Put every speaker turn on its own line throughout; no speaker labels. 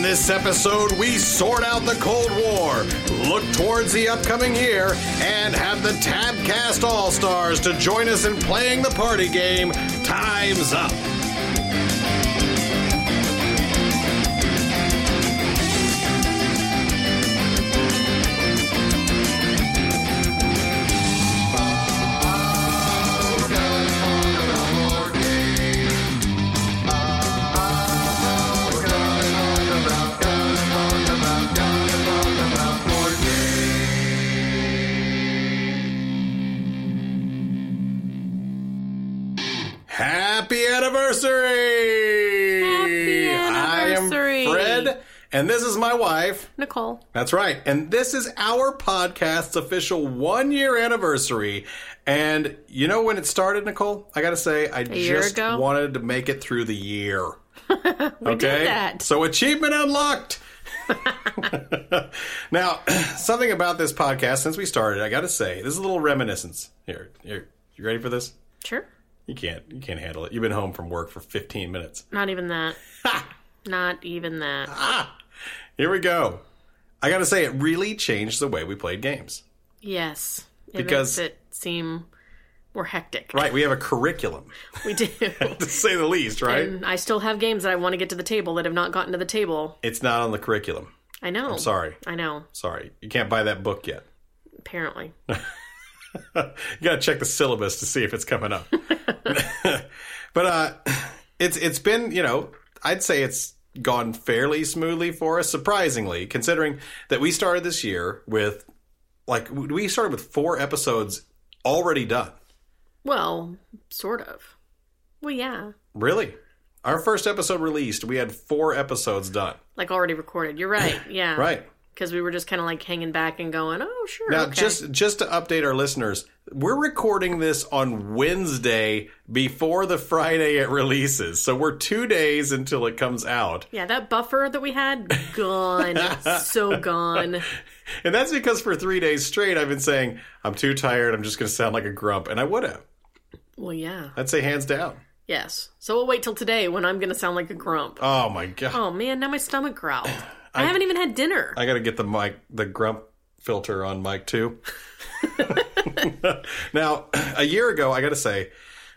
this episode, we sort out the Cold War, look towards the upcoming year, and have the Tabcast All Stars to join us in playing the party game. Time's up. Happy anniversary!
Happy
I
anniversary.
am Fred, and this is my wife.
Nicole.
That's right. And this is our podcast's official one year anniversary. And you know when it started, Nicole? I got to say, I
year
just
ago?
wanted to make it through the year. we okay?
that.
So, achievement unlocked. now, something about this podcast since we started, I got to say, this is a little reminiscence. Here, here, you ready for this?
Sure.
You can't, you can't handle it. You've been home from work for 15 minutes.
Not even that. Not even that.
Here we go. I got to say, it really changed the way we played games.
Yes. It
Because-
makes it seem more hectic.
Right, we have a curriculum.
We do.
to say the least, right?
and I still have games that I want to get to the table that have not gotten to the table.
It's not on the curriculum.
I know.
Sorry.
I know.
Sorry. You can't buy that book yet.
Apparently.
You got to check the syllabus to see if it's coming up. but uh it's it's been, you know, I'd say it's gone fairly smoothly for us surprisingly considering that we started this year with like we started with four episodes already done.
Well, sort of. Well, yeah.
Really? Our first episode released, we had four episodes done.
Like already recorded. You're right. Yeah.
Right.
Because we were just kind of like hanging back and going, oh, sure.
Now,
okay.
just just to update our listeners, we're recording this on Wednesday before the Friday it releases, so we're two days until it comes out,
Yeah, that buffer that we had, gone. so gone.
and that's because for three days straight I've been saying I'm too tired, I'm just going to sound like a grump, and I would have.
Well, yeah.
I'd say hands down.
Yes. So we'll wait till today when I'm going to sound like a grump.
Oh my god,
Oh man, now my stomach growled. I, haven't even had dinner.
I got to get the mic, the grump filter on mic too. now, a year ago, I got to say,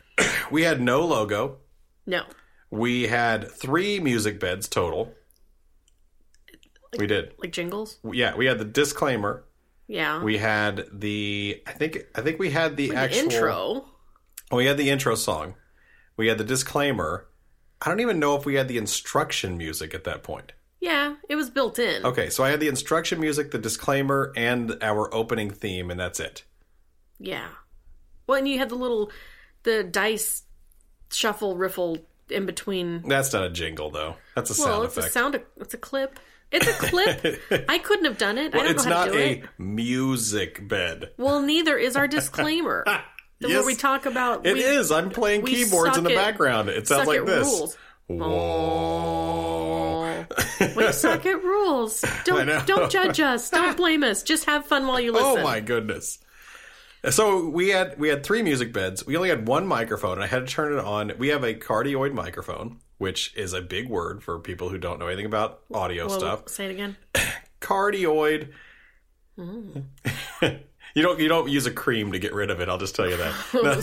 we had no logo.
no.
We had three music beds total. We did.
Like jingles?
Yeah, we had the disclaimer.
Yeah.
We had the I think I think we had the
The
actual oh,
intro.
We had the intro song. We had the disclaimer. I don't even know if we had the instruction music at that point.
Yeah, it was built in.
Okay, so I had the instruction music, the disclaimer, and our opening theme, and that's it.
Yeah. Well, and you had the little the dice shuffle riffle in between.
That's not a jingle though. That's a
Well,
sound
it's a
effect.
sound e, it's a clip. It's a clip. I couldn't have done it. I don't
it's
know how
not
to do
a
it.
music bed.
Well, neither is our disclaimer. The
Yes.
where we talk about
It
we
is. I'm playing
we
keyboards in the
suck at-
background. It sounds
suck
like
at
this.
rules.
Whoa.
we suck at rules.
know.
Don't don't judge us. Don't blame us. Just have fun while you listen.
Oh my goodness. So we had we had three music beds. We only had one microphone. I had to turn it on. We have a cardioid microphone, which is a big word for people who don't know anything about audio
Well,
stuff.
Say it again.
Cardioid. Mm. you don't you don't use a cream to get rid of it. I'll just tell you that. no,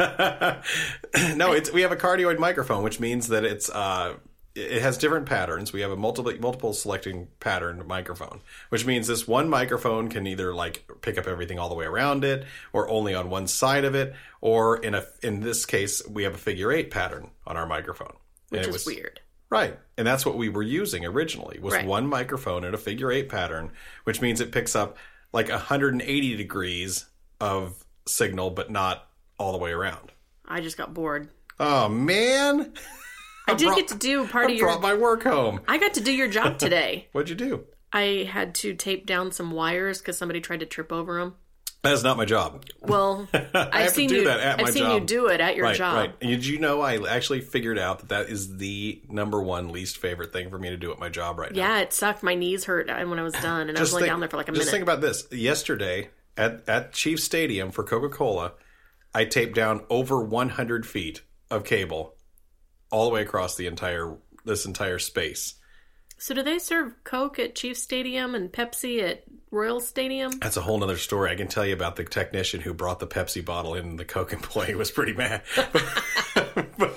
the- No, it's we have a cardioid microphone, which means that it's uh it has different patterns. We have a multiple multiple selecting pattern microphone, which means this one microphone can either like pick up everything all the way around it, or only on one side of it, or in a in this case we have a figure eight pattern on our microphone,
Which
And it
is
was-
weird.
Right. And that's what we were using originally was
Right.
one microphone in a figure eight pattern, which means it picks up like 180 degrees of signal, but not all the way around.
I just got bored.
Oh man.
I did
brought-
get to do part
I
of your.
brought my work home.
I got to do your job today.
What'd you do?
I had to tape down some wires because somebody tried to trip over them.
That is not my job.
Well,
have
I've
to
seen
do
you.
that at
I've
my
seen you
job.
do it at your
right,
job.
right. And did you know I actually figured out that that is the number one least favorite thing for me to do at my job right now.
Yeah, it sucked. My knees hurt when I was done, and I was
Just
only
think-
down there for like a
just
minute.
think about this. Yesterday at at Chief Stadium for Coca Cola, I taped down over 100 feet of cable all the way across the entire this entire space.
So do they serve Coke at Chief Stadium and Pepsi at Royal Stadium?
That's a whole nother story. I can tell you about the technician who brought the Pepsi bottle in. The Coke employee was pretty mad. but, but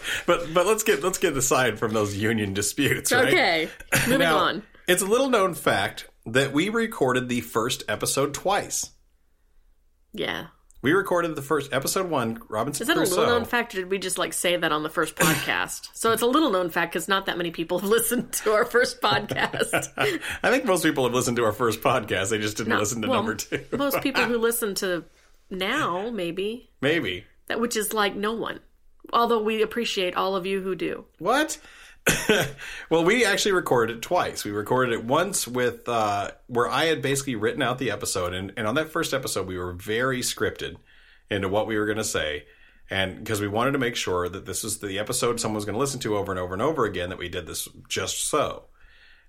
but let's get let's get aside from those union disputes. Right?
Okay, moving
Now,
on.
It's a little known fact that we recorded the first episode twice.
Yeah.
We recorded the first episode one, Robinson
Is that a
Crusoe.
little known fact, or did we just like say that on the first podcast? so it's a little known fact because not that many people have listened to our first podcast.
I think most people have listened to our first podcast. They just didn't listen to
Well,
number two.
most people who listen to now, maybe
Maybe.
that which is like no one. Although we appreciate all of you who do.
What? well, we actually recorded it twice. We recorded it once with uh, where I had basically written out the episode, and, and on that first episode, we were very scripted into what we were going to say, and because we wanted to make sure that this is the episode someone was going to listen to over and over and over again, that we did this just so.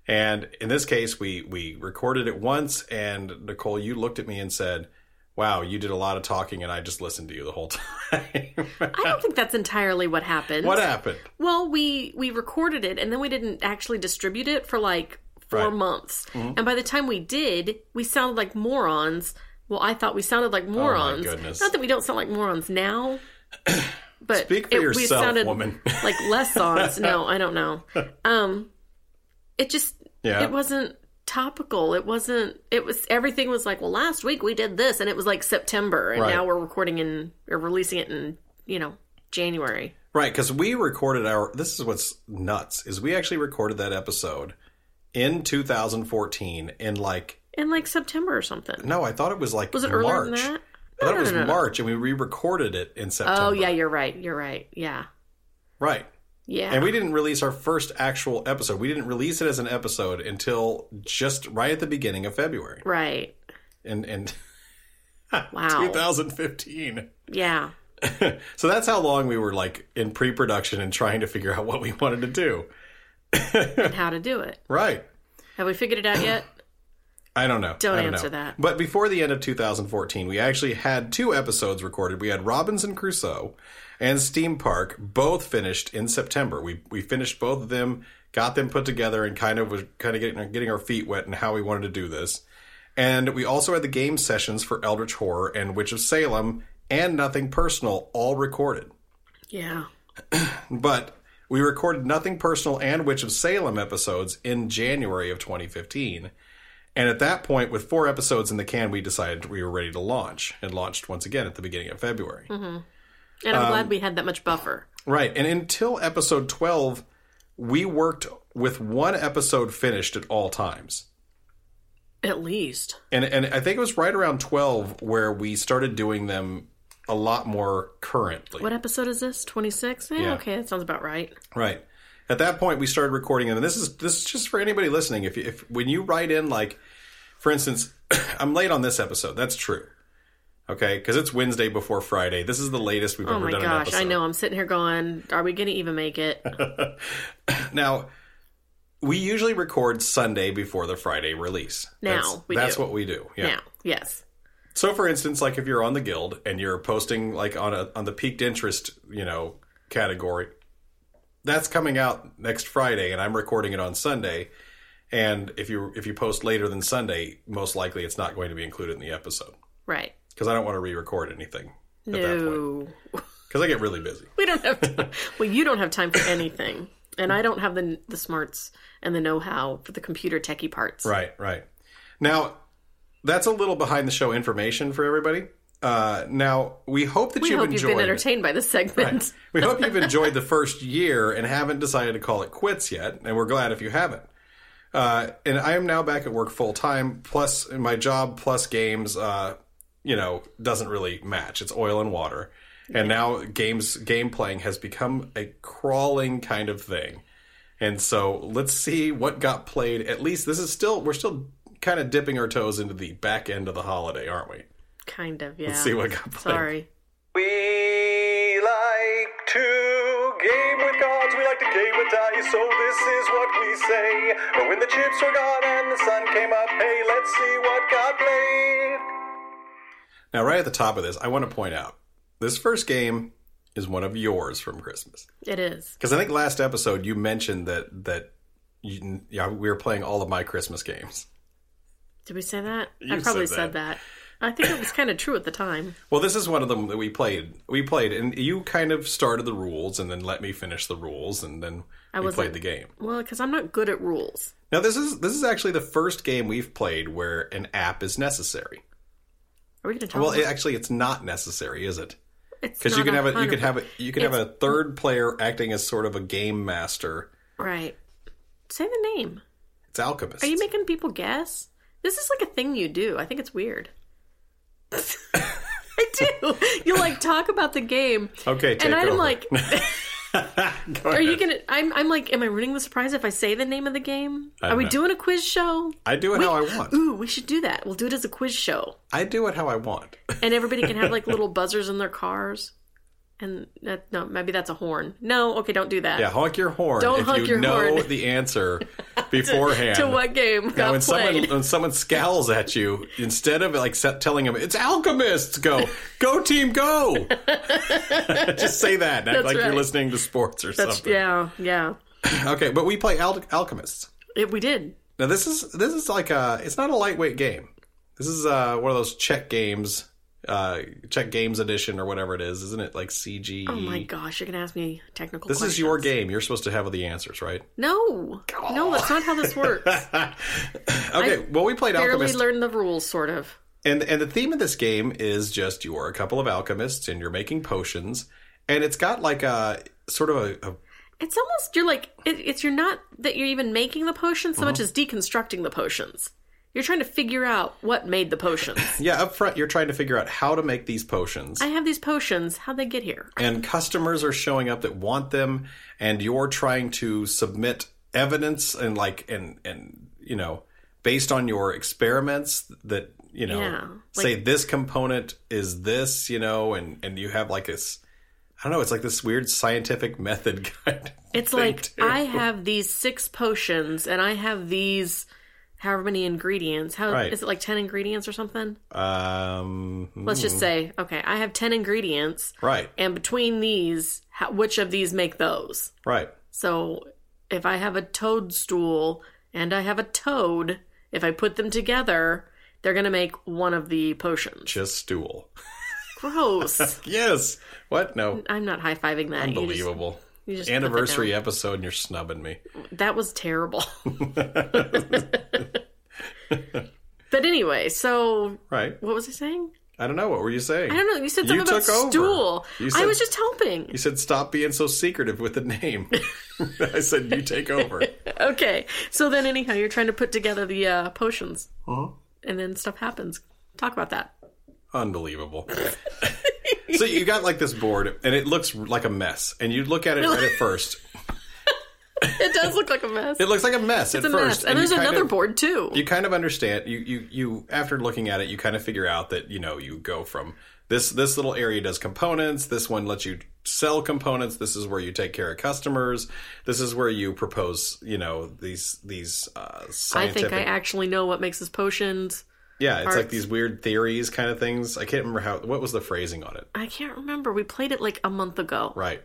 And in this case, we we recorded it once, and Nicole, you looked at me and said, "Wow, you did a lot of talking, and I just listened to you the whole time."
I don't think that's entirely what happened.
what happened?
Well, we we recorded it and then we didn't actually distribute it for like four
Right. Mm-hmm.
months. And by the time we did, we sounded like morons. Well, I thought we sounded like morons.
Oh, goodness.
Not that we don't sound like morons now, but
Speak for
it, we
yourself,
sounded
woman.
like lessons. no, I don't know. Um, it just
Yeah.
it wasn't topical. It wasn't. It was everything was like, well, last week we did this, and it was like September, and
Right.
now we're recording in or releasing it in you know January.
Right, because we recorded our. This is what's nuts is we actually recorded that episode in 2014 in like
in like September or something.
no, I thought it was like
Was it
March.
earlier than that?
I thought it was
no, no, no.
March, and we re-recorded it in September.
Oh yeah, you're right. You're right. Yeah,
right.
yeah.
And we didn't release our first actual episode. We didn't release it as an episode until just right at the beginning of February,
right.
and and
Wow.
2015.
Yeah.
So that's how long we were like in pre-production and trying to figure out what we wanted to do.
And how to do it?
Right.
Have we figured it out yet?
I don't know.
Don't
I know.
answer that.
But before the end of 2014, we actually had two episodes recorded. We had Robinson Crusoe and Steam Park, both finished in September. We we finished both of them, got them put together, and kind of was kind of getting getting our feet wet and how we wanted to do this. And we also had the game sessions for Eldritch Horror and Witch of Salem and Nothing Personal, all recorded.
Yeah.
But we recorded Nothing Personal and Witch of Salem episodes in January of 2015. And at that point, with four episodes in the can, we decided we were ready to launch and launched once again at the beginning of February.
And I'm
Um,
glad we had that much buffer.
Right. And until episode 12, we worked with one episode finished at all times.
At least.
And, and I think it was right around 12 where we started doing them a lot more currently.
What episode is this? 26? Eh,
Yeah.
Okay, that sounds about right.
Right. At that point, we started recording, and this is this is just for anybody listening. If, you- if when you write in, like, for instance, I'm late on this episode. That's true. Okay, because it's Wednesday before Friday. This is the latest we've
Oh
ever
my
done
gosh,
an episode.
I know. I'm sitting here going, are we going to even make it?
Now, we usually record Sunday before the Friday release.
Now,
that's,
we
that's
do.
what we do. Yeah.
Now, yes.
So, for instance, like if you're on the guild and you're posting like on a on the peaked interest, you know, category, that's coming out next Friday, and I'm recording it on Sunday. And if you if you post later than Sunday, most likely it's not going to be included in the episode
Right.
because I don't want to re-record anything at that point
No.
because I get really busy.
We don't have time. well, you don't have time for anything. And I don't have the, the smarts and the know how for the computer techie parts.
Right, right. Now, that's a little behind the show information for everybody. Uh, now, we hope that
We
you've
hope
enjoyed.
you've been entertained by this segment.
We hope you've enjoyed the first year and haven't decided to call it quits yet, and we're glad if you haven't. Uh, and I am now back at work full time, plus my job, plus games. Uh, you know, doesn't really match. It's oil and water, and now games game playing has become a crawling kind of thing. And so let's see what got played. At least this is still we're still kind of dipping our toes into the back end of the holiday, aren't we?
Kind of, yeah.
See what got played.
Sorry.
We like to game with cards, we like to game with dice, so this is what we say. But when the chips were gone and the sun came up, hey, let's see what got played.
Now, right at the top of this, I want to point out this first game is one of yours from Christmas
It is.
because I think last episode you mentioned that that you, yeah, we were playing all of my Christmas games.
Did we say that?
You
I probably
said
said that. I think it was kind of true at the time.
Well, this is one of them that we played. We played, and you kind of started the rules, and then let me finish the rules, and then we
wasn't-
played the game.
Well, because I'm not good at rules.
Now, this is this is actually the first game we've played where an app is necessary.
Are we going to talk
Well,
about
it, actually, it's not necessary, is it?
it's
Because you
Oh.
can
not
have a you can
100%.
have a you can have a third player acting as sort of a game master.
Right. Say the name.
It's alchemist.
Are you making people guess? This is like a thing you do. I think it's weird. I do. You like talk about the game,
okay, take
and I'm
over.
like,
Go
are you
ahead.
gonna? I'm, I'm like, am I ruining the surprise if I say the name of the game?
don't
Are we
know.
doing a quiz show?
I do it how I want.
Ooh, we should do that. We'll do it as a quiz show,
I do it how I want.
and everybody can have like little buzzers in their cars. And that no, maybe that's a horn. No, okay, don't do that.
Yeah, honk your horn
Don't
if
honk
you
your
know
horn.
the answer beforehand.
To what game
Now,
got
when
played?
someone when someone scowls at you, instead of like se- telling him it's alchemists, go go team go. Just say that, not like you're
right.
listening to sports or
That's
something.
yeah, yeah.
Okay, but we play al- alchemists.
It, we did.
Now this is this is like a it's not a lightweight game. This is uh, one of those check games, uh, check games edition or whatever it is, isn't it? Like CG.
Oh my gosh, you're gonna ask me technical.
Hmm. This
questions.
is your game. You're supposed to have the answers, right?
No, no, that's not how this works.
Okay. well, we played
Barely
alchemists,
learned the rules, sort of.
and and the theme of this game is just you are a couple of alchemists and you're making potions, and it's got like a sort of a, a
It's almost you're like it, it's you're not that you're even making the potions so much
Uh-huh.
as deconstructing the potions. You're trying to figure out what made the potions.
yeah up front. You're trying to figure out how to make these potions.
I have these potions. How'd they get here?
and customers are showing up that want them and you're trying to submit evidence and like and and you know based on your experiments that you know
Yeah,
say this component is this you know and and you have like this i don't know it's like this weird scientific method kind of
It's
thing,
like
too.
I have these six potions and I have these however many ingredients. How is
Right.
it like ten ingredients or something?
um
Let's just say okay, I have ten ingredients,
right
and between these, how, which of these make those?
right
So if I have a toadstool and I have a toad, if I put them together, they're going to make one of the potions.
just stool
Gross.
yes what no
I'm not high fiving that. You just-
unbelievable
you just put that
anniversary episode and you're snubbing me
that was terrible. but anyway, so
right
what was I saying?
i don't know what were you saying
I don't know. You said
You
something about
took over.
stool.
You
I
said-
was just helping.
You said, stop being so secretive with the name. I said, you take over.
Okay. So then, anyhow, you're trying to put together the uh, potions,
Uh-huh.
and then stuff happens. Talk about that.
Unbelievable. so you got like this board, and it looks like a mess. And you look at it right at first.
It does look like a mess.
It looks like a mess
It's
at
a
first.
mess.
you
And, there's
kind
another
of-
board too.
You kind of understand. You, you, you, after looking at it, you kind of figure out that, you know, you go from this, this little area does components. This one lets you sell components. This is where you take care of customers. This is where you propose, you know, these, these, uh,
I
scientific
think I actually know what makes us potions.
Yeah, it's like these weird theories kind of things. I can't remember how what was the phrasing on it.
I can't remember. We played it like a month ago.
Right.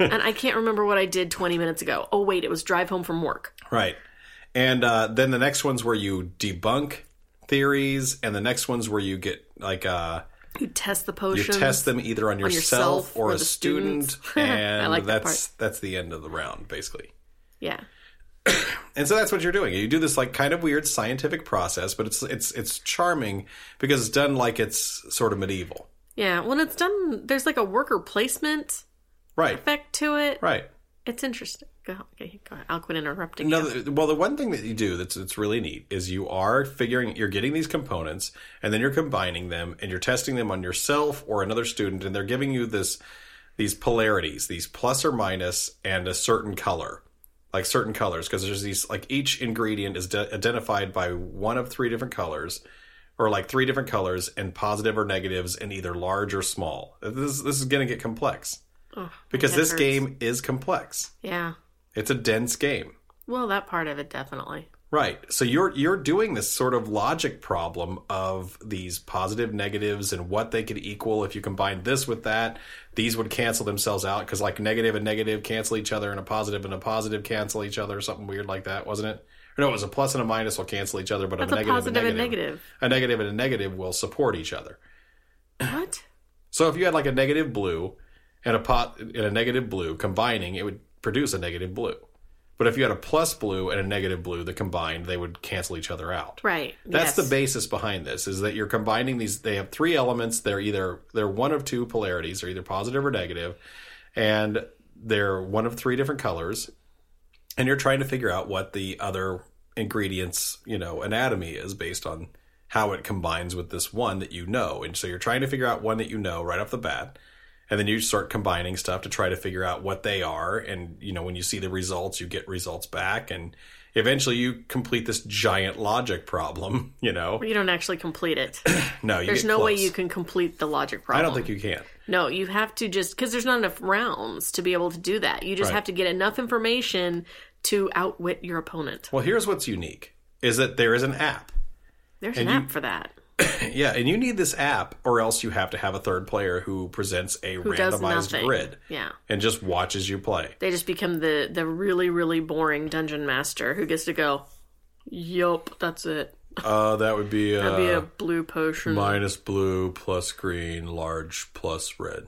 And I can't remember what I did 20 minutes ago. Oh, wait, it was drive home from work.
Right. And uh, then the next one's where you debunk theories and the next one's where you get like uh
You test the
you
potions.
test them either on yourself,
yourself
or,
or
a
the
student
students. I
and
like that
that's that's the end of the round basically.
Yeah.
And so that's what you're doing. You do this like kind of weird scientific process, but it's it's it's charming because it's done like it's sort of medieval.
Yeah. When it's done, there's like a worker placement
Right.
effect to it.
Right.
It's interesting. Go, okay, go ahead. I'll quit interrupting.
No,
you.
the- well, the one thing that you do that's that's really neat is you are figuring you're getting these components and then you're combining them and you're testing them on yourself or another student and they're giving you this these polarities, these plus or minus and a certain color. Like certain colors because there's these like each ingredient is de- identified by one of three different colors or like three different colors and positive or negatives and either large or small. This this is going to get complex
Oh,
because
head
this
hurts.
game is complex.
Yeah.
It's a dense game.
Well, that part of it, definitely.
Right. So you're you're doing this sort of logic problem of these positive negatives and what they could equal if you combine this with that. These would cancel themselves out because like negative and negative cancel each other, and a positive and a positive cancel each other, or something weird like that, wasn't it? Or no, it was a plus and a minus will cancel each other, but
That's
a
a
negative
positive
and
and
negative,
negative.
a negative and a negative will support each other.
What?
So if you had like a negative blue and a pot and a negative blue combining, it would produce a negative blue. But if you had a plus blue and a negative blue that combined, they would cancel each other out.
Right.
That's
yes.
the basis behind this is that you're combining these they have three elements, they're either they're one of two polarities, they're either positive or negative, and they're one of three different colors, and you're trying to figure out what the other ingredients, you know, anatomy is based on how it combines with this one that you know. And so you're trying to figure out one that you know right off the bat. And then you start combining stuff to try to figure out what they are. And, you know, when you see the results, you get results back. And eventually you complete this giant logic problem, you know?
You don't actually complete it.
No, you
There's
get
no way
close.
you can complete the logic
I
problem.
don't think you can.
No, you have to just because there's not enough rounds to be able to do that. You just
Right.
have to get enough information to outwit your opponent.
Well, here's what's unique is that there is an app.
There's an
you-
app for that.
Yeah, and you need this app, or else you have to have a third player who presents a
Who does
randomized
nothing?
grid
Yeah,
and just watches you play.
they just become the the really really boring dungeon master who gets to go. Yup, that's it.
Uh, that would be, uh,
Be a blue potion.
minus blue plus green, large plus red.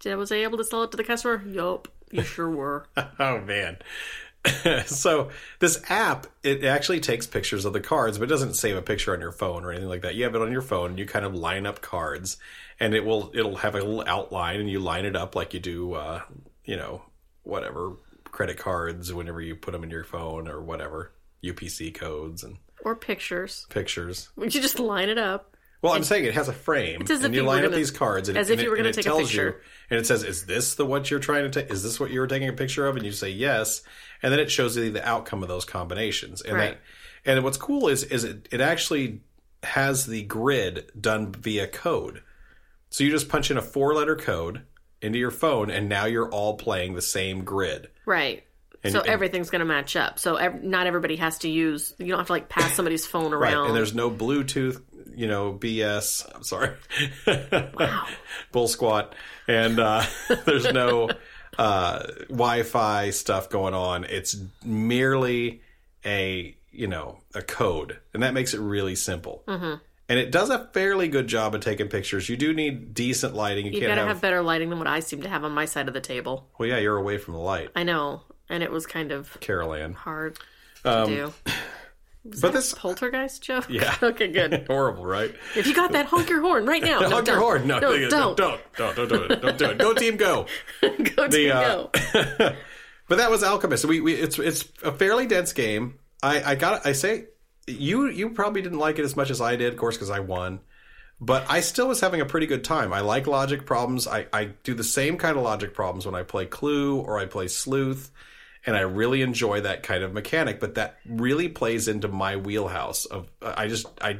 Did- was I able to sell it to the customer? Yup, you sure were.
Oh man. so this app it actually takes pictures of the cards but it doesn't save a picture on your phone or anything like that you have it on your phone you kind of line up cards and it will it'll have a little outline and you line it up like you do uh you know whatever credit cards whenever you put them in your phone or whatever upc codes and
or pictures.
pictures
You just line it up.
well i'm saying it has a frame
as
and
if
you
you were
line up
gonna-
these cards and
as
it-
if
and
you were
it- and
gonna
it
take a
tells
picture.
you- and it says is this the what you're trying to take is this what you were taking a picture of and you say yes and then it shows you the outcome of those combinations and
Right.
that and what's cool is is it, it actually has the grid done via code so you just punch in a four letter code into your phone and now you're all playing the same grid
Right. so everything's going to match up. So ev- not everybody has to use. You don't have to like pass somebody's phone
Right,
around.
and there's no Bluetooth, you know, BS. I'm sorry, bull squat, and uh, there's no uh, Wi-Fi stuff going on. It's merely a you know a code, and that makes it really simple. Mm-hmm. And it does a fairly good job of taking pictures. You do need decent lighting. You
You
can't
gotta
have,
have better lighting than what I seem to have on my side of the table.
well, yeah, you're away from the light,
I know, and it was kind of
Carol Ann.
hard to do.
But this
Poltergeist Joe.
Um, Yeah.
okay, good.
horrible, right?
If you got that, honk your horn right now. No,
Honk your
don't.
horn. No,
no,
don't,
don't.
don't, don't, don't do it. Don't do it. Go team, go.
Go to
uh,
go.
But that was Alchemist. We, we it's it's a fairly dense game. I I got I say you you probably didn't like it as much as I did, of course, because I won. But I still was having a pretty good time. I like logic problems. I, I do the same kind of logic problems when I play Clue or I play Sleuth, and I really enjoy that kind of mechanic. But that really plays into my wheelhouse of I just I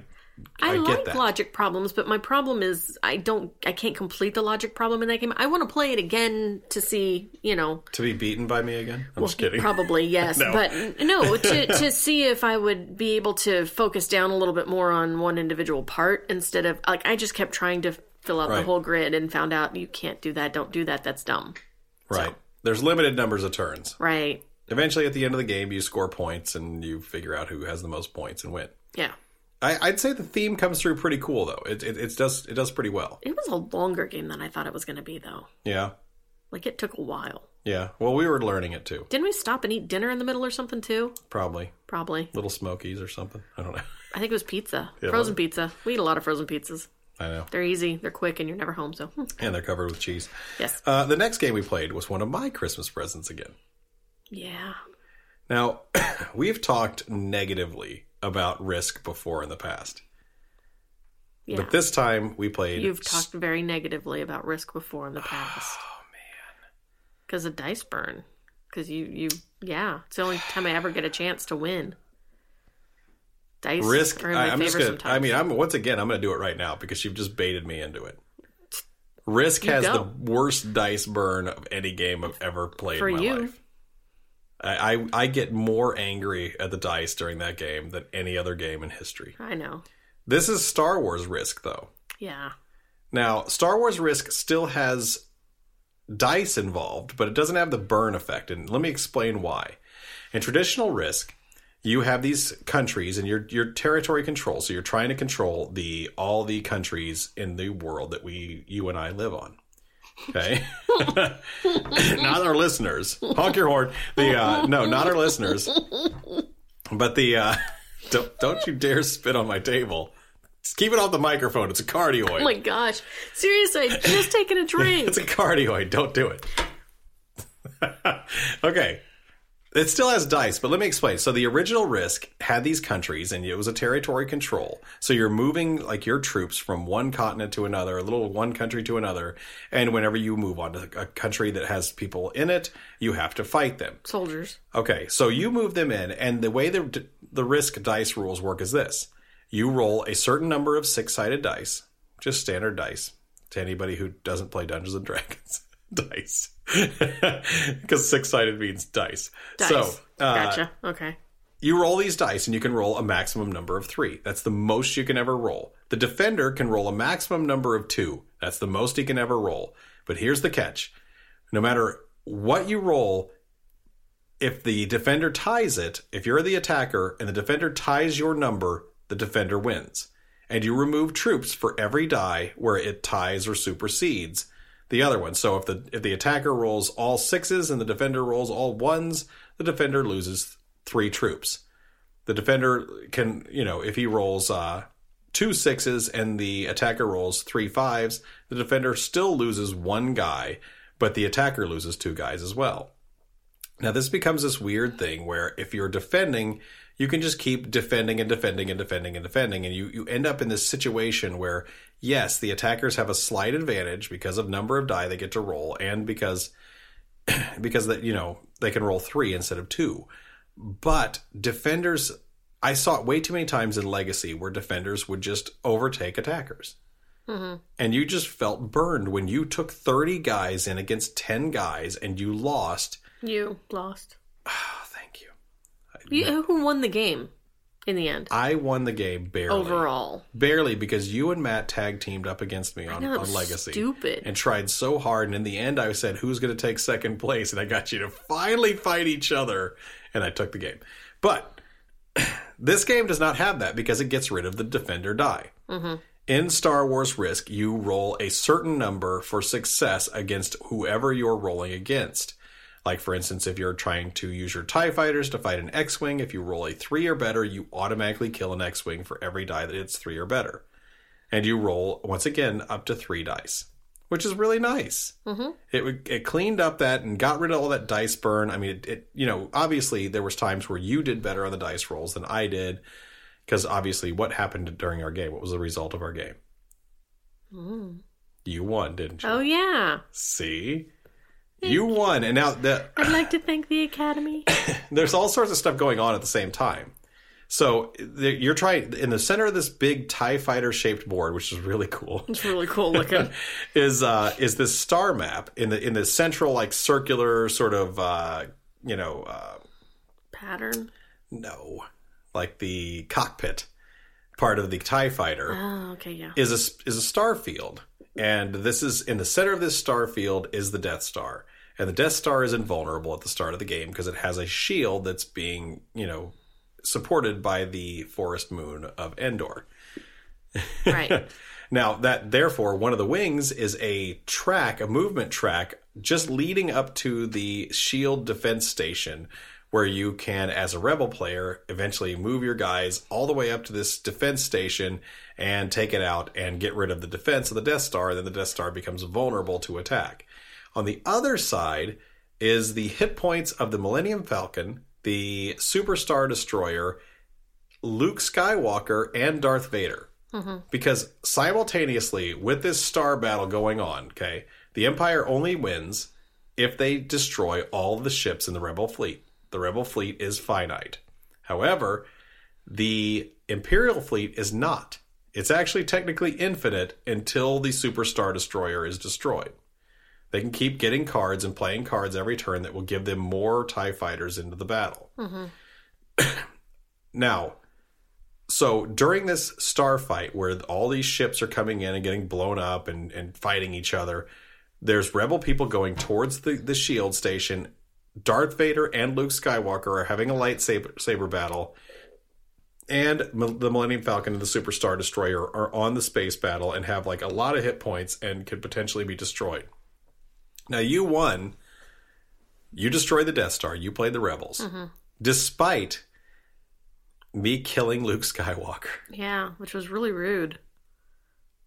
I,
I get
like
that.
logic problems, but my problem is I don't. I can't complete the logic problem in that game. I want to play it again to see. You know,
to be beaten by me again. I'm just kidding.
Probably yes, but no to to see if I would be able to focus down a little bit more on one individual part instead of like I just kept trying to fill out the
Right.
whole grid and found out you can't do that, don't do that, that's dumb.
right. There's limited numbers of turns.
Right?
Eventually, at the end of the game, you score points and you figure out who has the most points and win.
Yeah.
I, I'd say the theme comes through pretty cool though. It, it it does it does pretty well.
It was a longer game than I thought it was going to be though.
Yeah,
Like it took a while.
yeah. Well, we were learning it too.
Didn't we stop and eat dinner in the middle or something too?
Probably
Probably.
little Smokies or something. I don't know.
I think it was pizza. frozen pizza. We eat a lot of frozen pizzas.
I know.
They're easy, they're quick and you're never home, so hmm.
And they're covered with cheese.
yes.
Uh, the next game we played was one of my Christmas presents again.
Yeah.
Now, we've talked negatively about Risk before in the past,
Yeah.
but this time we played.
You've talked very negatively about risk before in the past. Oh man, because of dice burn. Because you, you, yeah, it's the only time I ever get a chance to win. Dice
Risk.
Are in
I,
my
I'm just
favor
gonna.
sometimes.
I mean, I'm once again. I'm gonna do it right now because you've just baited me into it. Risk has
go.
the worst dice burn of any game I've ever played
for
in my
you,
life. I, I I get more angry at the dice during that game than any other game in history.
I know.
This is Star Wars Risk though.
Yeah.
Now, Star Wars Risk still has dice involved, but it doesn't have the burn effect. And let me explain why. In traditional Risk, you have these countries and your your territory control. So you're trying to control the all the countries in the world that we you and I live on. Okay, not our listeners. Honk your horn. The uh, no, not our listeners. But the uh, don't don't you dare spit on my table. Just keep it off the microphone. It's a cardioid.
Oh my gosh. Seriously, I just taking a drink.
It's a cardioid. Don't do it. okay. It still has dice, but let me explain. So the original Risk had these countries, and it was a territory control. So you're moving like your troops from one continent to another, a little one country to another, and whenever you move on to a country that has people in it, you have to fight them.
Soldiers.
Okay, so you move them in, and the way the the risk dice rules work is this: you roll a certain number of six sided dice, just standard dice, to anybody who doesn't play Dungeons and Dragons dice, because six sided means dice.
Dice.
So uh,
gotcha. Okay.
you roll these dice, and you can roll a maximum number of three. That's the most you can ever roll. The defender can roll a maximum number of two. That's the most he can ever roll. But here's the catch: no matter what you roll, if the defender ties it, if you're the attacker and the defender ties your number, the defender wins. And you remove troops for every die where it ties or supersedes the other one. So if the if the attacker rolls all sixes and the defender rolls all ones, the defender loses three troops. The defender can, you know, if he rolls uh, two sixes and the attacker rolls three fives, the defender still loses one guy, but the attacker loses two guys as well. Now, this becomes this weird thing where if you're defending, you can just keep defending and defending and defending and defending. And you, you end up in this situation where, yes, the attackers have a slight advantage because of number of die they get to roll and because, because that, you know, they can roll three instead of two. But defenders, I saw it way too many times in Legacy where defenders would just overtake attackers and you just felt burned when you took 30 guys in against 10 guys and you lost.
You lost.
Oh, thank you.
You, who won the game in the end?
I won the game barely.
Overall.
Barely because you and Matt tag teamed up against me on,
know, that
on
was
Legacy.
stupid.
And tried so hard. And in the end, I said, who's going to take second place? And I got you to finally fight each other. And I took the game. But this game does not have that because it gets rid of the defender die. In Star Wars Risk, you roll a certain number for success against whoever you're rolling against. Like, for instance, if you're trying to use your TIE fighters to fight an X Wing, if you roll a three or better, you automatically kill an X Wing for every die that it's three or better. And you roll, once again, up to three dice, which is really nice. Mm-hmm. It, would- it cleaned up that and got rid of all that dice burn. I mean, it, it, you know, obviously there was times where you did better on the dice rolls than I did because obviously what happened during our game what was the result of our game Mm. you won didn't you
Oh, yeah.
see you won and now the,
I'd like to thank the Academy.
there's all sorts of stuff going on at the same time so the, you're trying in the center of this big tie fighter shaped board which is really cool
It's really cool looking.
is uh is this star map in the in the central like circular sort of uh you know uh
Pattern.
no like the cockpit part of the tie fighter
Oh, okay, yeah.
is a is a star field, and this is in the center of this star field is the Death Star, and the Death Star is invulnerable at the start of the game because it has a shield that's being you know supported by the forest moon of Endor.
Right.
Now that therefore one of the wings is a track, a movement track, just leading up to the shield defense station, where you can, as a rebel player, eventually move your guys all the way up to this defense station and take it out and get rid of the defense of the Death Star. Then the Death Star becomes vulnerable to attack. On the other side is the hit points of the Millennium Falcon, the Superstar Destroyer, Luke Skywalker, and Darth Vader because simultaneously with this star battle going on, okay, the Empire only wins if they destroy all the ships in the Rebel fleet. The Rebel fleet is finite. However, the Imperial fleet is not. It's actually technically infinite until the Superstar Destroyer is destroyed. They can keep getting cards and playing cards every turn that will give them more TIE fighters into the battle. now, so during this starfight where all these ships are coming in and getting blown up and, and fighting each other, there's rebel people going towards the, the shield station. Darth Vader and Luke Skywalker are having a lightsaber saber battle. And Mil- the Millennium Falcon and the Super Star Destroyer are on the space battle and have like a lot of hit points and could potentially be destroyed. Now you won. You destroyed the Death Star. You played the Rebels, despite me killing Luke Skywalker,
Yeah, which was really rude.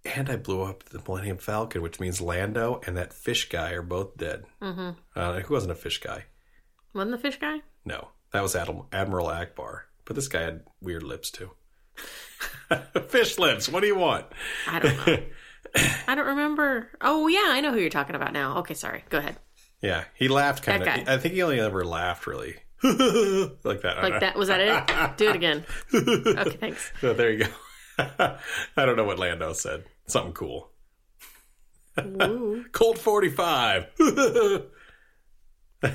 and I blew up the Millennium Falcon, which means Lando and that fish guy are both dead.
Mhm.
Uh, who wasn't a fish guy?
Wasn't the fish guy?
No, that was Adm- Admiral Akbar. But this guy had weird lips too. fish lips. What do you want?
I don't know. I don't remember. Oh yeah, I know who you're talking about now. Okay, sorry. Go ahead.
Yeah, he laughed kind of.
That guy.
I think he only ever laughed really like that.
Like that was that it? Do it again. Okay, thanks.
So there you go. I don't know what Lando said. Something cool.
Ooh.
Colt 45.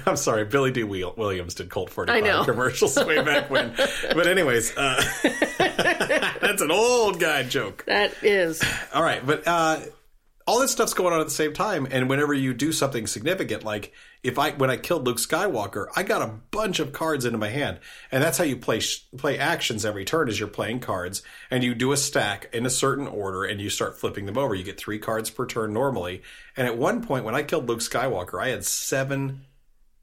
I'm sorry, Billy D. Wheel- Williams did Colt 45
I know.
commercials way back when. But, anyways, uh, that's an old guy joke.
That is
All right, but uh, all this stuff's going on at the same time. And whenever you do something significant, like if I when I killed Luke Skywalker, I got a bunch of cards into my hand, and that's how you play sh- play actions every turn. Is you're playing cards, and you do a stack in a certain order, and you start flipping them over. You get three cards per turn normally. And at one point, when I killed Luke Skywalker, I had seven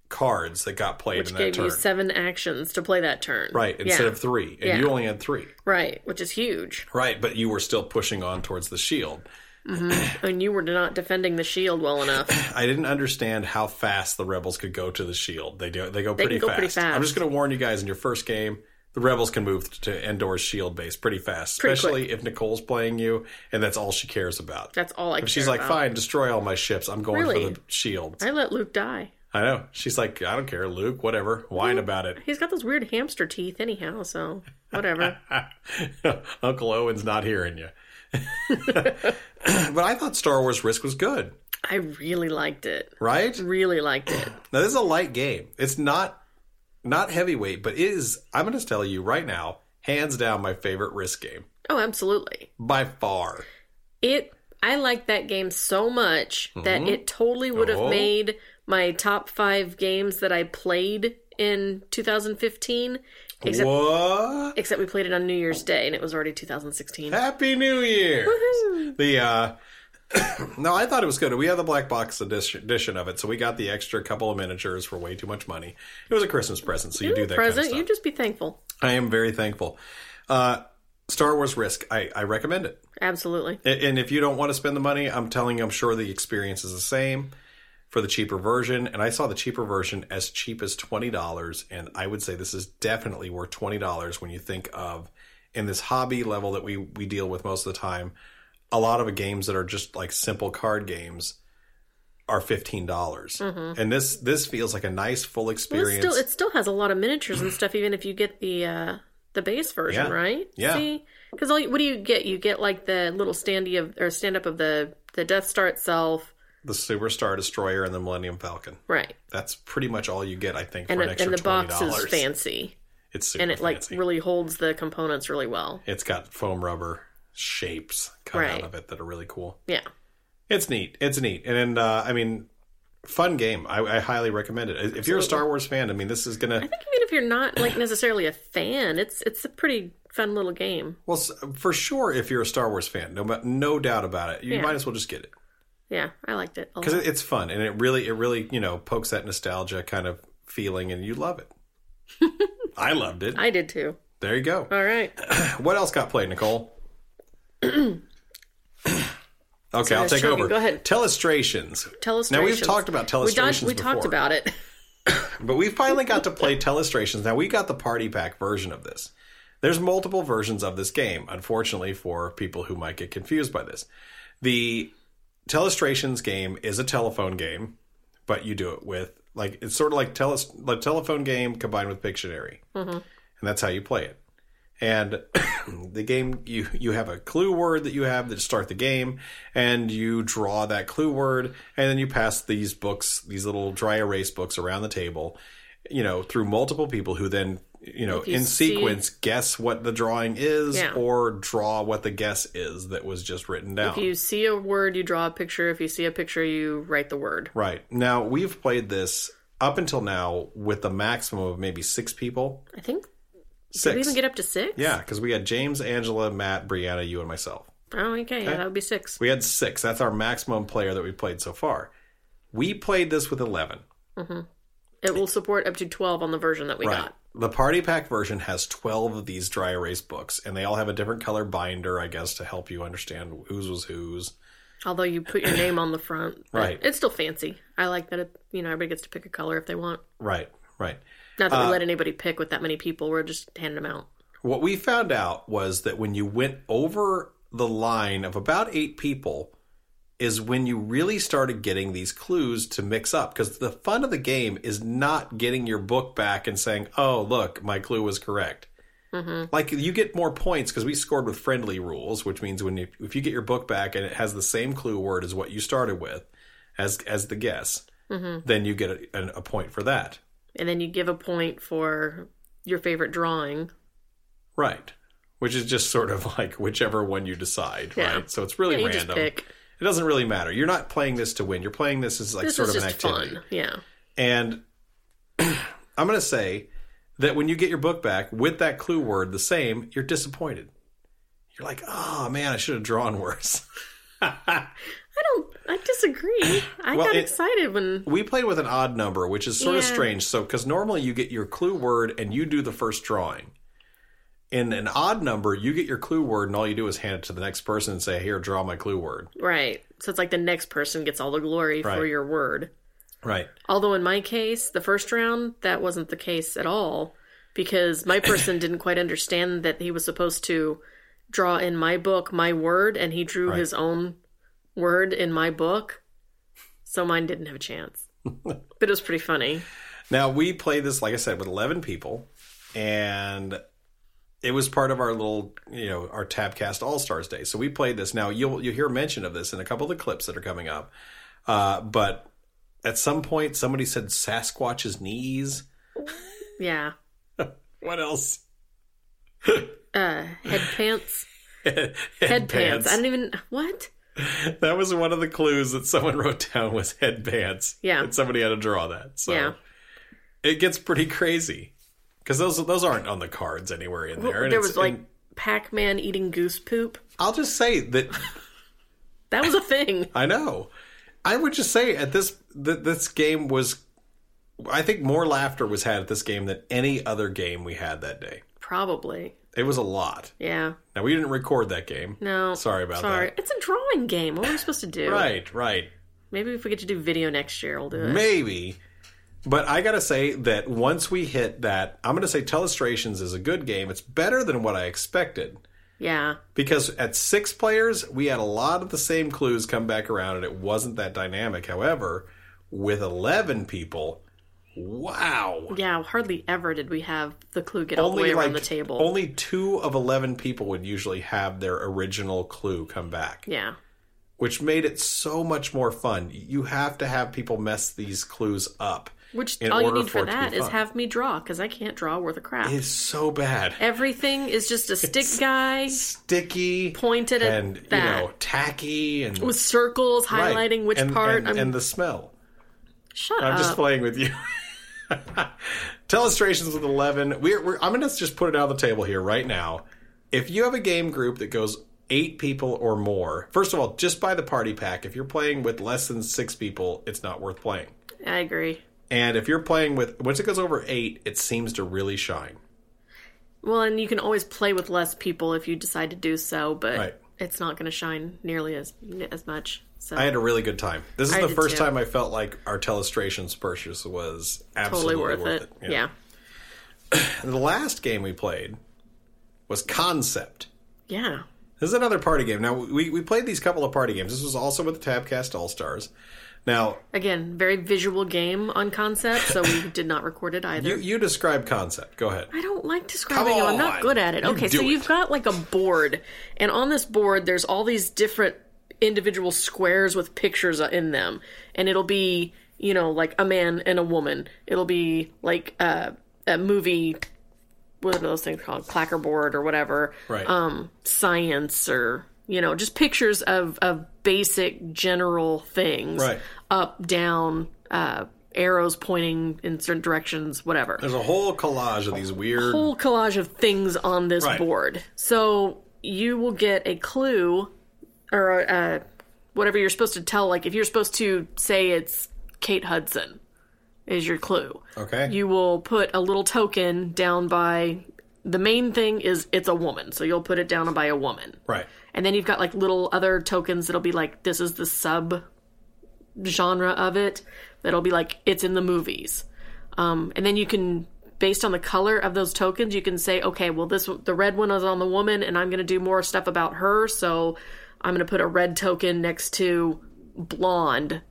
cards that got played
which
in that
gave
turn.
you seven actions to play that turn.
Right, instead
yeah.
of three, and
Yeah.
you only had three.
Right, which is huge.
Right, but you were still pushing on towards the shield.
And you were not defending the shield well enough.
I didn't understand how fast the rebels could go to the shield. They do. They go,
can
pretty,
go
fast.
pretty fast.
I'm just going to warn you guys in your first game. The rebels can move to Endor's shield base pretty fast,
Pretty
especially if Nicole's playing you, and that's all she cares about.
That's all I.
If she's
care
like,
about.
"Fine, destroy all my ships. I'm going for
Really?
the shield."
I let Luke die.
I know. She's like, "I don't care, Luke. Whatever.
Mm.
Whine about it."
He's got those weird hamster teeth, anyhow. So whatever.
Uncle Owen's not hearing you. but I thought Star Wars Risk was good,
I really liked it.
right?
Really liked it.
Now this is a light game. It's not not heavyweight, but it is. I'm going to tell you right now, hands down, my favorite risk game
Oh, absolutely.
by far.
It. I liked that game so much that it totally would have
Mm-hmm. Oh.
made my top five games that I played in 2015. Except,
what?
except we played it on New Year's Day, and it was already 2016.
Happy New Year! The uh, no, I thought it was good. We had the black box edition, edition of it, so we got the extra couple of miniatures for way too much money. It was a Christmas present, so you do that kind of
Present.
stuff.
you just be thankful.
I am very thankful. Uh, Star Wars Risk, I, I recommend it.
Absolutely.
And- And if you don't want to spend the money, I'm telling you, I'm sure the experience is the same for the cheaper version. And I saw the cheaper version as cheap as $20. And I would say this is definitely worth $20 when you think of in this hobby level that we, we deal with most of the time, a lot of games that are just like simple card games are $15. dollars And this, this feels like a nice full
Mm-hmm. Well, it's
experience.
still, it still has a lot of miniatures and stuff, even if you get the uh, the base version,
Yeah.
right?
Yeah.
See, because what do you get? You get like the little standy of or stand up of the the Death Star itself,
the Superstar Destroyer and the Millennium Falcon.
right?
That's pretty much all you get, I think,
And
for an
it,
extra
and
$20.
the box is fancy,
It's super
and it like
fancy.
really holds the components really well.
It's got foam rubber shapes cut out
Right.
of it that are really cool.
Yeah,
It's neat. It's neat, and, and uh, I mean, fun game. I, I highly recommend it. If you're a Star Wars fan, I mean, this is gonna
I think even if you're not like necessarily a fan, it's it's a pretty fun little game.
well s- for sure. If you're a Star Wars fan, no ma- no doubt about it, you
Yeah.
might as well just get it
Yeah, I liked it. A lot.
because it's fun and it really it really you know pokes that nostalgia kind of feeling, and you love it. I loved it.
I did too.
There you go.
All right,
What else got played, Nicole? okay, I'll take
choking.
over.
Go ahead.
Telestrations.
telestrations.
Now we've talked about
We,
telestrations
dodged, we
before,
talked about it.
but we finally got to play telestrations. Now we got the party pack version of this. There's multiple versions of this game, unfortunately for people who might get confused by this. The telestrations game is a telephone game, but you do it with like it's sort of like tele like
Mm-hmm.
telephone game combined with Pictionary, and that's how you play it. And the game you you have a clue word that you have that start the game, and you draw that clue word, and then you pass these books, these little dry erase books around the table, you know, through multiple people who then you know
you
in
see-
sequence guess what the drawing is
Yeah.
or draw what the guess is that was just written down.
If you see a word, you draw a picture. If you see a picture, you write the word.
Right. Now, we've played this up until now with a maximum of maybe six people.
I think. Did we
Six.
even get up to six?
yeah, because we had James, Angela, Matt, Brianna, you, and myself.
Oh, okay. Yeah, that would be six.
We had six. That's our maximum player that we played so far. We played this with 11.
It will support up to 12 on the version that we got.
The party pack version has 12 of these dry erase books, and they all have a different color binder, I guess, to help you understand whose was whose.
Although you put your name on the front. but
Right.
It's still fancy. I like that, it, you know, everybody gets to pick a color if they want.
Right, right.
Not
Uh,
that we let anybody pick with that many people. We're just handing them out.
What we found out was that when you went over the line of about eight people, is when you really started getting these clues to mix up. Because the fun of the game is not getting your book back and saying, oh, look, my clue was correct. Like you get more points because we scored with friendly rules, which means when you, if you get your book back and it has the same clue word as what you started with, as as the guess, then you get a, an- a point for that.
And then you give a point for your favorite drawing.
Right. Which is just sort of like whichever one you decide,
Yeah.
right? So it's really
Yeah, you
random.
just pick.
It doesn't really matter. You're not playing this to win. You're playing this as like
This
sort
is
of an
just
activity.
fun. Yeah.
And I'm going to say that when you get your book back with that clue word the same, you're disappointed. You're like, "Oh, man, I should have drawn worse."
I don't, I disagree. I
Well,
got
it-
excited when
we played with an odd number, which is sort of
Yeah.
strange. So, because normally you get your clue word and you do the first drawing. In an odd number, you get your clue word, and all you do is hand it to the next person and say, "Here, draw my clue word."
Right. So it's like the next person gets all the glory for
Right.
your word.
Right.
Although in my case, the first round, that wasn't the case at all because my person didn't quite understand that he was supposed to draw in my book my word and he drew his own word in my book. So mine didn't have a chance. but it was pretty funny.
Now we played this, like I said, with eleven people, and it was part of our little, you know, our Tabcast All Stars Day. So we played this. Now you'll you'll hear mention of this in a couple of the clips that are coming up. Uh, but at some point, somebody said Sasquatch's knees.
Yeah.
What else?
Uh head pants.
Head,
Head pants. I don't even what?
That was one of the clues that someone wrote down was headbands.
Yeah.
and somebody had to draw that. So
Yeah.
it gets pretty crazy because those those aren't on the cards anywhere in there. and
there
it's-
was like
and
Pac Man eating goose poop.
I'll just say that
That was a thing.
I know. I would just say at this that this game was, I think more laughter was had at this game than any other game we had that day.
Probably.
It was a lot.
Yeah.
Now we didn't record that game.
No.
Sorry about
Sorry. It's a drawing game. What are we supposed to do?
that. Right, right.
Maybe if we get to do video next year, we'll do it.
Maybe. But I gotta say that once we hit that, I'm gonna say Telestrations is a good game. It's better than what I expected.
Yeah.
Because at six players, we had a lot of the same clues come back around and it wasn't that dynamic. However, with 11 people, wow.
Yeah. Hardly ever did we have the clue get all the way around the table.
only two of 11 people would usually have their original clue come back,
yeah.
which made it so much more fun. You have to have people mess these clues up.
Which
in
all you
order
need
for
for,
it to be
that is
fun.
have me draw because I can't draw worth a crap.
It's so bad.
Everything is just a stick guy
sticky
pointed at
and
that
you know tacky and
with circles
Right.
highlighting which
And-
part.
and,
I'm,
and the smell
shut
i'm
up.
just playing with you telestrations with 11 we're, we're, i'm gonna just put it out on the table here right now if you have a game group that goes eight people or more first of all just buy the party pack if you're playing with less than six people it's not worth playing
I agree.
and if you're playing with once it goes over eight it seems to really shine
Well, and you can always play with less people if you decide to do so, but
Right.
it's not going to shine nearly as as much. So
I had a really good time. This is
I
the
did
first
too.
time I felt like our telestrations purchase was absolutely
totally worth, it.
Yeah.
yeah.
And the last game we played was Concept.
Yeah.
This is another party game. Now we we played these couple of party games. This was also with the Tabcast All Stars. Now,
Again, very visual game on concept, so we did not record it either.
you, you describe concept. Go ahead.
I don't like describing
Come
them. I'm not
on.
good at it.
You
okay,
do
so you've
it.
got like a board, and on this board, there's all these different individual squares with pictures in them, and it'll be you know like a man and a woman. It'll be like uh, a movie. What are those things called? Clackerboard or whatever.
Right.
Um, science or you know just pictures of of basic general things.
Right.
Up, down, uh, arrows pointing in certain directions, whatever
There's a whole collage of these weird.
whole collage of things on this
Right.
board. So you will get a clue or uh, whatever you're supposed to tell. Like if you're supposed to say it's Kate Hudson is your clue.
okay.
You will put a little token down by the main thing is it's a woman. So you'll put it down by a woman.
right.
And then you've got like little other tokens that'll be like this is the sub genre of it. That'll be like it's in the movies. Um, and then you can based on the color of those tokens, you can say, okay, well this the red one is on the woman, and I'm going to do more stuff about her. So I'm going to put a red token next to blonde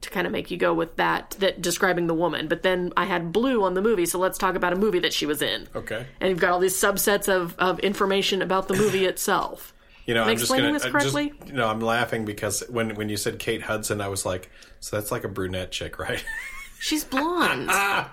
to kind of make you go with that that describing the woman. But then I had blue on the movie, so let's talk about a movie that she was in.
Okay.
And you've got all these subsets of, of information about the movie itself.
You know, I'm just
explaining
gonna.
this
I just-
correctly?
you know, I'm laughing because when when you said Kate Hudson, I was like, so that's like a brunette chick, right?
She's blonde.
Ah.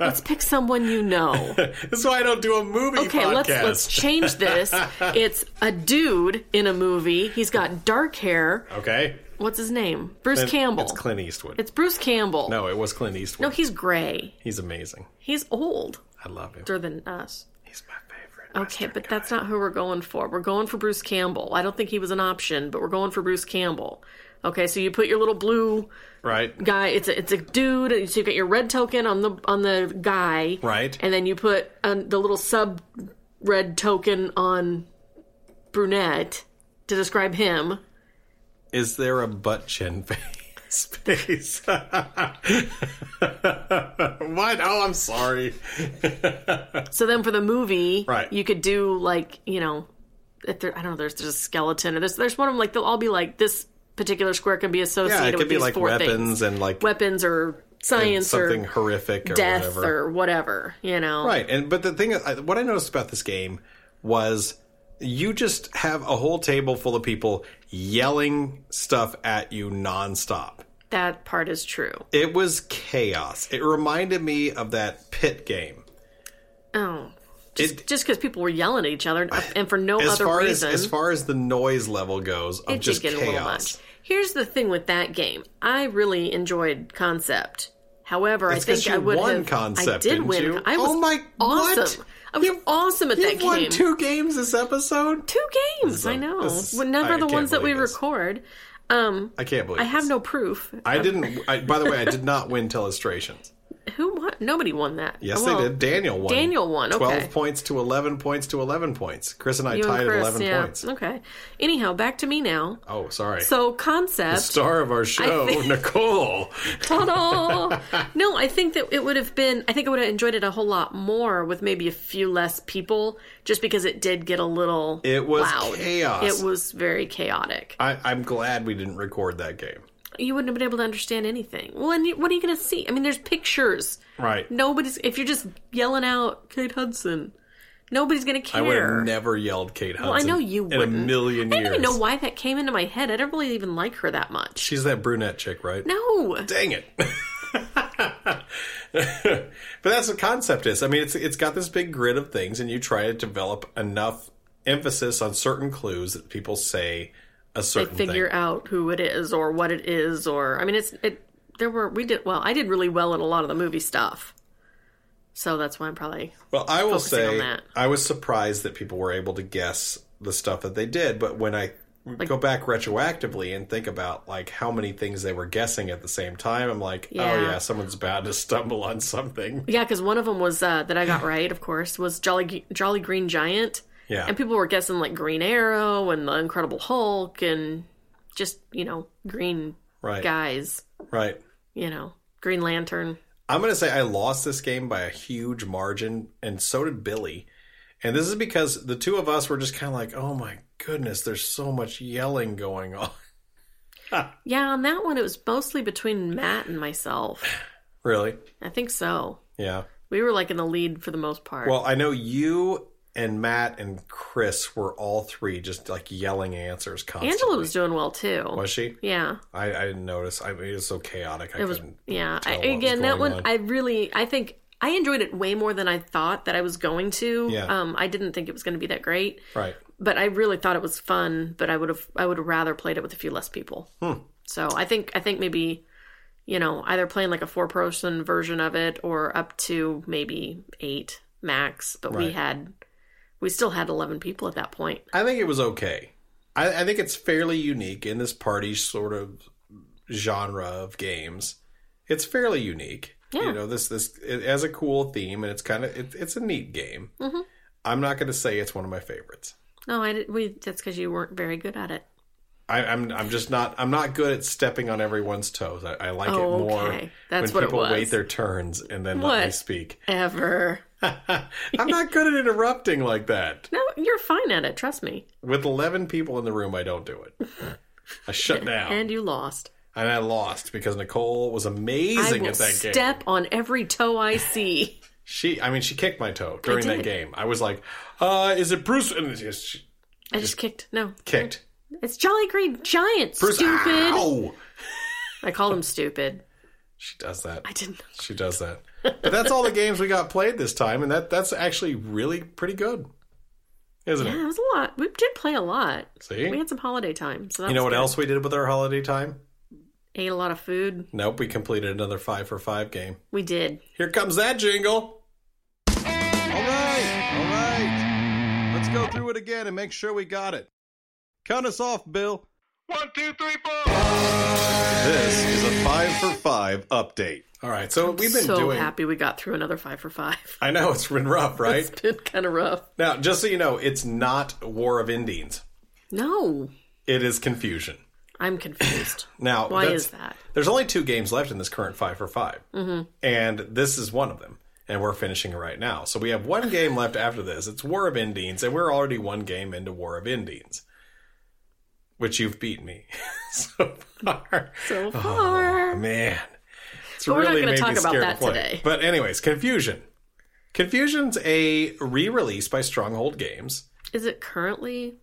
let's pick someone you know.
that's why I don't do a movie
Okay,
podcast.
let's let's change this. It's a dude in a movie. He's got dark hair.
okay.
What's his name? Bruce
And
Campbell.
It's Clint Eastwood.
It's Bruce Campbell.
no, it was Clint Eastwood.
No, he's gray.
He's amazing.
He's older
I love him.
than us.
He's my favorite.
Okay, but that's not who we're going for. We're going for Bruce Campbell. I don't think he was an option, but we're going for Bruce Campbell. Okay, so you put your little blue
Right.
guy. It's a, it's a dude. So you got your red token on the on the guy,
Right.
And then you put uh, the little sub red token on brunette to describe him.
Is there a butt chin face? Space. what? Oh, I'm sorry.
So then for the movie,
Right.
You could do like you know, if there, I don't know. There's there's a skeleton or there's there's one of them like they'll all be like this particular square can be associated
Yeah, it
with
could be
these
like
four
weapons
things.
and like
weapons or science
something
or
horrific or
death
whatever.
or whatever. You know,
Right, and but the thing, I- what I noticed about this game was you just have a whole table full of people yelling stuff at you nonstop.
that part is true.
It was chaos. It reminded me of that pit game.
Oh. Just
It-
because people were yelling at each other uh, and for no
As
other
far
reason,
as as far as the noise level goes, of
it
just
did get a little much.
chaos.
Here's the thing with that game: I really enjoyed concept. However,
That's
I
'cause
think I
you
would
won
have. I
concept,
did
didn't
win.
you?
I
Oh
was
my- what?
awesome. I was
You-
awesome at
You
that
won
game.
two games this episode.
Two games. I know.
this is-
Well,
I
Never the
can't
ones that we
believe this.
record. Um,
I can't believe.
I have
this.
no proof.
I didn't. I, by the way, I did not win Telestrations.
Who won? Nobody won that.
Yes,
Oh,
they
Well,
did. Daniel won.
Daniel won, okay.
Twelve points to eleven points to eleven points. Chris and I
You and
tied
Chris,
at eleven
yeah.
points.
Okay. Anyhow, back to me now.
Oh, sorry.
So concept.
Star of our show, Nicole.
Ta-da! no, I think that it would have been. I think I would have enjoyed it a whole lot more with maybe a few less people, just because it did get a little.
It was
loud.
chaos.
It was very chaotic.
I, I'm glad we didn't record that game.
You wouldn't have been able to understand anything. Well, and you, what are you going to see? I mean, there's pictures.
Right.
Nobody's. If you're just yelling out Kate Hudson, nobody's going to care.
I would have never yelled Kate Hudson.
well, I know you
in
wouldn't.
a million years.
I don't even know why that came into my head. I don't really even like her that much.
She's that brunette chick, right?
No.
Dang it. but that's what concept is. I mean, it's it's got this big grid of things, and you try to develop enough emphasis on certain clues that people say a certain
figure
thing.
out who it is or what it is or I mean it's it there were we did well I did really well in a lot of the movie stuff. So that's why I'm probably
Well, I will
focusing on
say
that.
I was surprised that people were able to guess the stuff that they did, but when I go back retroactively and think about like how many things they were guessing at the same time, I'm like, oh
Yeah.
yeah, someone's bound to stumble on something.
yeah because one of them was uh, that I got right of course was Jolly Jolly Green Giant
Yeah.
and people were guessing like Green Arrow and the Incredible Hulk and just you know green
Right.
guys
Right.
you know Green Lantern
I'm going to say I lost this game by a huge margin, and so did Billy. And this is because the two of us were just kind of like, oh my goodness, there's so much yelling going on.
Yeah, on that one, it was mostly between Matt and myself.
Really?
I think so.
Yeah.
We were like in the lead for the most part.
Well, I know you and Matt and Chris were all three just like yelling answers constantly.
Angela was doing well too.
Was she?
Yeah,
I, I didn't notice. I mean, it was so chaotic. I
it was.
couldn't.
Yeah, I,
tell what was
again, that
going
one
on.
I really, I think I enjoyed it way more than I thought that I was going to.
Yeah.
Um, I didn't think it was going to be that great,
Right.
but I really thought it was fun. But I would have, I would have rather played it with a few less people.
Hmm.
So I think, I think maybe, you know, either playing like a four-person version of it or up to maybe eight max. But we
Right.
had, we still had eleven people at that point.
I think it was okay. I, I think it's fairly unique in this party sort of genre of games. It's fairly unique.
Yeah.
You know, this this it has a cool theme and it's kind of it, it's a neat game.
Mhm.
I'm not going to say it's one of my favorites.
No, I did, we. That's because you weren't very good at it.
I, I'm I'm just not I'm not good at stepping on everyone's toes. I, I like
Oh,
it more
okay. That's
when
what it
people wait
was.
their turns and then let me
What?
speak.
Ever.
I'm not good at interrupting like that.
No, you're fine at it. Trust me.
With 11 people in the room, I don't do it. I shut down. And,
And you lost.
I lost because Nicole was
I
amazing
will
at that game.
step on every toe I see.
She, I mean, she kicked my toe during that
did.
game. I was like, uh, is it Bruce? And she- she
I just kicked. No,
kicked.
it's Jolly Green Giant.
Bruce,
stupid.
ow!
I called him stupid.
She does that.
I didn't.
She does that. But that's all the games we got played this time, and that that's actually really pretty good, isn't
Yeah,
it?
it was a lot. We did play a lot.
See,
We had some holiday time. So that
you know
was
what
good.
else we did with our holiday time?
Ate a lot of food.
Nope, we completed another five for five game.
We did.
Here comes that jingle. All right, all right. Let's go through it again and make sure we got it. Count us off, Bill.
One, two, three, four.
This is a five for five update. All right, so we've been
so
doing.
happy we got through another five for five.
I know it's been rough, right?
It's been kind of rough.
now, just so you know, it's not War of Indians.
No,
It is confusion.
I'm confused.
Now,
Why
that's-
is that?
There's only two games left in this current five for 5 mm-hmm. and this is one of them. And we're finishing it right now, so we have one game left after this. It's War of Indians, and we're already one game into War of Indians, which you've beaten me so far.
So far.
Man, it's
But we're not
Oh, really
gonna
made
talk
me
about
scared
that
to play.
today.
But anyways, Confusion. Confusion's a re-release by Stronghold Games.
Is it currently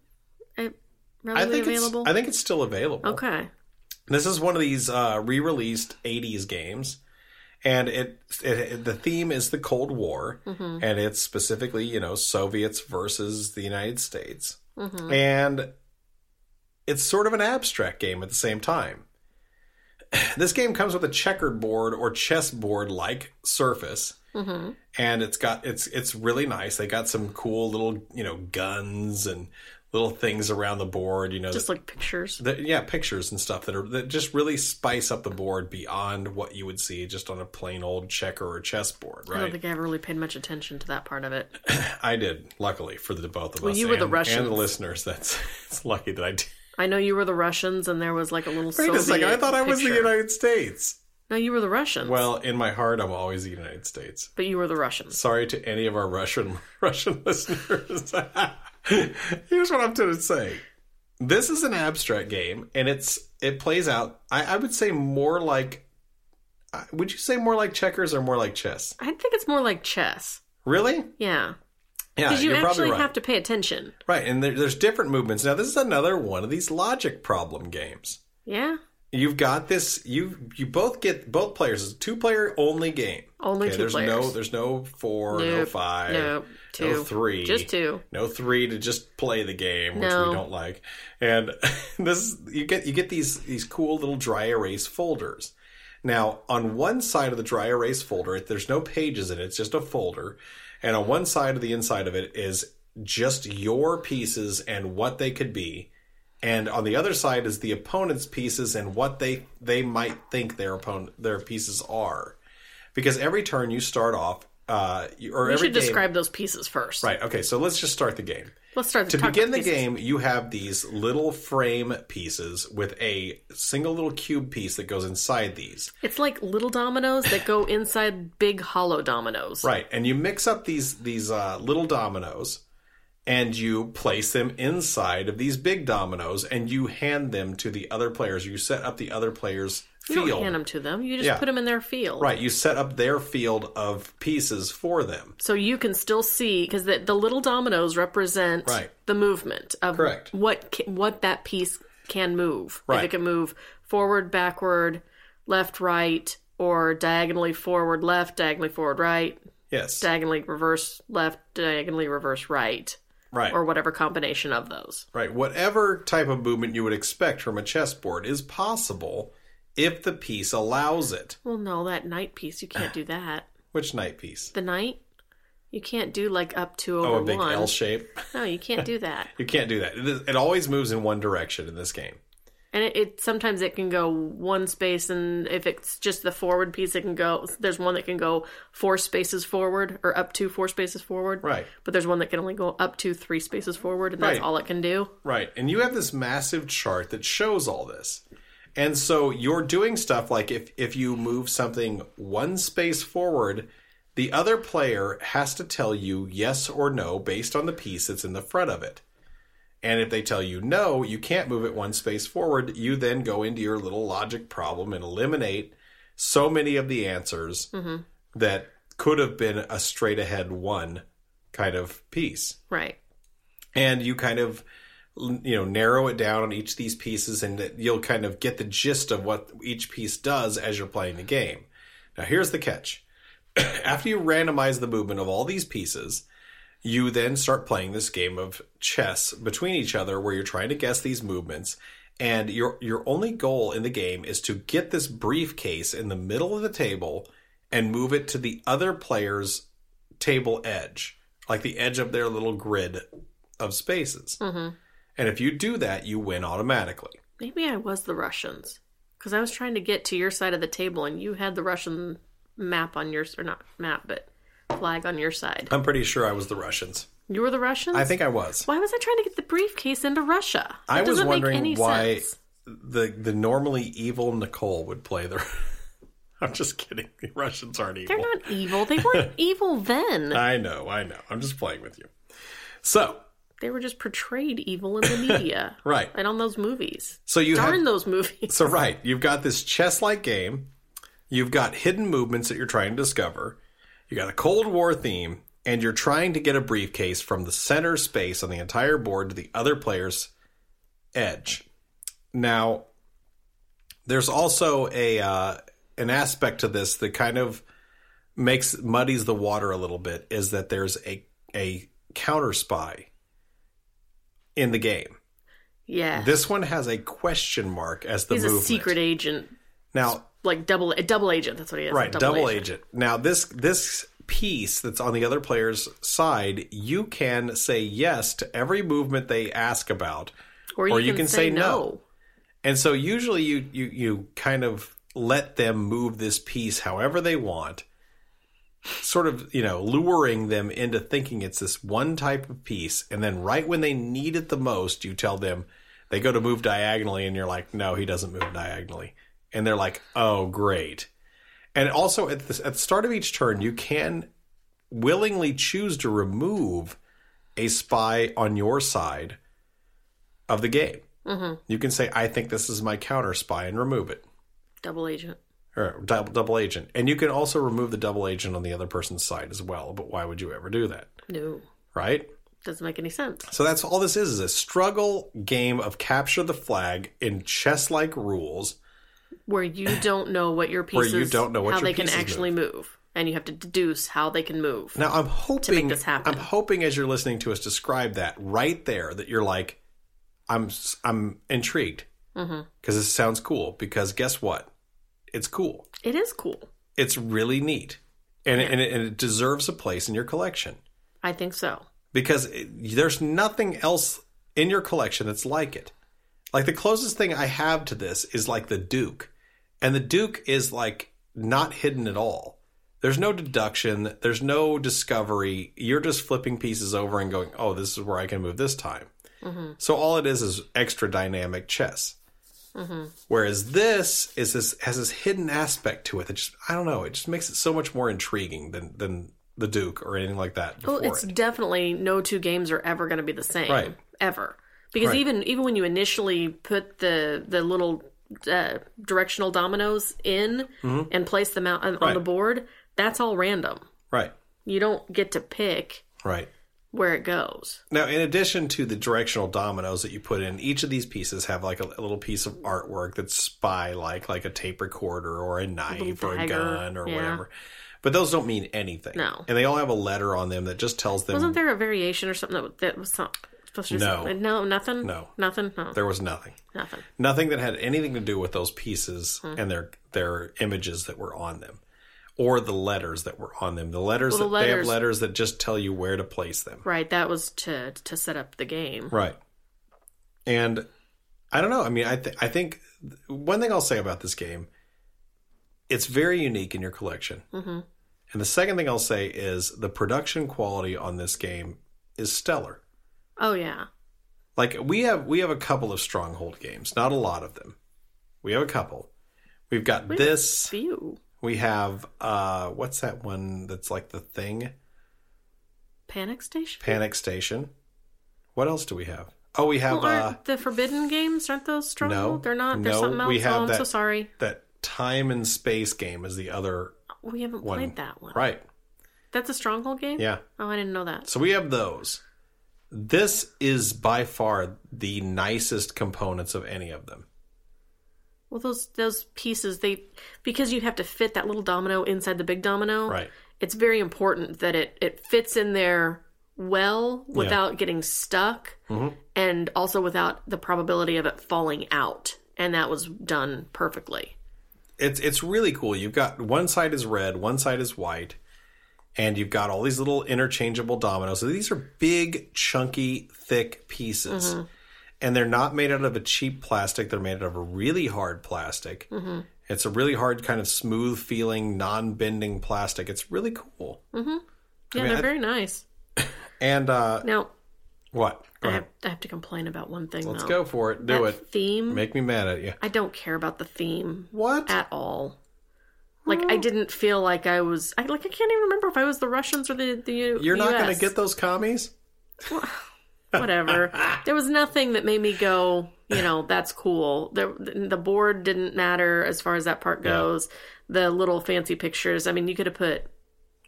uh,
I
readily
think
available?
it's I think it's still available.
okay.
This is one of these uh, re-released '80s games, and it, it, it- the theme is the Cold War, and it's specifically you know Soviets versus the United States, and it's sort of an abstract game at the same time. This game comes with a checkered board or chessboard like surface, and it's got it's it's really nice. They got some cool little you know guns and little things around the board. You know,
Just like pictures.
the, yeah, pictures and stuff that are that just really spice up the board beyond what you would see just on a plain old checker or chessboard,
I don't
right?
think I ever really paid much attention to that part of it.
I did, luckily for the both of
Well,
us.
you were the
and,
Russians.
and the listeners. That's it's lucky that I did.
I know you were the Russians, and there was like a little.
Wait
Soviet
a second, I thought I was the
picture.
United States.
No, you were the Russians.
Well, in my heart, I'm always the United States.
but you were the Russians.
Sorry to any of our Russian Russian listeners. Here's what I'm going to say. This is an abstract game, and it's it plays out. I, I would say more like. I- Would you say more like checkers or more like chess?
I think it's more like chess.
Really?
Yeah,
Yeah,
because you
are
actually
probably right.
have to pay attention.
Right, and there, there's different movements. Now, this is another one of these logic problem games.
Yeah,
You've got this. You you both get both players. It's a two player only game.
Only two
there's No,
players.
there's no four, Oh, no
Nope.
five,
no two,
no three,
just two.
no three to just play the game, which
No.
we don't like. And this you get you get these these cool little dry erase folders. Now, on one side of the dry erase folder, there's no pages in it; it's just a folder. And on one side of the inside of it is just your pieces and what they could be. And on the other side is the opponent's pieces and what they they might think their opponent their pieces are, because every turn you start off, uh, you- or
We
every
should
game,
describe those pieces first.
right? Okay, so let's just start the game.
Let's start
To
talk about
begin the
pieces.
game, you have these little frame pieces with a single little cube piece that goes inside these.
It's like little dominoes that go inside big hollow dominoes.
Right, and you mix up these these uh, little dominoes, and you place them inside of these big dominoes and you hand them to the other players. You set up the other players'
You
field.
don't hand them to them. You just
Yeah.
put them in their field.
Right, you set up their field of pieces for them.
So you can still see because the, the little dominoes represent
Right.
the movement of
Correct.
what ca- what that piece can move. If
Right.
it can move forward, backward, left, right, or diagonally forward, left, diagonally forward, right,
Yes.
diagonally reverse, left, diagonally reverse, right,
Right.
or whatever combination of those.
Right. Whatever type of movement you would expect from a chessboard is possible if the piece allows it.
Well, no, that knight piece you can't do that.
Which knight piece?
The knight, you can't do like up two over
Oh, a big
one.
L shape.
No, you can't do that.
You can't do that. It, is, it always moves in one direction in this game.
And it, it sometimes it can go one space, and if it's just the forward piece, it can go. There's one that can go four spaces forward or up to four spaces forward.
Right.
But there's one that can only go up to three spaces forward, and that's
Right.
all it can do.
Right. And you have this massive chart that shows all this. And so you're doing stuff like if if you move something one space forward, the other player has to tell you yes or no based on the piece that's in the front of it. And if they tell you no, you can't move it one space forward, you then go into your little logic problem and eliminate so many of the answers that could have been a straight ahead one kind of piece
Right.
and you kind of you know narrow it down on each of these pieces and that you'll kind of get the gist of what each piece does as you're playing the game now here's the catch after you randomize the movement of all these pieces you then start playing this game of chess between each other where you're trying to guess these movements and your your only goal in the game is to get this briefcase in the middle of the table and move it to the other player's table edge like the edge of their little grid of spaces
Mm-hmm.
and if you do that you win automatically
Maybe I was the Russians because I was trying to get to your side of the table, and you had the Russian map on your or not map, but flag on your side.
i'm pretty sure i was the russians
You were the Russians.
i think i was
Why was I trying to get the briefcase into Russia? That
I was
doesn't make
wondering
any
why-
sense.
the the normally evil nicole would play the i'm just kidding the russians aren't evil
They're not evil. They weren't evil then.
I know, I know. I'm just playing with you. So,
they were just portrayed evil in the media
right.
and on those movies.
So you
Darn
have
those movies.
So right, you've got this chess-like game. You've got hidden movements that you're trying to discover. You got a Cold War theme and you're trying to get a briefcase from the center space on the entire board to the other player's edge. Now, there's also a uh, an aspect to this that kind of makes muddies the water a little bit is that there's a a counter spy in the game.
Yeah.
This one has a question mark as the
He's
movement.
a secret agent.
Now,
Like double a double agent, that's what he is. a
right, double, agent. Now, this this piece that's on the other player's side, you can say yes to every movement they ask about,
Or you, can, say, no.
and so usually you you you kind of let them move this piece however they want. Sort of, you know, luring them into thinking it's this one type of piece, and then right when they need it the most, you tell them they go to move diagonally, and you're like, no, he doesn't move diagonally, and they're like, oh, great. And also at the, at the start of each turn, you can willingly choose to remove a spy on your side of the game. You can say, I think this is my counter spy and remove it,
Double agent.
or double, double agent. And you can also remove the double agent on the other person's side as well. But why would you ever do that?
No.
Right?
Doesn't make any sense.
So that's all this is, is a struggle game of capture the flag in chess like rules.
Where you don't know what your
Where
pieces
you don't know what
how
your
they can
pieces
actually move. And you have to deduce how they can move.
Now I'm hoping
this happen.
I'm hoping as you're listening to us describe that right there that you're like, I'm s- I'm intrigued
Mm-hmm.
because this sounds cool. Because guess what? It's cool.
It is cool.
It's really neat, and it, and, it, and it deserves a place in your collection
I think so.
because it, there's nothing else in your collection that's like it. Like the closest thing I have to this is like the Duke, and the Duke is like not hidden at all. There's no deduction, there's no discovery. You're just flipping pieces over and going, "Oh, this is where I can move this time."
Mm-hmm.
So all it is is extra dynamic chess.
Mm-hmm.
Whereas this is this has this hidden aspect to it that just I don't know. It just makes it so much more intriguing than than the Duke or anything like that
Well,
before
Oh, it's
it.
definitely no two games are ever going to be the same,
Right.
Ever, because
Right.
even even when you initially put the the little uh, directional dominoes in and place them out on, on
Mm-hmm.
the
Right.
board, that's all random.
Right.
You don't get to pick
Right.
where it goes.
Now, in addition to the directional dominoes that you put in, each of these pieces have like a, a little piece of artwork that's spy like, like a tape recorder or a knife or a
dagger,
gun or
yeah.
whatever. But those don't mean anything.
No.
And they all have a letter on them that just tells them
Wasn't there a variation or something that, that was some, supposed to do
Mm. No.
something? No, nothing.
No.
nothing. No,
there was nothing.
nothing.
Nothing that had anything to do with those pieces
Hmm.
and their their images that were on them. Or the letters that were on them. The letters
Well, the
that they have
letters-
letters that just tell you where to place them.
Right, that was to to set up the game.
Right. And I don't know. I mean, I th- I think one thing I'll say about this game, it's very unique in your collection. Mm-hmm. And the second thing I'll say is the production quality on this game is stellar.
Oh yeah,
Like we have we have a couple of stronghold games, not a lot of them. We have a couple. We've got this.
few
We have uh what's that one that's like the thing?
panic station.
Panic Station. What else do we have? Oh, we have
Well,
uh
aren't the forbidden games aren't those stronghold?
no,
they're not. There's
no,
something else.
we have
oh, I'm so
that-
sorry.
that time and space game is the other
We haven't
one.
played that one.
Right.
That's a stronghold game.
Yeah.
Oh, I didn't know that.
So we have those. This is by far the nicest components of any of them.
Well, those those pieces they because you have to fit that little domino inside the big domino.
Right.
It's very important that it it fits in there well without getting stuck,
Mm-hmm.
and also without the probability of it falling out. And that was done perfectly.
It's it's really cool. You've got one side is red, one side is white, and you've got all these little interchangeable dominoes. So these are big, chunky, thick pieces. And they're not made out of a cheap plastic. They're made out of a really hard plastic. It's a really hard, kind of smooth feeling, non bending plastic. It's really cool.
Yeah,
mean,
they're
I-
very nice.
And uh,
Now
what? Go
I
ahead.
have, I have to complain about one thing.
Let's
though.
go for it.
That
Do it.
theme.
Make me mad at you.
I don't care about the theme
What?
at all. Like I didn't feel like I was. I like I can't even remember if I was the Russians or the the U-
You're not going
US.
to get those commies?
whatever. there was nothing that made me go. You know that's cool. The the board didn't matter as far as that part goes. The little fancy pictures. I mean, you could have put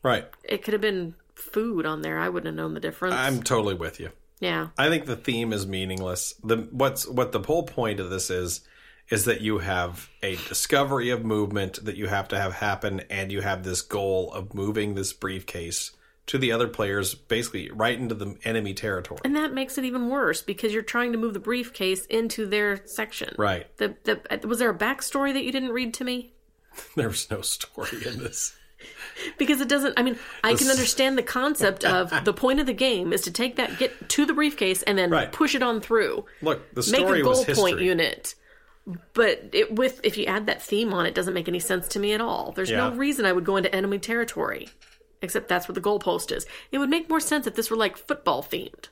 Right.
it could have been food on there. I wouldn't have known the difference.
I'm totally with you.
yeah,
I think the theme is meaningless. The what's what the whole point of this is is that you have a discovery of movement that you have to have happen and you have this goal of moving this briefcase to the other players basically right into the enemy territory.
and that makes it even worse because you're trying to move the briefcase into their section.
Right.
The, the was there a backstory that you didn't read to me?
There's no story in this.
because it doesn't i mean i can understand the concept of the point of the game is to take that get to the briefcase and then
Right.
push it on through
Look, the
make
story
a goal
was history.
point unit but it, with if you add that theme on it doesn't make any sense to me at all there's no
Yeah.
reason i would go into enemy territory except that's what the goalpost is it would make more sense if this were like football themed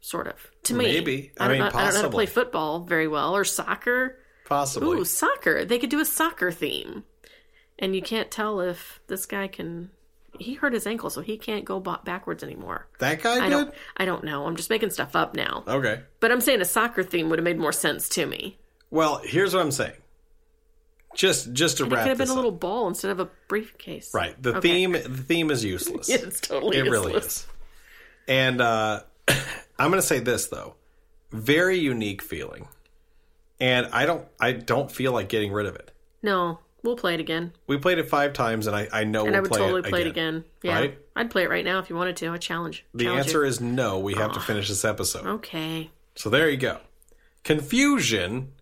sort of to me
Maybe. I
don't
mean,
know, i don't know how to
possibly.
play football very well or soccer
Possibly.
Ooh, soccer. They could do a soccer theme. And you can't tell if this guy can. He hurt his ankle, so he can't go ba- backwards anymore.
that guy
I
did?
don't. I don't know. I'm just making stuff up now.
Okay.
But I'm saying a soccer theme would have made more sense to me.
Well, here's what I'm saying. Just just to
It could
wrap
have been
this
a
up.
little ball instead of a briefcase.
Right. The
Okay.
theme the theme is useless.
It's totally.
it really
useless.
is. And uh, I'm going to say this though, very unique feeling, and I don't I don't feel like getting rid of it.
No, we'll play it again,
We played it five times, and I I know
and
we'll
I would
play
totally
it
play
again.
it again. Yeah,
right?
I'd play it right now if you wanted to. I challenge.
The
challenge
answer
you. Ah.
is no. We have to finish this episode.
okay.
So there you go. Confusion,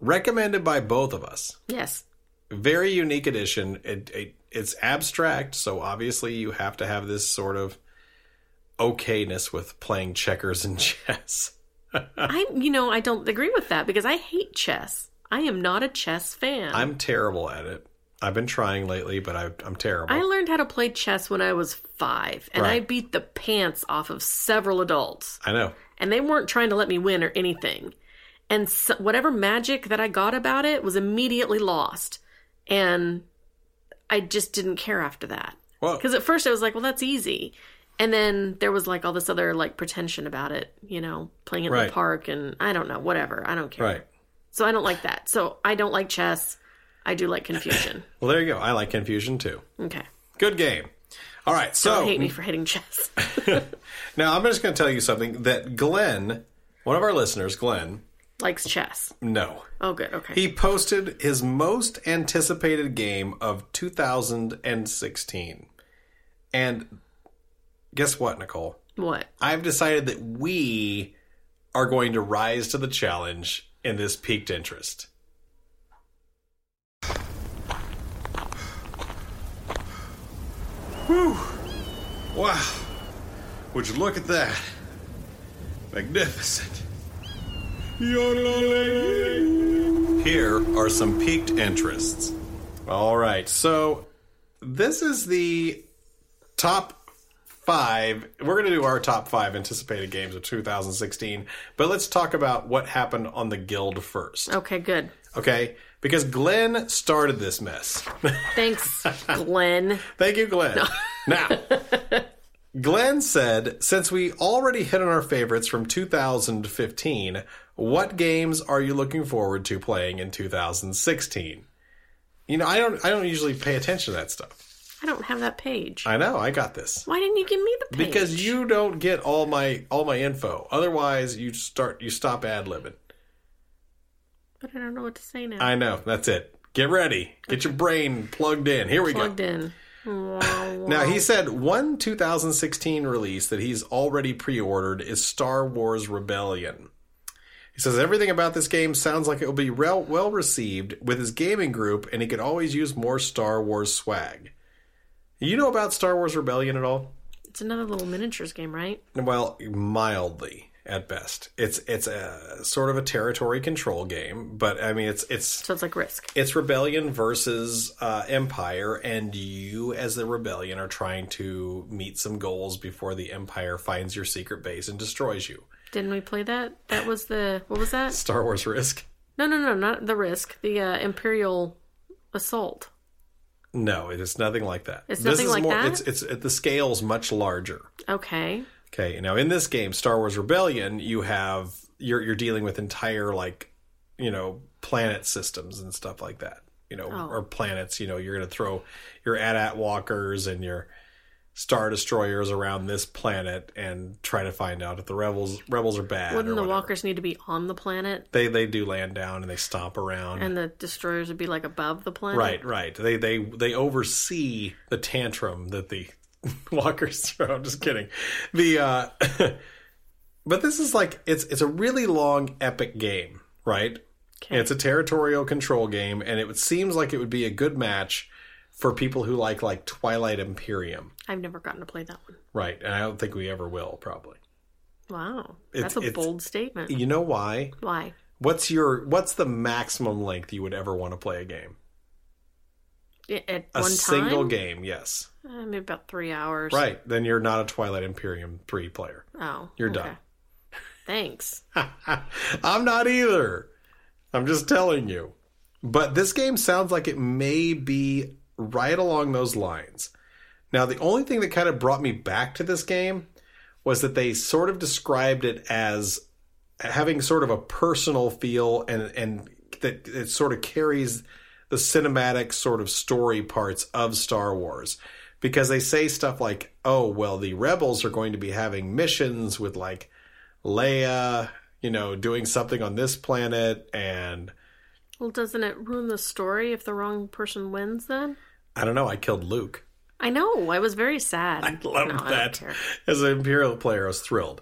recommended by both of us.
Yes.
very unique edition. It, it it's abstract, so obviously you have to have this sort of okayness with playing checkers and chess.
I, you know, I don't agree with that because I hate chess. I am not a chess fan.
I'm terrible at it. I've been trying lately, but I, I'm terrible.
I learned how to play chess when I was five, and I
Right.
beat the pants off of several adults,
I know.
and they weren't trying to let me win or anything. And so, whatever magic that I got about it was immediately lost, and I just didn't care after that.
Whoa.
Because at first I was like, well, that's easy. And then there was like all this other like pretension about it, you know, playing it in
Right.
the park and I don't know, whatever. I don't care.
Right.
So I don't like that. So I don't like chess. I do like confusion.
Well, there you go. I like confusion too.
okay.
Good game. All right. So
Don't hate me for hating chess.
now I'm just going to tell you something that Glenn, one of our listeners, Glenn,
Likes chess.
no,
Oh, good. Okay.
he posted his most anticipated game of 2016. And guess what, Nicole?
what?
I've decided that we are going to rise to the challenge in this piqued interest. Whew. Wow. Would you look at that? Magnificent. Here are some piqued interests. All right, so this is the top five. We're going to do our top five anticipated games of 2016, but let's talk about what happened on the guild first,
Okay, good.
okay? Because Glenn started this mess.
Thanks, Glenn.
Thank you, Glenn. now, Glenn said, since we already hit on our favorites from 2015, what games are you looking forward to playing in 2016? You know, I don't I don't usually pay attention to that stuff.
I don't have that page.
I know, I got this.
Why didn't you give me the page?
Because you don't get all my all my info. Otherwise, you start you stop ad-libbing.
But I don't know what to say now.
I know, that's it. Get ready. Get your brain plugged in. Here we go.
Plugged in. Wah,
Now, he said one 2016 release that he's already pre ordered is Star Wars Rebellion. He says everything about this game sounds like it will be rel- well received with his gaming group, and he could always use more Star Wars swag. You know about Star Wars Rebellion at all?
It's another little miniatures game, right?
Well, mildly at best. It's it's a sort of a territory control game, but I mean it's it's
So it's like Risk.
it's rebellion versus uh, empire and you as the rebellion are trying to meet some goals before the empire finds your secret base and destroys you
Didn't we play that? That was the what was that?
star wars risk
No, no, no, not the Risk. The uh, Imperial Assault.
no it is nothing like that
It's nothing like that?
it's it's it, the scale's much larger
Okay.
okay now in this game star wars rebellion you have you're you're dealing with entire like you know planet systems and stuff like that you know
Oh.
or planets you know you're going to throw your at-at walkers and your star destroyers around this planet and try to find out if the rebels rebels are bad
Wouldn't
or
the
whatever.
walkers need to be on the planet
they they do land down and they stomp around
and the destroyers would be like above the planet?
right right they they they oversee the tantrum that the walkers throw i'm just kidding the uh but this is like it's it's a really long epic game right
Okay.
It's a territorial control game, and it would- seems like it would be a good match for people who like like Twilight Imperium,
I've never gotten to play that one.
right? And I don't think we ever will, probably.
Wow.
It's-
That's a
it's- e
bold statement.
You know why?
Why?
What's your what's the maximum length you would ever want to play a game?
I- At
A
one
single
time?
game, yes.
Uh, maybe about three hours.
Right. Then you're not a Twilight Imperium three player.
Oh.
You're
okay.
done.
Thanks.
I'm not either. I'm just telling you. But this game sounds like it may be right along those lines. Now, the only thing that kind of brought me back to this game was that they sort of described it as having sort of a personal feel and and that it sort of carries the cinematic sort of story parts of Star Wars because they say stuff like oh well the rebels are going to be having missions with like Leia you know doing something on this planet and
Well, doesn't it ruin the story if the wrong person wins then?
I don't know I killed Luke
I know. I was very sad. I
loved that as an imperial player i was thrilled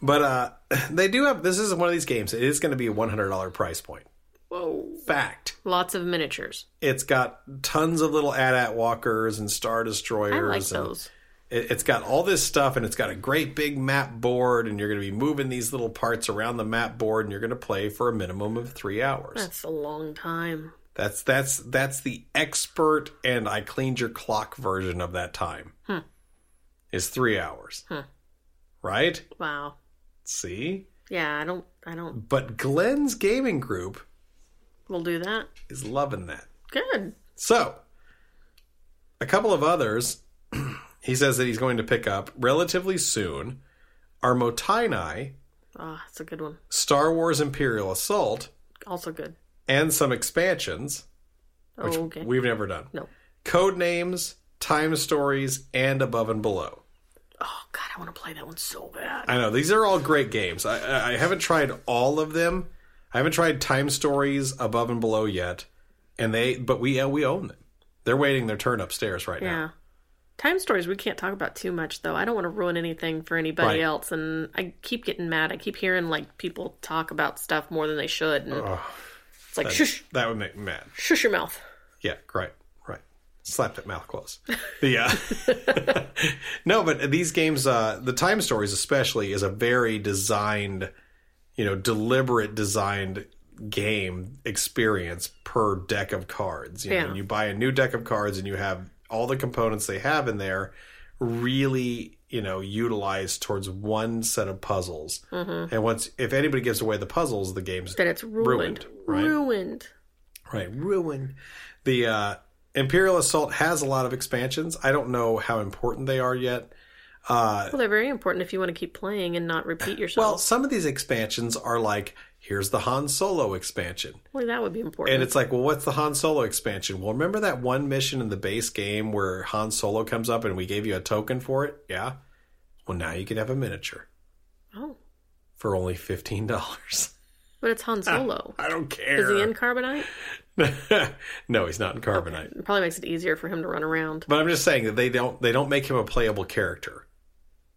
but uh they do have this is one of these games it is going to be a $100 price point
Whoa.
fact
Lots of miniatures.
It's got tons of little AT-AT walkers and star destroyers.
I like
and
those.
It, has got all this stuff, and it's got a great big map board, and you're going to be moving these little parts around the map board, and you're going to play for a minimum of three hours.
That's a long time.
That's that's that's the expert and I cleaned your clock version of that time. Is three hours, right?
Wow.
See,
Yeah, I don't. I don't.
but Glenn's gaming group
We'll do that.
is loving that.
Good.
So, a couple of others He says that he's going to pick up relatively soon our Motainai,
Oh, that's a good one.
Star Wars Imperial Assault,
Also good.
and some expansions
Oh, okay.
we've never done.
no.
Code names, time stories, and above and below.
Oh God, I want to play that one so bad.
I know these are all great games. I- I, I haven't tried all of them. I haven't tried Time Stories Above and Below yet, and they but we uh, we own them. They're waiting their turn upstairs right now.
Yeah. Time stories we can't talk about too much though. I don't want to ruin anything for anybody
Right.
else and I keep getting mad. I keep hearing like people talk about stuff more than they should and it's like shush
That would make me mad.
shush your mouth.
Yeah, right, right. Slap that mouth closed. Yeah. no, but these games, uh, the Time Stories especially, is a very designed, you know, deliberate designed game experience per deck of cards. You, know,
Yeah.
you buy a new deck of cards and you have all the components they have in there really you know utilized towards one set of puzzles and once if anybody gives away the puzzles the game's
Then it's ruined.
Ruined, right?
Ruined.
Right, ruin. The uh, Imperial Assault has a lot of expansions. I don't know how important they are yet.
Well, they're very important if you want to keep playing and not repeat
Uh, Well,
yourself.
some of these expansions are like, here's the Han Solo expansion.
Well, that would be important.
And it's like, well, what's the Han Solo expansion? Well, remember that one mission in the base game where Han Solo comes up and we gave you a token for it? Yeah. Well, now you can have a miniature
oh,
for only $15.
but it's Han Solo.
Ah, I don't
Is he in
care.
carbonite?
no, he's not in Carbonite.
It probably makes it easier for him to run around.
But I'm just saying that they don't they don't make him a playable character.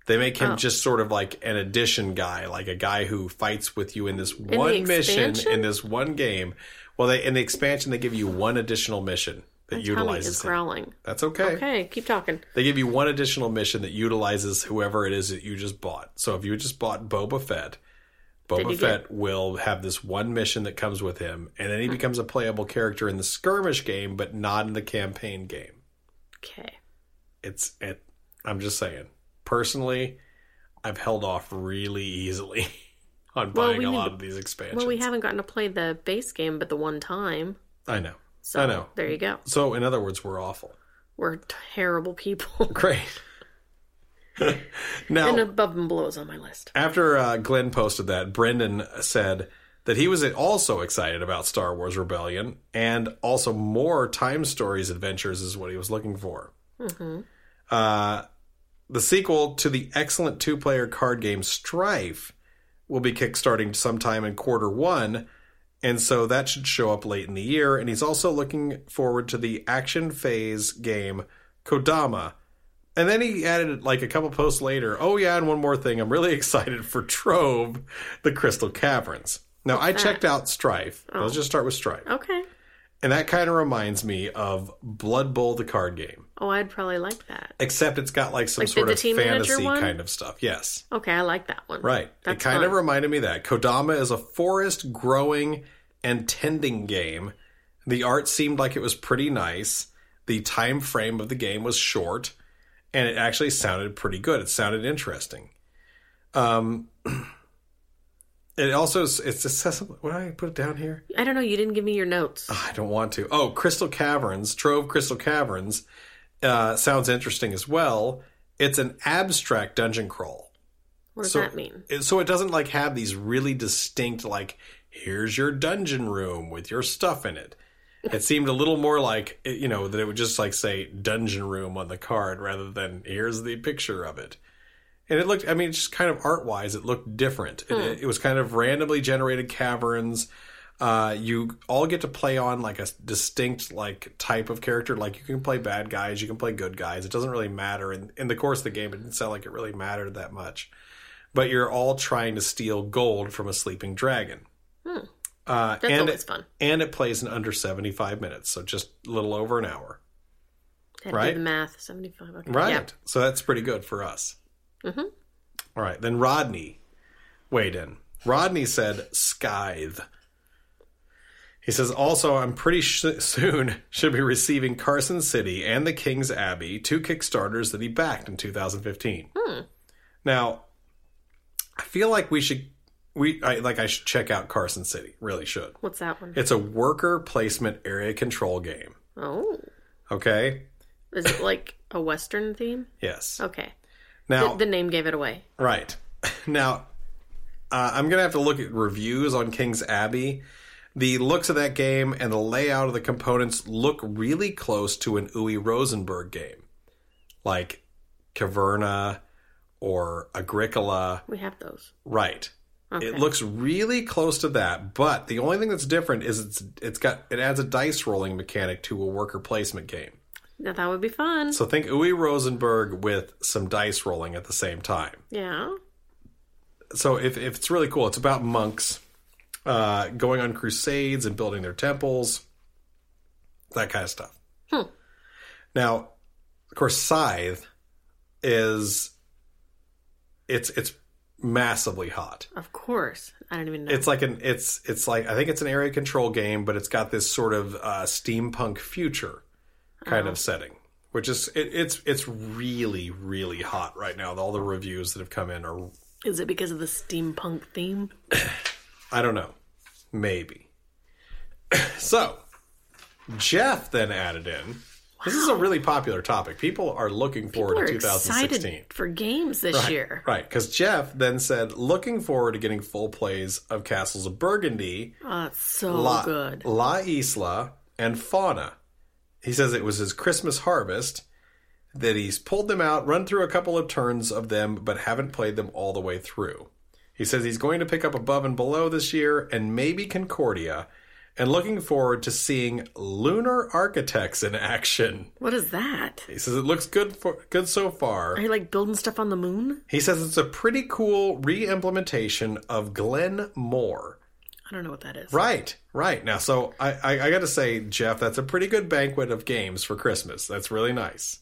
They make him just sort of like an addition guy, like a guy who fights with you in this
the
one mission
expansion?
in this one game. Well, they in the expansion they give you one additional mission that
Tommy is
utilizes him.
growling.
That's okay.
Okay, keep talking.
They give you one additional mission that utilizes whoever it is that you just bought. So if you just bought Boba Fett,
Then
Boba
you
Fett will have this one mission that comes with him, and then he becomes a playable character in the skirmish game, but not in the campaign game
Okay.
it's it i'm just saying personally i've held off really easily on
Well,
buying
we
a
need
lot
to-
of these expansions
Well, we haven't gotten to play the base game but the one time.
i know
So
I know.
there you go.
so in other words we're awful
We're terrible people.
great now
And above and below is on my list.
after uh, glenn posted that brendan said that he was also excited about star wars rebellion and also more time stories adventures is what he was looking for Uh, the sequel to the excellent two player card game Strife will be kickstarting sometime in quarter one, and so that should show up late in the year. And he's also looking forward to the action phase game Kodama. And then he added like a couple posts later, oh yeah, and one more thing. I'm really excited for Trove, the Crystal Caverns. Now I checked out Strife. Let's just start with Strife.
Okay.
And that kind of reminds me of Blood Bowl the card game
Oh, I'd probably like that.
except it's got like some
Like,
sort
the
of
team manager
fantasy
one?
kind of stuff. Yes,
Okay, I like that one.
right.
That's
it kind of
fun.
reminded me of that Kodama is a forest growing and tending game. The art seemed like it was pretty nice. The time frame of the game was short, and it actually sounded pretty good. It sounded interesting. Um, it also is- it's accessible. What did I put it down here?
I don't know. You didn't give me your notes.
I don't want to. Oh, Crystal Caverns, Trove Crystal Caverns uh, sounds interesting as well. It's an abstract dungeon crawl.
What does
so-
that mean?
It- So it doesn't like have these really distinct like here's your dungeon room with your stuff in it. It seemed a little more like it- you know that it would just like say dungeon room on the card rather than here's the picture of it. And it looked I mean just kind of art-wise it looked different.
Hmm.
It- It, it was kind of randomly generated caverns uh, you all get to play on like a s- distinct like type of character. Like you can play bad guys, you can play good guys. It doesn't really matter. And in the course of the game, it didn't sound like it really mattered that much. But you're all trying to steal gold from a sleeping dragon. Uh,
Hmm. That's
and
always
it,
fun.
and it plays in under 75 minutes, so just a little over an hour.
Had to
right?
do the math. Seventy-five. Okay.
Right.
Yeah.
So that's pretty good for us.
Mhm.
All right. Then Rodney weighed in. Rodney said, Scythe. He says, also, I'm pretty sh- soon should be receiving Carson City and the King's Abbey, two Kickstarters that he backed in 2015.
Hmm.
Now, I feel like we should, we I, like I should check out Carson City. Really should.
What's that one?
It's a worker placement area control game.
Oh,
Okay.
Is it like a Western theme?
Yes.
Okay. The,
Now,
the name gave it away.
right. Now, uh, I'm going to have to look at reviews on King's Abbey. The looks of that game and the layout of the components look really close to an Uwe Rosenberg game, like Caverna or Agricola.
We have those.
Right. It
Okay.
looks really close to that, but the only thing that's different is it's it's got it adds a dice rolling mechanic to a worker placement game.
Now that would be fun.
So think Uwe Rosenberg with some dice rolling at the same time.
yeah.
So if, if it's really cool, it's about monks uh, going on crusades and building their temples, that kind of stuff.
Hmm.
Now, of course, Scythe is it's it's massively hot.
Of course. I don't even know.
It's like an it's it's like I think it's an area control game, but it's got this sort of uh, steampunk future kind of setting, which is it, it's it's really really hot right now. All the reviews that have come in are
Is it because of the steampunk theme?
I don't know, maybe. so Jeff then added in. This is a really popular topic. People are looking forward
People are
to 2016.
excited for games this year.
Right, because Jeff then said, looking forward to getting full plays of Castles of Burgundy
Oh, it's so
La,
good.
La Isla and Fauna. He says it was his Christmas harvest that he's pulled them out, run through a couple of turns of them, but haven't played them all the way through. He says he's going to pick up Above and Below this year and maybe Concordia, and looking forward to seeing Lunar Architects in action.
What is that?
He says it looks good for good so far.
Are you like building stuff on the moon?
He says it's a pretty cool re-implementation of Glenn Moore.
I don't know what that is.
Right, right. Now, so I, I, I got to say, Jeff, that's a pretty good banquet of games for Christmas. That's really nice.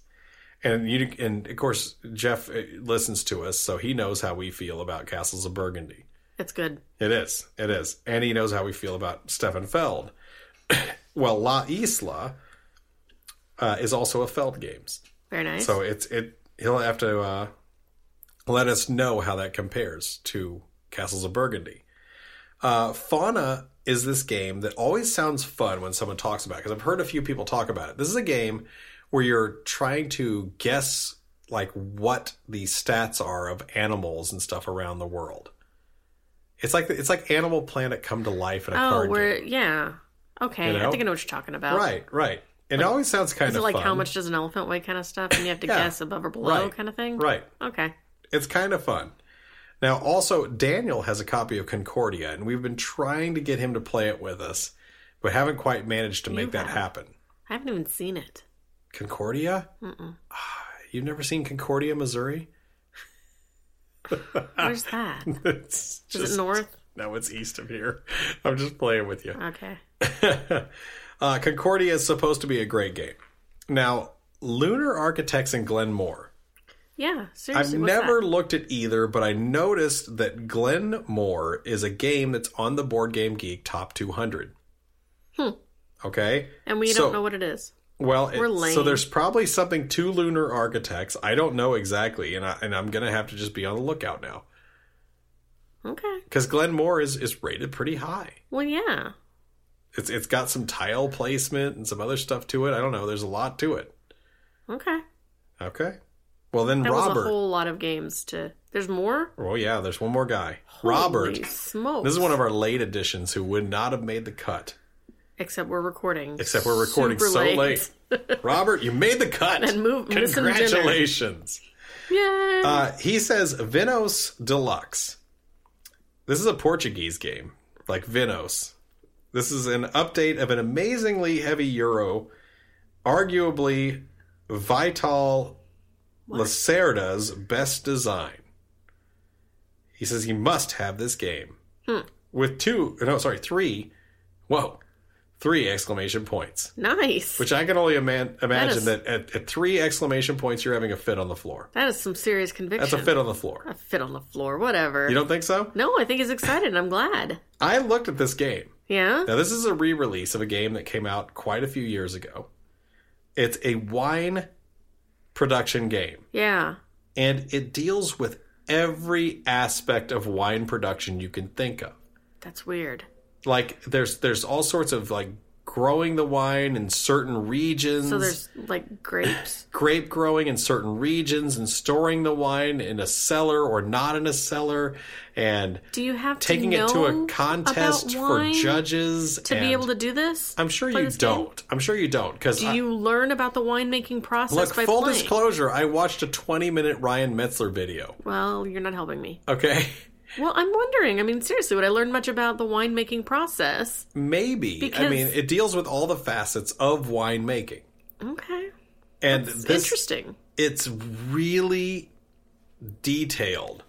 And you, and of course, Jeff uh, listens to us, so he knows how we feel about Castles of Burgundy.
It's good.
It is, it is, and he knows how we feel about Stefan Feld. well, La Isla uh, is also a Feld games,
Very nice.
so it's it. He'll have to uh, let us know how that compares to Castles of Burgundy. Uh, Fauna is this game that always sounds fun when someone talks about it because I've heard a few people talk about it. This is a game where you're trying to guess like what the stats are of animals and stuff around the world. It's like it's like Animal Planet come to life in a
oh,
card
we're
game.
yeah. Okay,
You know?
I think I know what you're talking about.
Right, right. And it always sounds kind
Is it
of
like
fun.
how much does an elephant weigh kind of stuff, and you have to
Yeah.
guess above or below
Right.
kind of thing?
Right.
Okay.
It's kind of fun. Now, also, Daniel has a copy of Concordia, and we've been trying to get him to play it with us, but haven't quite managed to make that
have.
happen.
I haven't even seen it.
Concordia? Ah, You've never seen Concordia, Missouri? Ah.
Where's that? Is
it's
it north?
No, it's east of here. I'm just playing with you.
Okay.
Uh, Concordia is supposed to be a great game. Now, Lunar Architects and Glenmore.
Yeah.
I've
Seriously. what's
never
that?
looked at either, but I noticed that Glenmore is a game that's on the Board Game Geek Top 200.
Hmm.
Okay.
And we
so-
don't know what it is.
Well, it-
We're
so
lame.
there's probably something to Lunar Architects. I don't know exactly, and I, and I'm gonna have to just be on the lookout now
Okay.
because Glenmore is is rated pretty high.
Well, yeah.
It's it's got some tile placement and some other stuff to it. I don't know. There's a lot to it.
Okay.
Okay. Well then,
That was
Robert.
a whole lot of games to. There's more.
Oh yeah, there's one more guy,
Holy
Robert.
smokes.
This is one of our late editions who would not have made the cut.
Except we're recording.
Except we're recording
Super
so late. Robert, you made the cut.
And move- missing dinner.
Congratulations.
Yay.
Uh, he says Vinos Deluxe. This is a Portuguese game, like Vinos. This is an update of an amazingly heavy Euro, arguably Vital Lacerda's best design. He says he must have this game.
Hmm.
With two, no, sorry, three, whoa, three exclamation points.
nice.
Which I can only ima- imagine
is-
that at, at three exclamation points, you're having a fit on the floor.
that is some serious conviction.
That's a fit on the floor.
A fit on the floor. Whatever.
You don't think so?
no, I think he's excited. and I'm glad.
I looked at this game.
Yeah.
Now, this is a re release of a game that came out quite a few years ago. It's a wine production game,
Yeah.
and it deals with every aspect of wine production you can think of.
That's weird.
Like, there's there's all sorts of like growing the wine in certain regions.
So there's like grapes.
grape growing in certain regions and storing the wine in a cellar or not in a cellar and
Do you have
taking
to know
it to a contest
about
for
wine
judges
to be able to do this?
I'm sure
play
you
this game?
don't. I'm sure you don't because
Do you learn about the winemaking process
look
by
full
playing?
disclosure. I watched a 20 minute Ryan Metzler video.
well, you're not helping me.
Okay,
Well, I'm wondering. I mean, seriously, would I learn much about the winemaking process?
maybe I
Because-
mean it deals with all the facets of winemaking
Okay,
and this
interesting.
it's really detailed.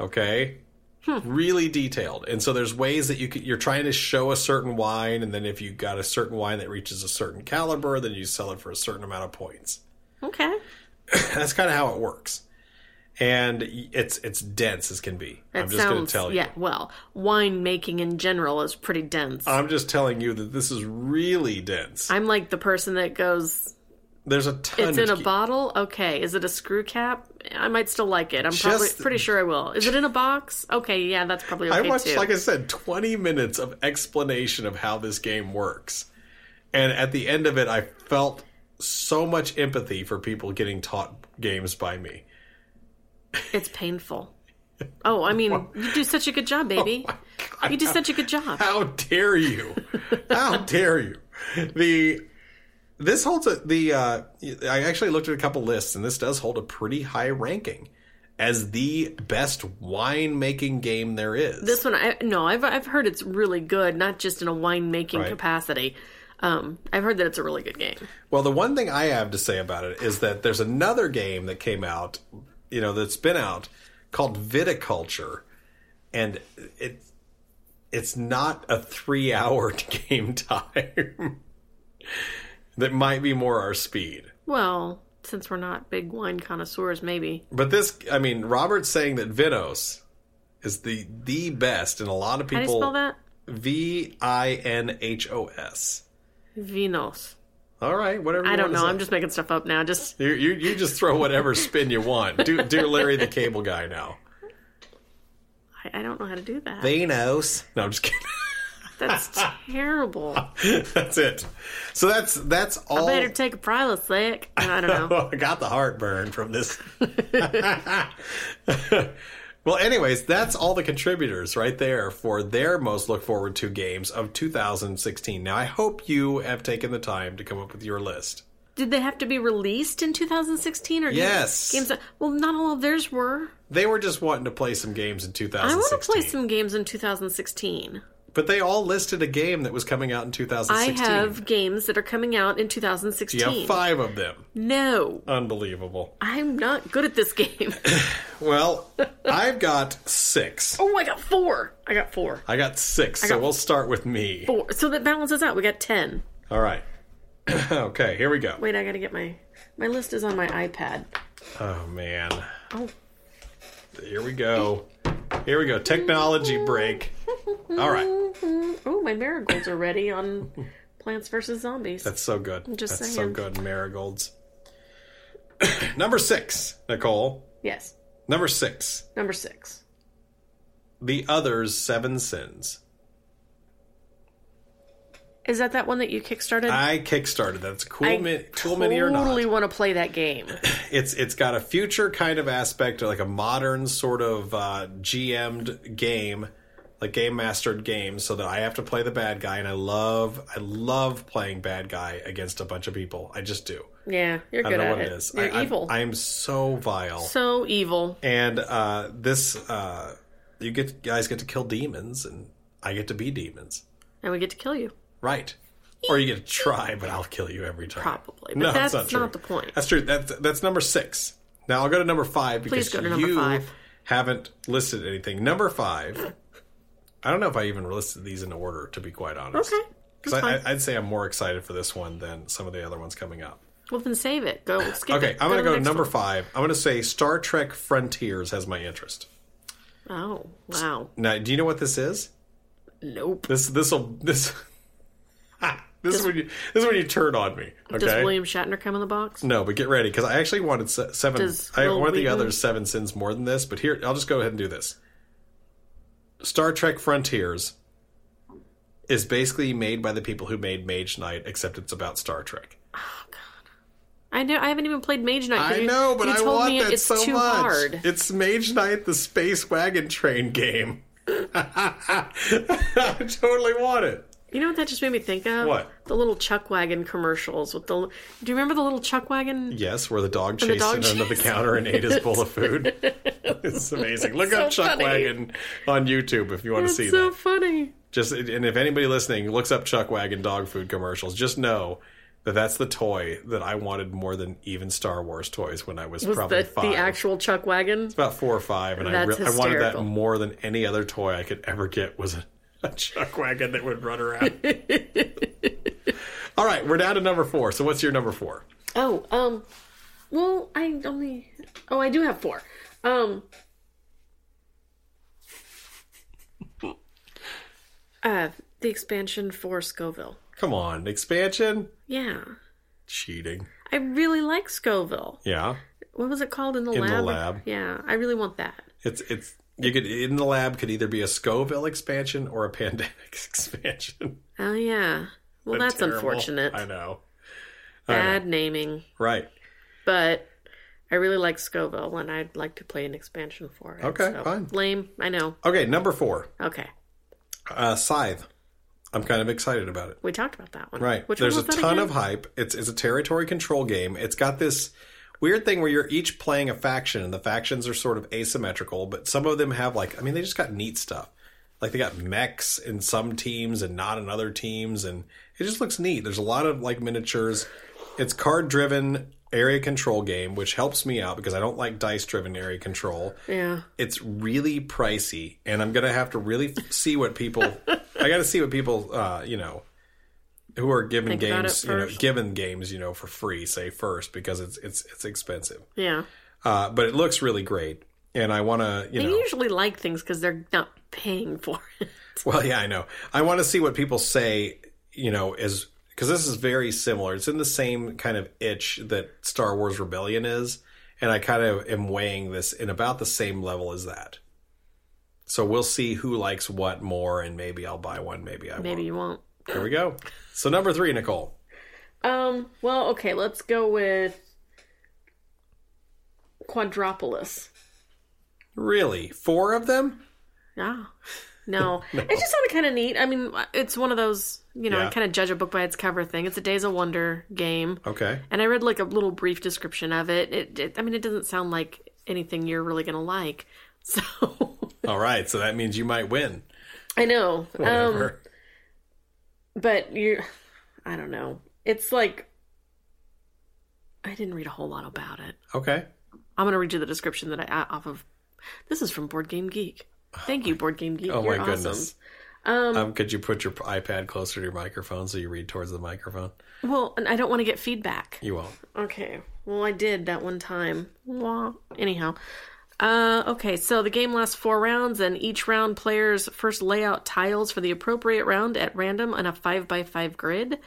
Okay?
Hmm.
Really detailed. And so there's ways that you can, you're trying to show a certain wine and then if you got a certain wine that reaches a certain caliber, then you sell it for a certain amount of points.
Okay,
That's kind of how it works. And it's it's dense as can be.
that
I'm just going to
sounds.
tell you.
yeah, well, winemaking in general is pretty dense.
I'm just telling you that this is really dense.
I'm like the person that goes,
There's a ton
"It's
of
in a
key-
bottle." Okay, is it a screw cap? I might still like it. I'm probably
Just-
pretty sure I will. Is it in a box? Okay, yeah, that's probably
I
okay
watched,
too.
like I said, 20 minutes of explanation of how this game works. And at the end of it, I felt so much empathy for people getting taught games by me.
It's painful. Oh, I mean, you do such a good job, baby.
Oh,
you do such a good job.
How dare you? how dare you? The this holds a, the uh, I actually looked at a couple lists and this does hold a pretty high ranking as the best winemaking game there is.
This one, I no, I've I've heard it's really good, not just in a winemaking
Right.
capacity. Um, I've heard that it's a really good game.
Well, the one thing I have to say about it is that there's another game that came out, you know, that's been out called Viticulture, and it it's not a three hour game time. that might be more our speed.
Well, since we're not big wine connoisseurs, maybe
But this, I mean, Robert's saying that Vinos is the the best, and a lot of
how do you spell
people
that?
V I N H O S.
Vinos.
All right, whatever.
I
you
don't
want to
know.
say.
I'm just making stuff up now. Just
You, you you just throw whatever spin you want. Do do Larry the Cable Guy now.
I, I don't know how to do that.
Thanos. No, I'm just kidding.
That's terrible.
that's it. So that's that's all.
Better take a Prilosec. I don't know.
Oh, I got the heartburn from this. well, anyways, that's all the contributors right there for their most look forward to games of 2016. Now, I hope you have taken the time to come up with your list.
Did they have to be released in 2016 or did
Yes.
games? that- Well, not all of theirs were.
They were just wanting to play some games in
I
2016.
want to play some games in 2016.
But they all listed a game that was coming out in 2016.
I have games that are coming out in 2016.
You have five of them.
No,
Unbelievable.
I'm not good at this game.
Well, I've got six.
oh, I got four. I got four.
I got six, so
got-
we'll start with me.
Four. So that balances out. We got ten.
All right. okay, here we go.
Wait, I gotta get my my list is on my iPad.
Oh, man.
Oh.
Here we go. Here we go. Technology break. All right.
Oh, my marigolds are ready on Plants vs Zombies.
That's so good.
just
That's so
saying.
good, marigolds. Number six, Nicole.
yes,
Number six,
number six.
The Other's Seven Sins.
Is that that one that you kickstarted?
I kickstarted that. It's a cool,
I
mi- cool mini or not.
totally want to play that game.
it's it's got a future kind of aspect like a modern sort of uh gm'd game like game mastered game so that i have to play the bad guy and i love i love playing bad guy against a bunch of people i just do
Yeah, you're
i
good
don't know
at
what
it.
it is
You're
I,
evil.
I'm, I'm so vile
so evil.
and uh this uh you get guys get to kill demons and i get to be demons
And we get to kill you.
right or you get to try but i'll kill you every time
Probably. But
no
that's
that's not, true.
not the point.
That's true. That's that's number six. Now I'll go to number five because
go to number
you
five.
haven't listed anything. Number five. I don't know if I even listed these in order, to be quite honest.
Okay,
Because
that's
I,
fine.
I, I'd say I'm more excited for this one than some of the other ones coming up.
Well, then save it. Go skip
Okay,
it.
I'm going to go to
next
number
one.
five. I'm going to say Star Trek Frontiers has my interest.
Oh, wow.
Now, do you know what this is?
Nope.
This this'll this. Ah, this is when you this is when you turn on me. Okay.
Does William Shatner come in the box?
No, but get ready because I actually wanted se- seven.
Does
I
Will
wanted the
Wheaton-
other seven sins more than this, but here I'll just go ahead and do this. Star Trek Frontiers is basically made by the people who made Mage Knight, except it's about Star Trek.
I know I haven't even played Mage Knight. 'cause
I
you-
know, but
you
I
told
want
me
that
it's
so
too
much.
hard.
It's Mage Knight, the space wagon train game. I totally want it.
You know what that just made me think of?
What?
The little chuck wagon commercials with the. Do you remember the little chuck wagon?
Yes, where the dog
the
chased
dog
it under the
chased
counter and ate his bowl of food. it's amazing. Look up
So
Chuck
funny.
Wagon on YouTube if you want
That's
to see
so
that.
funny.
Just and if anybody listening looks up Chuck Wagon dog food commercials, just know that that's the toy that I wanted more than even Star Wars toys when I was,
Was
probably
the,
five.
the actual chuck wagon?
about four or five, and I,
That's
re- I wanted that
hysterical.
more than any other toy I could ever get was a, a chuck wagon that would run around. All right, we're down to number four. So what's your number four?
Oh, um, well, I only. Oh, I do have four. Um. Uh, the expansion for Scoville.
Come on, expansion,
Yeah,
cheating.
I really like Scoville.
Yeah,
What was it called in the
In
lab?
the lab.
Yeah, I really want that.
it's it's you could in the lab could either be a Scoville expansion or a pandemic expansion.
Oh yeah. Well, that's
Terrible.
unfortunate.
I know. I know.
Bad naming,
Right.
but I really like Scoville, and I'd like to play an expansion for it.
Okay,
so-
fine.
Lame. I know.
Okay, number four,
Okay,
uh, Scythe. I'm kind of excited about it.
we talked about that one.
Right.
Which
There's
one
a
was that
ton
again?
of hype. It's it's a territory control game. It's got this weird thing where you're each playing a faction and the factions are sort of asymmetrical, but some of them have like I mean they just got neat stuff. Like they got mechs in some teams and not in other teams and it just looks neat. There's a lot of like miniatures. It's card driven area control game which helps me out because I don't like dice driven area control
Yeah.
it's really pricey and i'm gonna have to really see what people i gotta see what people uh you know who are given
Think about
games
it
you know
first.
given games you know for free say first because it's it's it's expensive
Yeah.
uh but it looks really great and i want to you
They
know
usually like things because they're not paying for it.
well yeah i know i want to see what people say you know is because this is very similar it's in the same kind of itch that star wars rebellion is and i kind of am weighing this in about the same level as that so we'll see who likes what more and maybe i'll buy one maybe i
Maybe
won't
you won't.
here we go so number three nicole
Um. Well, okay. Let's go with Quadropolis.
really four of them
Yeah. No. It just sounded kind of neat. I mean, it's one of those, you know,
Yeah.
kind of judge a book by its cover thing. It's a Days of Wonder game.
okay
And I read like a little brief description of it. It, it I mean, it doesn't sound like anything you're really going to like. So
all right so that means you might win
I know. Um
whatever
but you I don't know. It's like I didn't read a whole lot about it.
okay
I'm going to read you the description that I uh, off of This is from Board Game Geek. Thank you Board Game Geek.
oh
You're
my goodness
awesome.
um, could you put your ipad closer to your microphone so you read towards the microphone
Well, and I don't want to get feedback.
you won't
Okay. Well, I did that one time. Wah. Anyhow. Uh, okay, so the game lasts four rounds, and each round players first lay out tiles for the appropriate round at random on a 5 by 5 grid.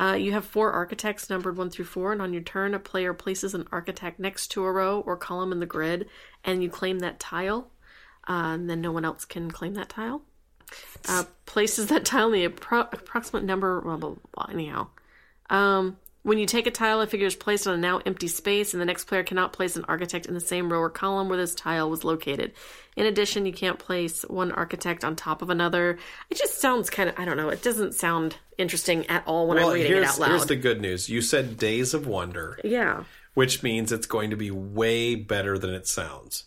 Uh, you have four architects numbered 1 through 4, and on your turn, a player places an architect next to a row or column in the grid, and you claim that tile. Uh, and then no one else can claim that tile. Uh, places that tile in the appro- approximate number, blah, blah, blah, anyhow. Um, When you take a tile, a figure is placed on a now empty space, and the next player cannot place an architect in the same row or column where this tile was located. In addition, you can't place one architect on top of another. It just sounds kind of, I don't know, it doesn't sound interesting at all when I'm reading it
here's,
out loud.
here's the good news. You said Days of Wonder,
yeah,
which means it's going to be way better than it sounds.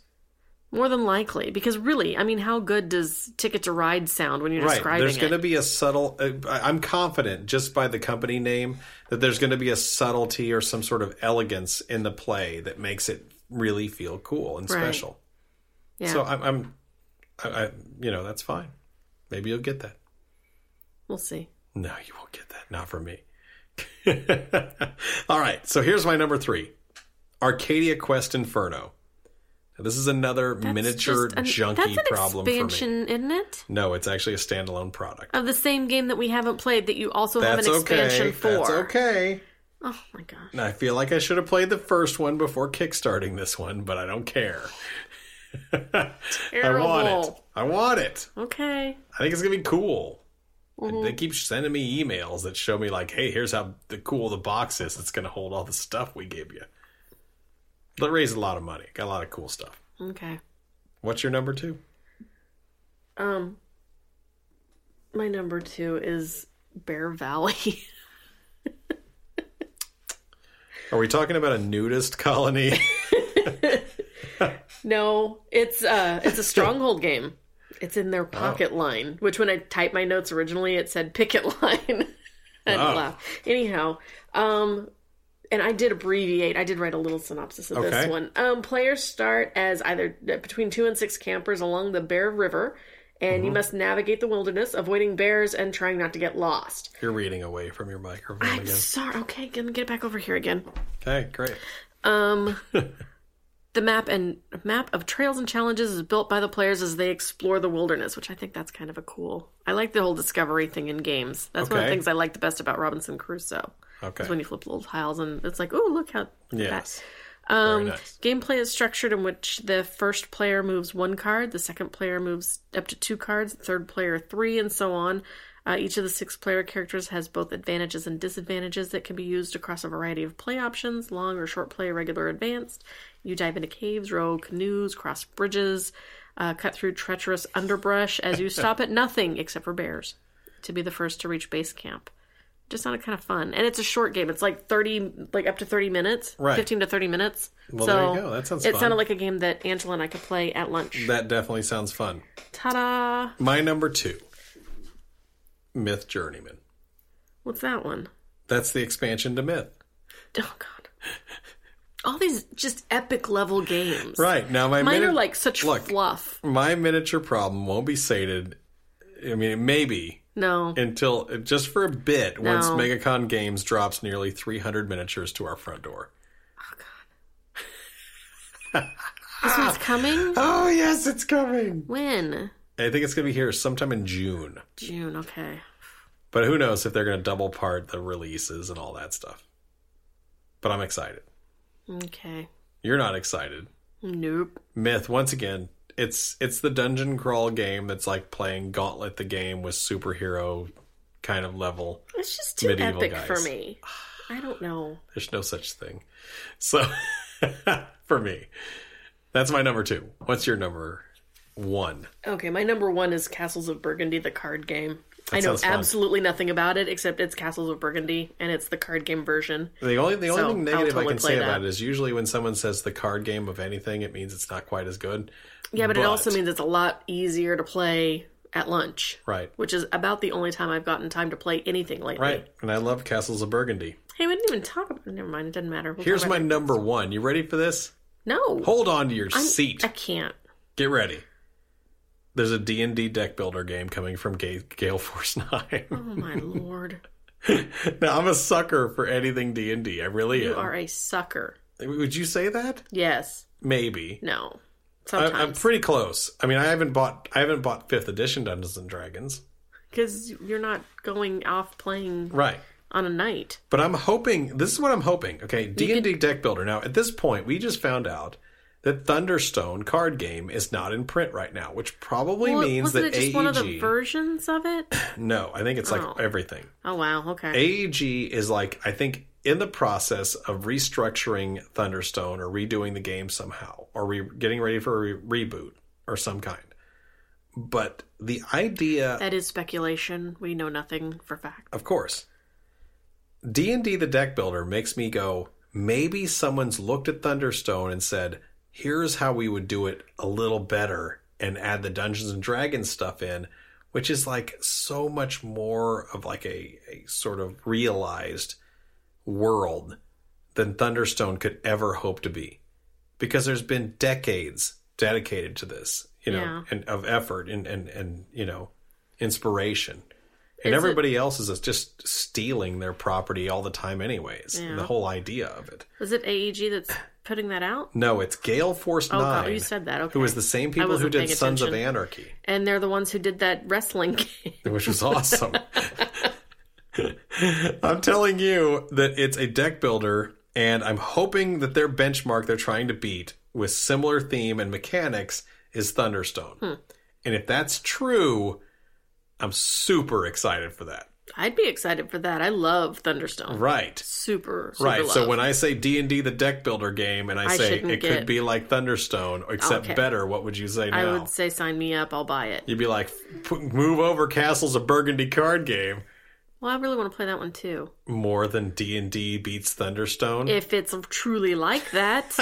more than likely. Because really, I mean, how good does Ticket to Ride sound when you're
right.
describing
There's
it?
going to be a subtle. Uh, I- I'm confident just by the company name that there's going to be a subtlety or some sort of elegance in the play that makes it really feel cool and
Right.
special.
yeah.
So I'm, I'm I, I, you know, that's fine. Maybe you'll get that.
we'll see.
No, you won't get that. Not from me. All right. So here's my number three Arcadia Quest Inferno. Now, this is another
That's
miniature
just an-
junkie
that's an
problem for me.
expansion, isn't it?
No, it's actually a standalone product.
Of the same game that we haven't played that you also
That's
have an expansion
okay.
for.
That's okay.
Oh my gosh.
And I feel like I should have played the first one before kickstarting this one, but I don't care. I want it.
Terrible.
I want it.
Okay.
I think it's going to be cool.
Mm-hmm.
And they keep sending me emails that show me like, hey, here's how the cool the box is. It's going to hold all the stuff we give you. That raised a lot of money. Got a lot of cool stuff.
Okay.
What's your number two?
Um, my number two is Bear Valley.
Are we talking about a nudist colony?
no, it's uh, it's a stronghold game. It's in their
Oh.
pocket line, which when I typed my notes originally, it said picket line. I
Wow.
laugh. Anyhow, um, and I did abbreviate. I did write a little synopsis of this
Okay.
one. Um, players start as either uh, between two and six campers along the Bear River, and
Mm-hmm.
you must navigate the wilderness, avoiding bears and trying not to get lost.
You're reading away from your microphone
I'm
again.
sorry. Okay, gonna get it back over here again.
Okay, great.
Um, the map and map of trails and challenges is built by the players as they explore the wilderness, which I think that's kind of a cool. I like the whole discovery thing in games. That's one of the
Okay.
things I like the best about Robinson Crusoe.
Okay.
Is when you flip little tiles and it's like, oh, look how look at that.
Yes. Very nice.
Gameplay is structured in which the first player moves one card, the second player moves up to two cards, the third player three, and so on. Uh, each of the six player characters has both advantages and disadvantages that can be used across a variety of play options long or short play, regular, advanced. You dive into caves, row canoes, cross bridges, uh, cut through treacherous underbrush as you stop at nothing except for bears to be the first to reach base camp. Just sounded kind of fun, and it's a short game. It's like thirty, like up to thirty minutes,
Right.
fifteen to thirty minutes.
Well,
so
there you go. That sounds
It
fun.
sounded like a game that Angela and I could play at lunch.
That definitely sounds fun.
Ta-da!
My number two, Myth Journeyman.
What's that one?
That's the expansion to Myth.
Oh God! All these just epic level games.
Right now, my
Mine are
mini-
like such
Look.
fluff.
my miniature problem won't be sated. I mean, maybe
No.
until just for a bit once
No.
Megacon Games drops nearly 300 miniatures to our front door.
Oh, this one's coming.
Oh yes, it's coming.
When?
I think it's gonna be here sometime in June,
June. Okay.
but who knows if they're gonna double part the releases and all that stuff. But I'm excited.
Okay.
You're not excited.
Nope.
Myth once again. It's it's the dungeon crawl game that's like playing Gauntlet the game with superhero kind of level.
It's just too
Medieval
epic for
guys.
me. I don't know.
There's no such thing. So for me, that's my number two. What's your number one?
Okay, my number one is Castles of Burgundy, the card game. I know
sounds fun.
absolutely nothing about it except it's Castles of Burgundy and it's the card game version.
The only the only
So,
thing
I'll
negative I
totally
can
play
say
that.
about it is usually when someone says the card game of anything, it means it's not quite as good.
Yeah, but, it
But-
also means it's a lot easier to play at lunch,
Right.
which is about the only time I've gotten time to play anything lately.
Right. And I love Castles of Burgundy.
Hey, we didn't even talk about. Never mind, it doesn't matter. We'll
Here's
talk
my
about it.
number one. You ready for this?
no
Hold on to your
I'm-
seat.
I can't.
Get ready. There's a D&D deck builder game coming from Ga- Gale Force 9.
Oh my lord,
now, I'm a sucker for anything D&D. I really
you
am.
are a sucker.
Would you say that?
Yes,
Maybe.
no,
I- I'm
sometimes
pretty close. I mean, I haven't bought I haven't bought fifth edition Dungeons and Dragons,
because you're not going off playing
right?
on a night.
But I'm hoping this is what I'm hoping. Okay, D and D deck builder. Now at this point, we just found out that Thunderstone card game is not in print right now, which probably
Well,
means
wasn't
that E
it just
AEG.
one of the versions of it?
no, I think it's like
Oh.
everything.
Oh wow, okay.
AEG is like I think in the process of restructuring Thunderstone or redoing the game somehow or re- getting ready for a re- reboot or some kind. But the idea
that is speculation. We know nothing for fact.
Of course. D&D the deck builder makes me go, maybe someone's looked at Thunderstone and said, "Here's how we would do it a little better and add the Dungeons and Dragons stuff in." Which is like so much more of like a, a sort of realized world than Thunderstone could ever hope to be. Because there's been decades dedicated to this, you know,
Yeah.
and of effort and, and, and you know, inspiration. And
Is it-
everybody else is just stealing their property all the time, anyways.
Yeah.
The whole idea of it.
Is it AEG that's putting that out?
No, it's Gale Force
Oh,
Nine,
God, you said that. Okay.
who is the same
I
people who
wasn't
did
paying
Sons of
attention.
Anarchy,
And they're the ones who did that wrestling game.
which was awesome. I'm telling you that it's a deck builder, and I'm hoping that their benchmark they're trying to beat with similar
Hmm.
theme and mechanics is Thunderstone. And if that's true, I'm super excited for that.
I'd be excited for that. I love Thunderstone.
Right.
Super, super
Right. So
love.
when I say D and D, the deck builder game, and I,
I
say
shouldn't
it
get-
could be like Thunderstone, except
Okay.
better, what would you say now?
I would say sign me up. I'll buy it.
You'd be like, "P- move over. Castle's a Burgundy card game
Well, I really want to play that one too.
more than D and D beats Thunderstone.
If it's truly like that,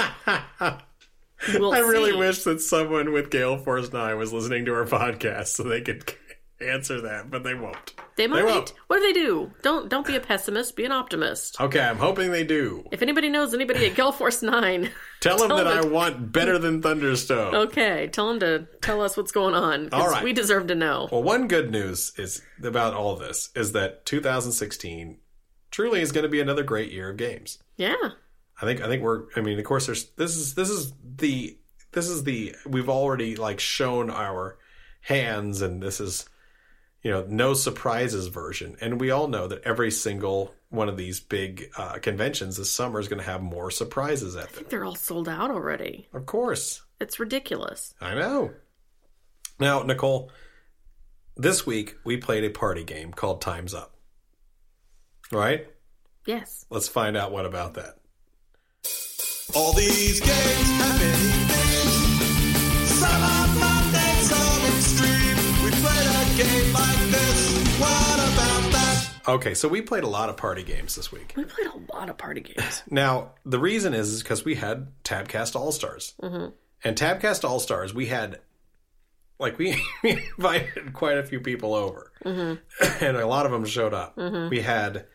we'll
I really
see.
wish that someone with Gale Force Nine was listening to our podcast so they could answer that, but they won't.
they might.
won't. Uh,
what do they do? Don't don't be a pessimist. Be an optimist.
Okay, I'm hoping they do.
If anybody knows anybody at Gale Force Nine,
Tell them
Tell
that I
them.
want better than Thunderstone.
okay, tell them to tell us what's going on. 'cause
All right.
we deserve to know.
Well, one good news is about all this is that 2016 truly is going to be another great year of games.
Yeah,
I think I think we're I mean of course there's this is this is the this is the we've already like shown our hands and this is you know no surprises version and we all know that every single one of these big uh, conventions this summer is going to have more surprises at them.
they're all sold out already.
Of course.
It's ridiculous.
I know. Now, Nicole, this week we played a party game called Time's Up. All right?
Yes.
Let's find out what about that.
All these games have many things. Some are fun and some extreme. We played a game like this. What about that?
Okay, so we played a lot of party games this week.
We played a lot of party games.
Now, the reason is is because we had Tabcast All Stars, and Tabcast All Stars, we had like we, we invited quite a few people over, and a lot of them showed up. We had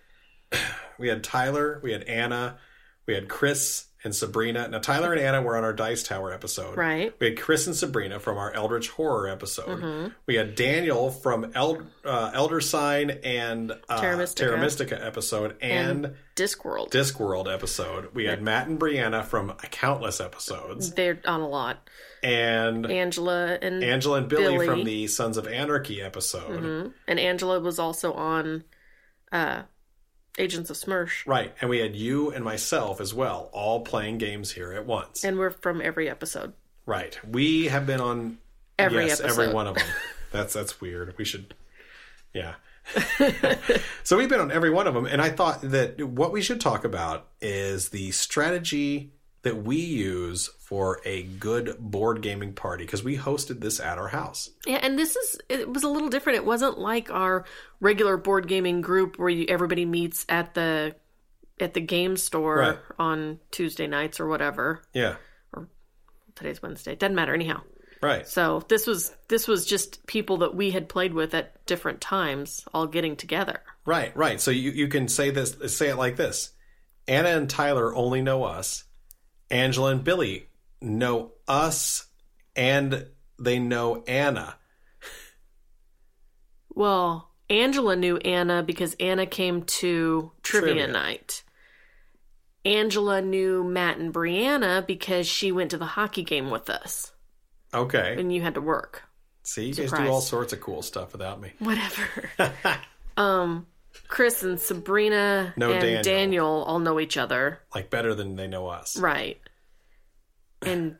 we had Tyler, we had Anna, we had Chris and Sabrina. Now, Tyler and Anna were on our Dice Tower episode,
Right.
We had Chris and Sabrina from our Eldritch Horror episode. We had Daniel from El, uh, Elder Sign and uh,
Terra Mystica.
Terra Mystica episode, and
Discworld.
Discworld episode. We had Matt and Brianna from countless episodes,
they're on a lot.
and
Angela and
Angela and Billy,
Billy. Mm-hmm.
from the Sons of Anarchy episode.
hmm, and Angela was also on uh Agents of Smirsh.
Right, and we had you and myself as well, all playing games here at once.
And we're from every episode.
right, we have been on
Every
yes,
episode.
every one of them. that's that's weird. We should, yeah. so we've been on every one of them, and I thought that what we should talk about is the strategy that we use for a good board gaming party because we hosted this at our house.
Yeah, and this is it was a little different. It wasn't like our regular board gaming group where you, everybody meets at the at the game store
Right.
on Tuesday nights or whatever.
Yeah.
Today's Wednesday. Doesn't matter anyhow.
Right.
So this was this was just people that we had played with at different times all getting together.
Right. Right. So you, you can say this say it like this. Anna and Tyler only know us. Angela and Billy know us and they know Anna.
Well, Angela knew Anna because Anna came to trivia,
Trivia.
night. Angela knew Matt and Brianna because she went to the hockey game with us
Okay.
and you had to work.
See, you guys do
Surprise.
all sorts of cool stuff without me.
Whatever. um, Chris and Sabrina
No,
and
Daniel.
Daniel. all know each other.
Like better than they know us.
Right. And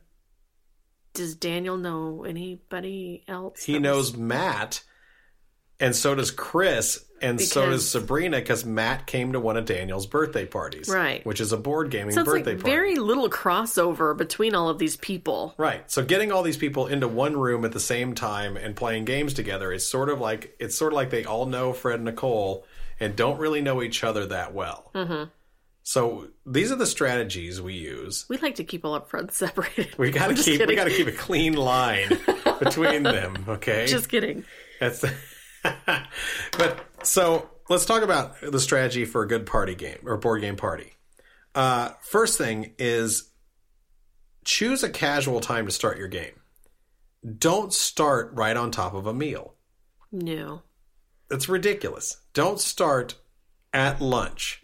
does Daniel know anybody else?
He
that was-
knows Matt and so does Chris and so
Because-
does Sabrina because Matt came to one of Daniel's birthday parties.
Right.
Which is a board gaming
Sounds like
birthday party.
very little crossover between all of these people.
Right. So getting all these people into one room at the same time and playing games together is sort of like it's sort of like they all know Fred and Nicole and don't really know each other that well. Mm-hmm. So these are the strategies we use.
We like to keep all our friends separated.
We got to
I'm just
keep we
kidding.
got to keep a clean line between them. Okay.
Just kidding.
That's but so let's talk about the strategy for a good party game or board game party. Uh, first thing is choose a casual time to start your game. Don't start right on top of a meal.
No.
That's ridiculous. Don't start at lunch.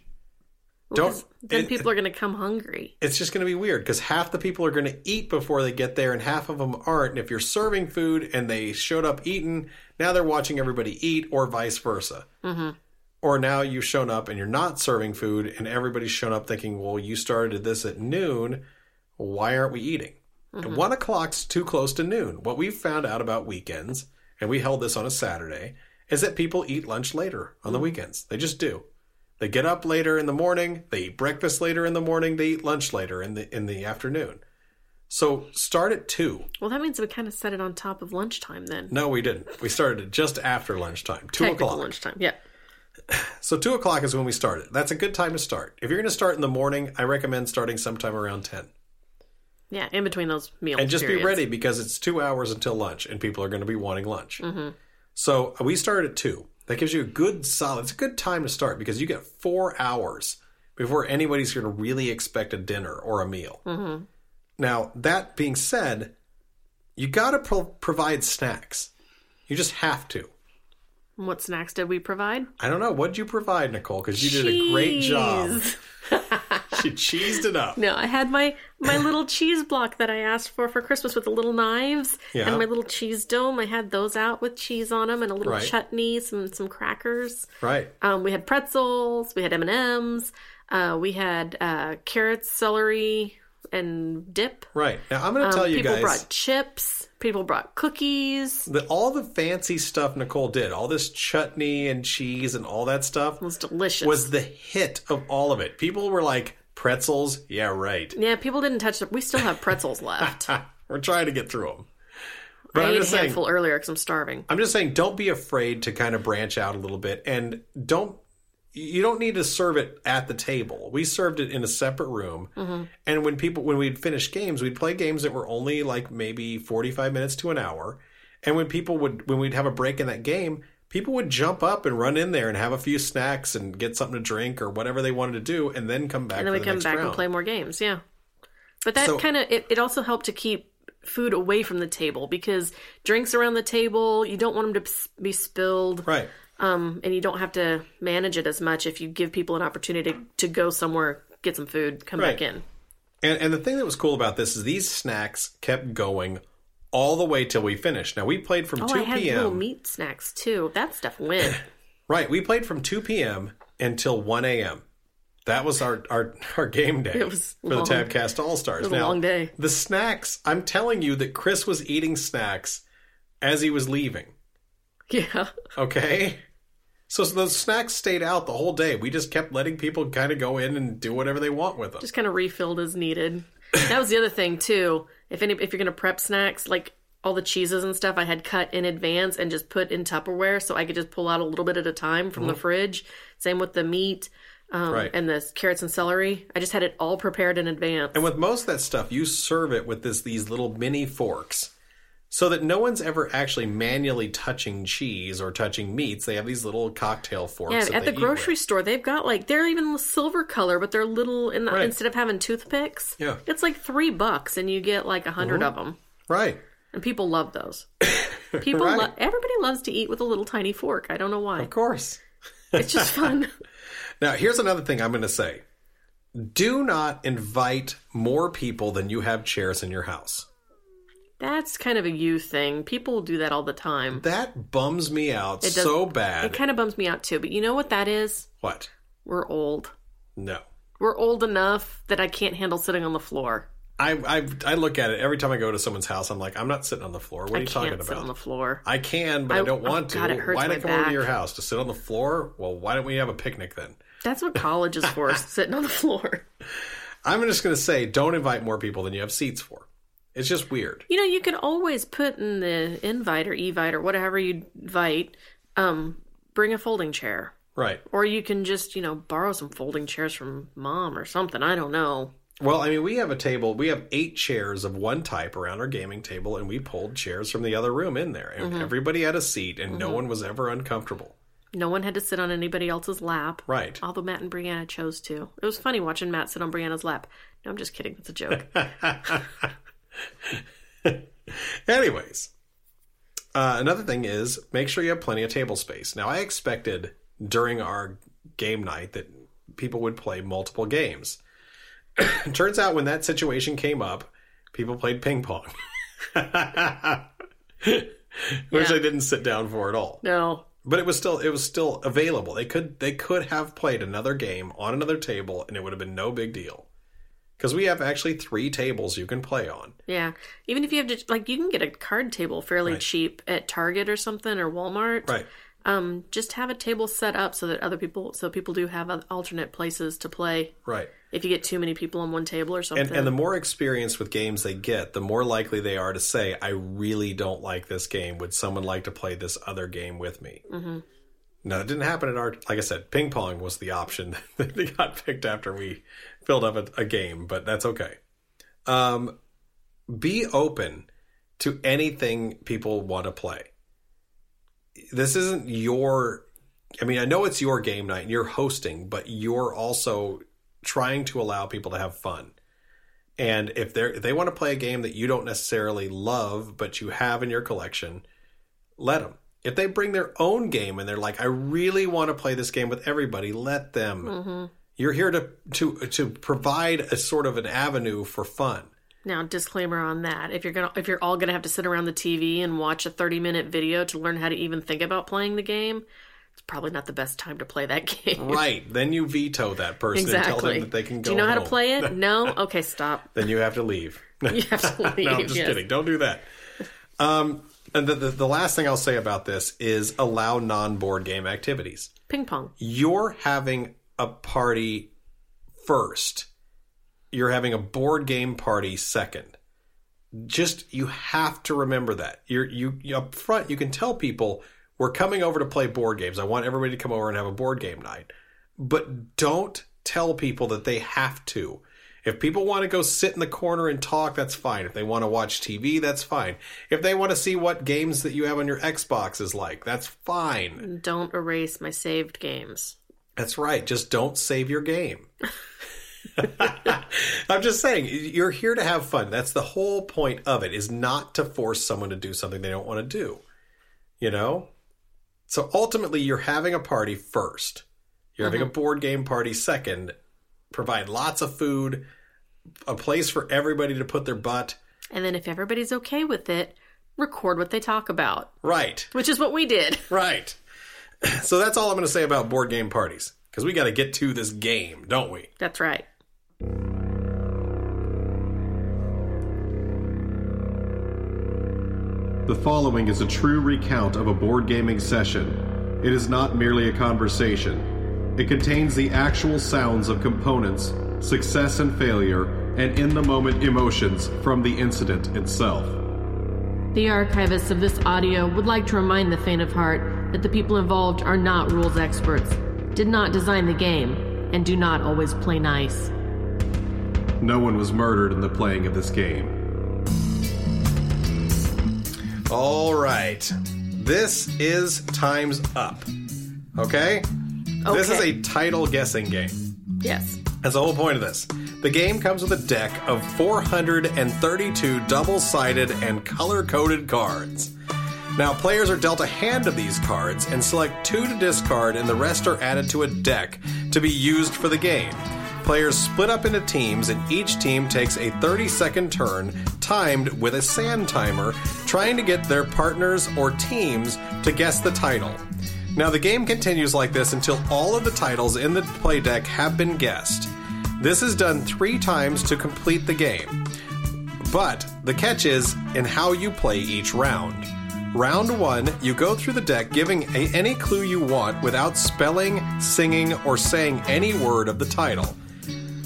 Don't.
Because then
it-
people are going to come hungry.
it's just going to be weird because half the people are going to eat before they get there and half of them aren't. And if you're serving food and they showed up eating, now they're watching everybody eat or vice versa. Mm-hmm. Or now you've shown up and you're not serving food and everybody's shown up thinking, well, you started this at noon. Why aren't we eating? And one o'clock's too close to noon. What we found out about weekends, and we held this on a Saturday, is that people eat lunch later on the weekends. They just do. They get up later in the morning, they eat breakfast later in the morning, they eat lunch later in the in the afternoon. So start at 2.
Well, that means we kind of set it on top of lunchtime then.
No, we didn't. We started just after lunchtime, 2
Technical
o'clock.
lunchtime. Yeah.
So two o'clock is when we started. That's a good time to start. If you're going to start in the morning, I recommend starting sometime around ten,
Yeah. In between those meals.
and just
periods.
be ready because it's two hours until lunch, and people are going to be wanting lunch.
Mm-hmm.
So uh, we started at two. That gives you a good solid. It's a good time to start because you get four hours before anybody's going to really expect a dinner or a meal.
Mm-hmm.
Now that being said, you got to pro- provide snacks. You just have to.
What snacks did we provide?
I don't know. What'd you provide, Nicole? Because you did a great job.
Cheese.
She cheesed it up.
No, I had my my little cheese block that I asked for for Christmas with the little knives
Yeah.
and my little cheese dome. I had those out with cheese on them and a little
Right.
chutney, some some crackers.
Right.
Um, we had pretzels, we had M and M's, uh, we had uh, carrots, celery, and dip.
Right. Now, I'm going to
Um,
tell you
people
guys
brought chips. People brought cookies.
that all the fancy stuff Nicole did, all this chutney and cheese and all that stuff,
It was delicious.
was the hit of all of it. People were like, pretzels? Yeah, right.
yeah, people didn't touch them. We still have pretzels left.
Ha, we're trying to get through them. But
I
I'm
ate a
just saying,
handful earlier because I'm starving.
I'm just saying, don't be afraid to kind of branch out a little bit and don't. You don't need to serve it at the table. We served it in a separate room,
Mm-hmm.
and when people when we'd finish games, we'd play games that were only like maybe forty five minutes to an hour. And when people would when we'd have a break in that game, people would jump up and run in there and have a few snacks and get something to drink or whatever they wanted to do, and then come back.
and then
for
we
the
come
next
back and
round.
play more games yeah but that
So-
kind of it, it also helped to keep food away from the table because drinks around the table you don't want them to s- be spilled
Right.
um, and you don't have to manage it as much if you give people an opportunity to, to go somewhere get some food come back
Right.
in
And and the thing that was cool about this is these snacks kept going all the way till we finished. Now we played from
oh
two
i had
p.m.
little meat snacks too that stuff went
Right. We played from 2 p.m. until 1 a.m. That was our, our, our game day
It was
for
long.
the Tabcast All Stars.
was a long day.
The snacks, I'm telling you that Chris was eating snacks as he was leaving.
yeah
Okay? So, those snacks stayed out the whole day. We just kept letting people kind of go in and do whatever they want with them.
just kind of refilled as needed that was the other thing too if any if you're gonna prep snacks like all the cheeses and stuff I had cut in advance and just put in Tupperware so I could just pull out a little bit at a time from
Mm-hmm.
the fridge. Same with the meat um,
Right.
and the carrots and celery. I just had it all prepared in advance.
And with most of that stuff, you serve it with this these little mini forks, so that no one's ever actually manually touching cheese or touching meats. They have these little cocktail forks.
yeah,
that
at
they
the
eat
grocery
with.
store they've got like they're even silver color, but they're little in the,
Right.
instead of having toothpicks.
Yeah. Mm-hmm.
it's like three bucks and you get like a 100 of them,
right?
and people love those. People,
Right.
lo- everybody loves to eat with a little tiny fork. I don't know why.
Of course.
It's just fun.
Now, here's another thing I'm going to say. Do not invite more people than you have chairs in your house.
That's kind of a you thing. People do that all the time.
That bums me out
does-
so bad.
It kind of bums me out too. But you know what that is?
what?
We're old.
No.
We're old enough that I can't handle sitting on the floor.
I, I I look at it every time I go to someone's house. I'm like, I'm not sitting on the floor. What are
I
you
can't
talking
sit on
about?
the floor.
I can, but I,
I-
don't
oh,
want to.
God, it hurts
why did I
my
come over to
back.
your house to sit on the floor? Well, why don't we have a picnic then?
That's what college is for, sitting on the floor.
I'm just going to say, don't invite more people than you have seats for. It's just weird.
You know, you could always put in the invite or evite or whatever you invite, um, bring a folding chair.
Right.
Or you can just, you know, borrow some folding chairs from mom or something. I don't know.
Well, I mean, we have a table. We have eight chairs of one type around our gaming table, and we pulled chairs from the other room in there,
Mm-hmm.
and everybody had a seat, and no one was ever uncomfortable.
No one had to sit on anybody else's lap.
Right.
Although Matt and Brianna chose to. It was funny watching Matt sit on Brianna's lap. No, I'm just kidding. That's a joke.
Anyways, uh, another thing is make sure you have plenty of table space. Now, I expected during our game night that people would play multiple games. It turns out when that situation came up, people played ping pong, which
Yeah.
I didn't sit down for at all.
no.
But it was still it was still available. They could they could have played another game on another table and it would have been no big deal. Cuz we have actually 3 tables you can play on.
Yeah. Even if you have to, like, you can get a card table fairly cheap at Target or something or Walmart.
Right.
Um, just have a table set up so that other people, so people do have al- alternate places to play.
Right.
If you get too many people on one table or something,
And, and the more experience with games they get, the more likely they are to say, I really don't like this game. Would someone like to play this other game with me? Mm-hmm. No, that didn't happen at our. Like I said, ping pong was the option that they got picked after we filled up a, a game, but that's okay. Um, be open to anything people want to play. This isn't your. I mean, I know it's your game night and you're hosting, but you're also trying to allow people to have fun. And if they they want to play a game that you don't necessarily love, but you have in your collection, let them. If they bring their own game and they're like, "I really want to play this game with everybody," let them.
Mm-hmm.
You're here to to to provide a sort of an avenue for fun.
now disclaimer on that: if you're gonna, if you're all gonna have to sit around the TV and watch a 30 minute video to learn how to even think about playing the game, it's probably not the best time to play that game.
Right? Then you veto that person and tell
exactly.
them that they can go.
do you know how to
home.
play it? No. Okay, stop.
Then you have to leave.
You have to leave.
no, I'm just
yes.
kidding. Don't do that. Um, and the, the the last thing I'll say about this is allow non board game activities.
Ping pong.
you're having a party first. You're having a board game party second. Just you have to remember that. You're you, you up front you can tell people we're coming over to play board games. I want everybody to come over and have a board game night. But don't tell people that they have to. If people want to go sit in the corner and talk, that's fine. If they want to watch TV, that's fine. If they want to see what games that you have on your Xbox is like, that's fine.
Don't erase my saved games.
That's right. Just don't save your game. I'm just saying, you're here to have fun. That's the whole point of it is not to force someone to do something they don't want to do. You know? So ultimately you're having a party first. You're having a board game party second. Provide lots of food, a place for everybody to put their butt.
And then if everybody's okay with it, record what they talk about,
Right.
which is what we did.
Right. So that's all I'm going to say about board game parties because we got to get to this game, don't we?
That's right.
The following is a true recount of a board gaming session. It is not merely a conversation. It contains the actual sounds of components, success and failure, and in the moment emotions from the incident itself.
The archivists of this audio would like to remind the faint of heart that the people involved are not rules experts, did not design the game, and do not always play nice.
No one was murdered in the playing of this game. All right. This is Time's Up. Okay? This is
Okay.
a title guessing game.
Yes.
That's the whole point of this. The game comes with a deck of 432 double sided and color coded cards. Now, players are dealt a hand of these cards and select two to discard, and the rest are added to a deck to be used for the game. Players split up into teams, and each team takes a 30 second turn timed with a sand timer, trying to get their partners or teams to guess the title. Now, the game continues like this until all of the titles in the play deck have been guessed. This is done three times to complete the game. But the catch is in how you play each round. Round one, you go through the deck giving a, any clue you want without spelling, singing, or saying any word of the title.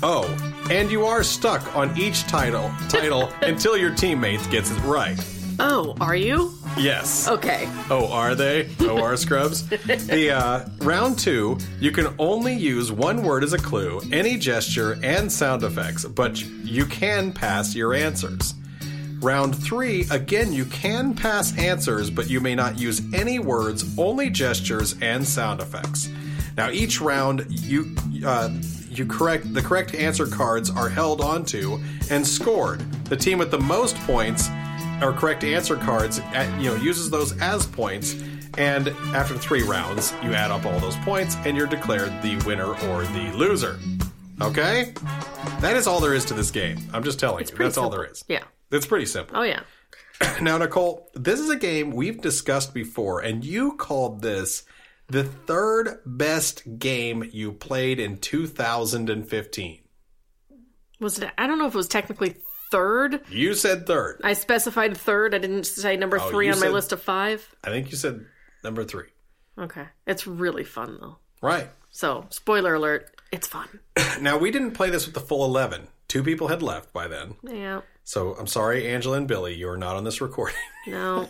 Oh, and you are stuck on each title title until your teammates gets it right.
Oh, are you?
Yes.
Okay.
Oh, are they? Oh, are scrubs? the uh, round two, you can only use one word as a clue, any gesture, and sound effects, but you can pass your answers. Round three, again, you can pass answers, but you may not use any words, only gestures and sound effects. Now, each round, you uh, you correct the correct answer cards are held onto and scored. The team with the most points or correct answer cards, at, you know, uses those as points. And after three rounds, you add up all those points, and you're declared the winner or the loser. Okay, that is all there is to this game. I'm just telling you,
pretty
that's all
simple.
there is.
Yeah.
That's pretty simple.
Oh, yeah.
Now, Nicole, this is a game we've discussed before, and you called this the third best game you played in 2015.
Was it? I don't know if it was technically third.
You said third.
I specified third. I didn't say number
Oh,
three
you
on my
said-
list of five.
I think you said number three.
Okay. It's really fun though.
Right.
So, spoiler alert, it's fun.
Now, we didn't play this with the full 11. Two people had left by then.
Yeah.
So I'm sorry, Angela and Billy, you are not on this recording.
No.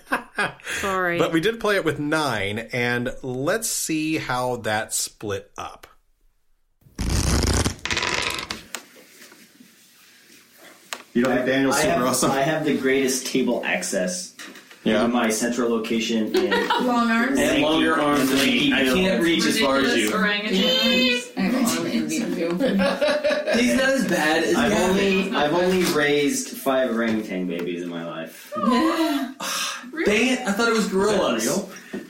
Sorry.
But we did play it with nine, and let's see how that split up. You don't have Daniel's
I have, I have the greatest table access.
Yeah.
In my central location in
Long arms.
Thank
longer
you.
arms than me. I
Thank you.
can't reach as far as you.
Ridiculous Orangutan. I have arm envy too.
He's not as bad as
I've only
Gavin.
I've only raised five orangutan babies in my life.
Dang it! I thought it was gorillas.
Real?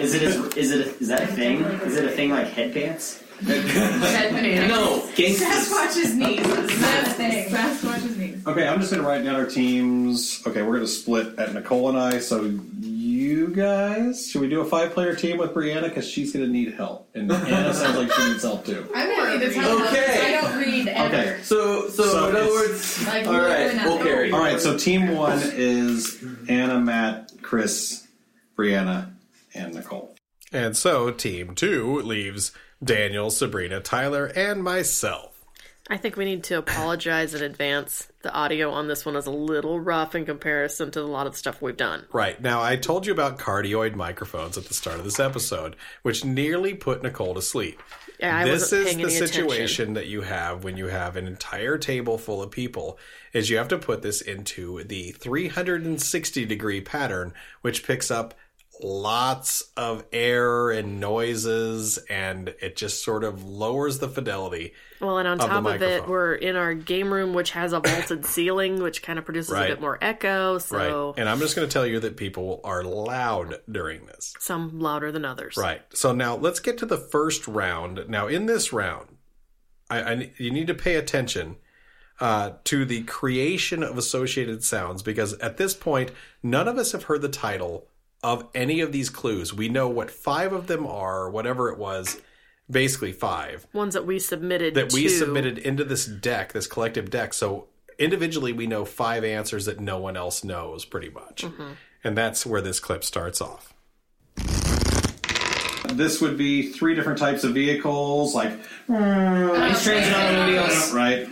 is it is, is it is that a thing? Is it a thing like headpants?
No, gangsters.
Sasquatch's knees. That's a thing. Sasquatch's knees.
Okay, I'm just going to write down our teams. Okay, we're going to split at Nicole and I. So you guys, should we do a five-player team with Brianna because she's going to need help, and Anna sounds like she needs help too.
I don't need to tell them.
Okay.
I don't read ever.
Okay.
So, so,
So
in other
it's-
words,
Like,
all right,
literally not
we'll
know.
carry.
All right, so team one is Anna, Matt, Chris, Brianna, and Nicole. And so team two leaves Daniel, Sabrina, Tyler, and myself.
I think we need to apologize in advance. The audio on this one is a little rough in comparison to a lot of the stuff we've done.
Right, now I told you about cardioid microphones at the start of this episode, which nearly put Nicole to sleep.
Yeah, I
this
wasn't
is
paying
the
any attention.
situation that you have when you have an entire table full of people is you have to put this into the 360 degree pattern which picks up lots of air and noises and it just sort of lowers the fidelity
Well, and on
the
top of it,
microphone.
we're in our game room, which has a vaulted ceiling, which kind of produces
Right.
a bit more echo.
right
So
and i'm just going to tell you that people are loud during this
some louder than others.
Right. So now let's get to the first round. Now in this round, I, I you need to pay attention uh, to the creation of associated sounds because at this point, none of us have heard the title of any of these clues. We know what five of them are, whatever it was, basically five
Ones that we submitted.
that we
to-
submitted into this deck, this collective deck. So individually, we know five answers that no one else knows, pretty much. And that's where this clip starts off. This would be three different types of vehicles, like
Okay.
right.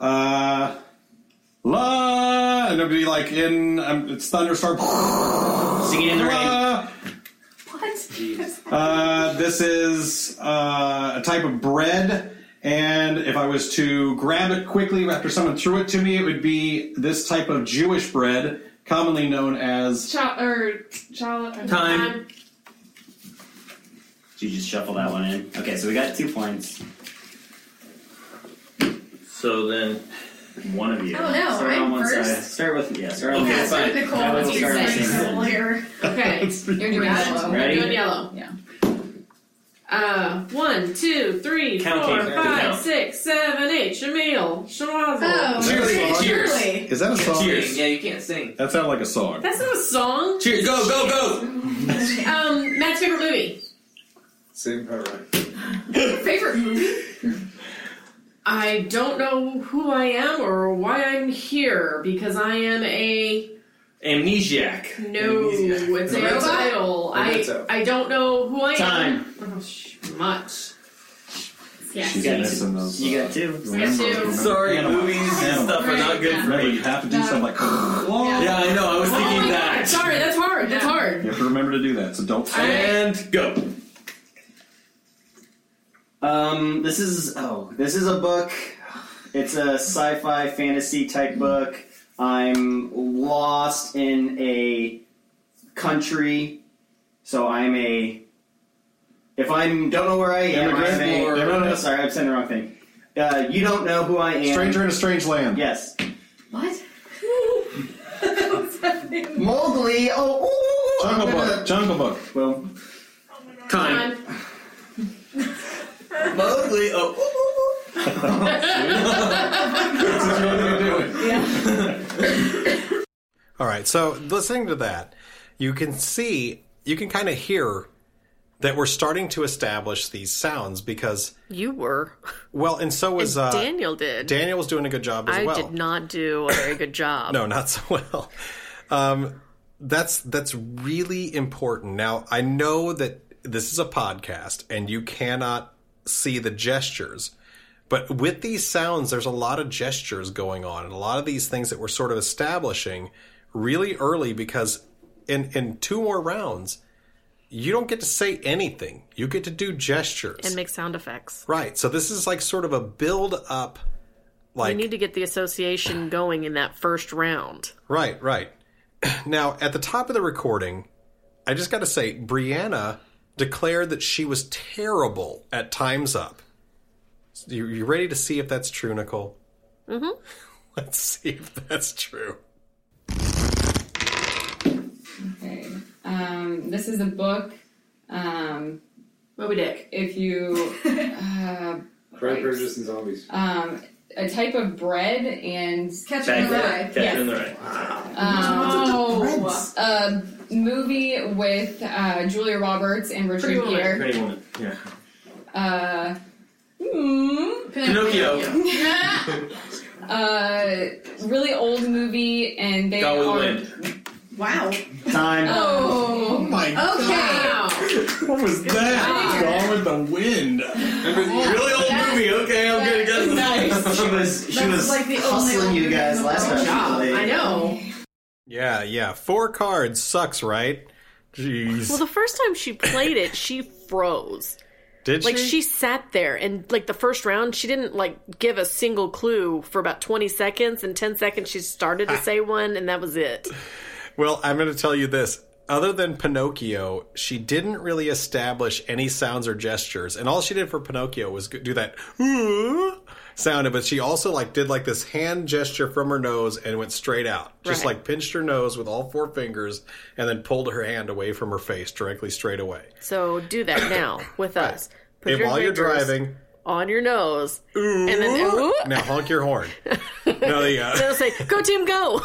Uh, la, and it'd be like in um, it's thunderstorm.
Singing in the rain.
Uh,
What?
Uh, this is uh, a type of bread, and if I was to grab it quickly after someone threw it to me, it would be this type of Jewish bread, commonly known as.
Chop or chop.
Time.
Did you just shuffle that one in? Okay, so we got two points.
So then,
One of you.
Oh, no,
Start on
I'm
one side.
first.
Start with yeah. Start on
Yeah,
one
it's
side.
like Nicole
That way
was
we'll start on the same side.
earlier.
Okay, you're doing yellow.
Ready?
You're doing yellow.
Yeah.
Uh, one, two, three,
Count,
four,
Kate,
five,
count.
six, seven, eight. Shamil, Shamazel.
Oh,
Cheers.
Cheers.
Is that a song?
cheers. Yeah, you can't sing.
That sounded like a song.
That's not a song.
Cheers. Go, go, go.
Um, Matt's favorite movie.
Saving Private Ryan.
Favorite movie?
I don't know who I am or why I'm here because I am a
Amnesiac.
no. It's a
Memento?
title. I
Memento.
I don't know who I
Time.
am. Oh, sh- much.
Yes.
got
missing those.
You got
uh,
two.
Yes,
remember-
you.
remember-
Sorry,
Animal.
movies and
Animal.
stuff are not good for
Remember, you
me.
have to do something like. You
Yeah, I know. I was
Oh my
thinking
God,
that.
sorry, that's hard. That's hard.
have to remember to do that, so don't.
And go.
Um, this is oh, this is a book. It's a sci-fi fantasy type book. I'm lost in a country, so I'm a. If I am don't know where I am,
Immigrant
I'm a,
or-
no, no, no, sorry, I'm saying the wrong thing. Uh, you don't know who I am.
Stranger in a Strange Land.
Yes.
What?
Mowgli. Oh, ooh,
Jungle
I'm gonna-
Book. Jungle Book.
Well,
Time.
Time.
Mowgli. Oh.
All right. So listening to that, you can see, you can kind of hear that we're starting to establish these sounds because,
You were.
well, and so was uh,
Daniel did.
Daniel was doing a good job as
I
well.
did not do a very good job.
No, not so well. Um, that's that's really important. Now, I know that this is a podcast and you cannot see the gestures. But with these sounds, there's a lot of gestures going on, and a lot of these things that we're sort of establishing really early because in in two more rounds, you don't get to say anything. You get to do gestures.
and make sound effects.
right. So this is like sort of a build up
We
like
need to get the association going in that first round.
Right, right. Now, at the top of the recording, I just got to say, Brianna declared that she was terrible at Time's Up. You, you ready to see if that's true, Nicole?
Mhm.
Let's see if that's true.
Okay. Um, this is a book. Um,
Moby Dick.
if you uh,
Fred Burgess and zombies.
um, a type of bread and
Catch
Bag
me
it.
alive.
Yes.
Catch you in the right.
Oh,
a movie with uh, Julia Roberts and
Pretty
Richard
Woman.
Gere.
Pretty woman. Yeah.
Uh, hmm.
Pinocchio.
uh, really old movie, and they
Gone with
are.
the wind.
Wow.
Time.
Oh.
my
Okay.
What was that? Gone with the wind.
Really old movie. Okay, I'm good.
That's
Guess
nice.
She was she
That's
was
like the only
hustling you
one
guys
who
last
did
time.
the
She was late.
I know.
Yeah, yeah. Four cards sucks, right? Jeez.
Well, the first time she played it, she froze.
Did
Like
she?
she sat there and like the first round, she didn't like give a single clue for about twenty seconds. And ten seconds, she started to say one, and that was it.
Well, I'm going to tell you this. Other than Pinocchio, she didn't really establish any sounds or gestures, and all she did for Pinocchio was do that "Ooh" sound. But she also like did like this hand gesture from her nose and went straight out, just
Right.
like pinched her nose with all four fingers, and then pulled her hand away from her face directly straight away.
So do that now with us. Put
if
your
while you're
fingers
driving,
on your nose, and then
"Ooh,"
and
now honk your horn. no, the, uh,
they'll say, "Go team, go!"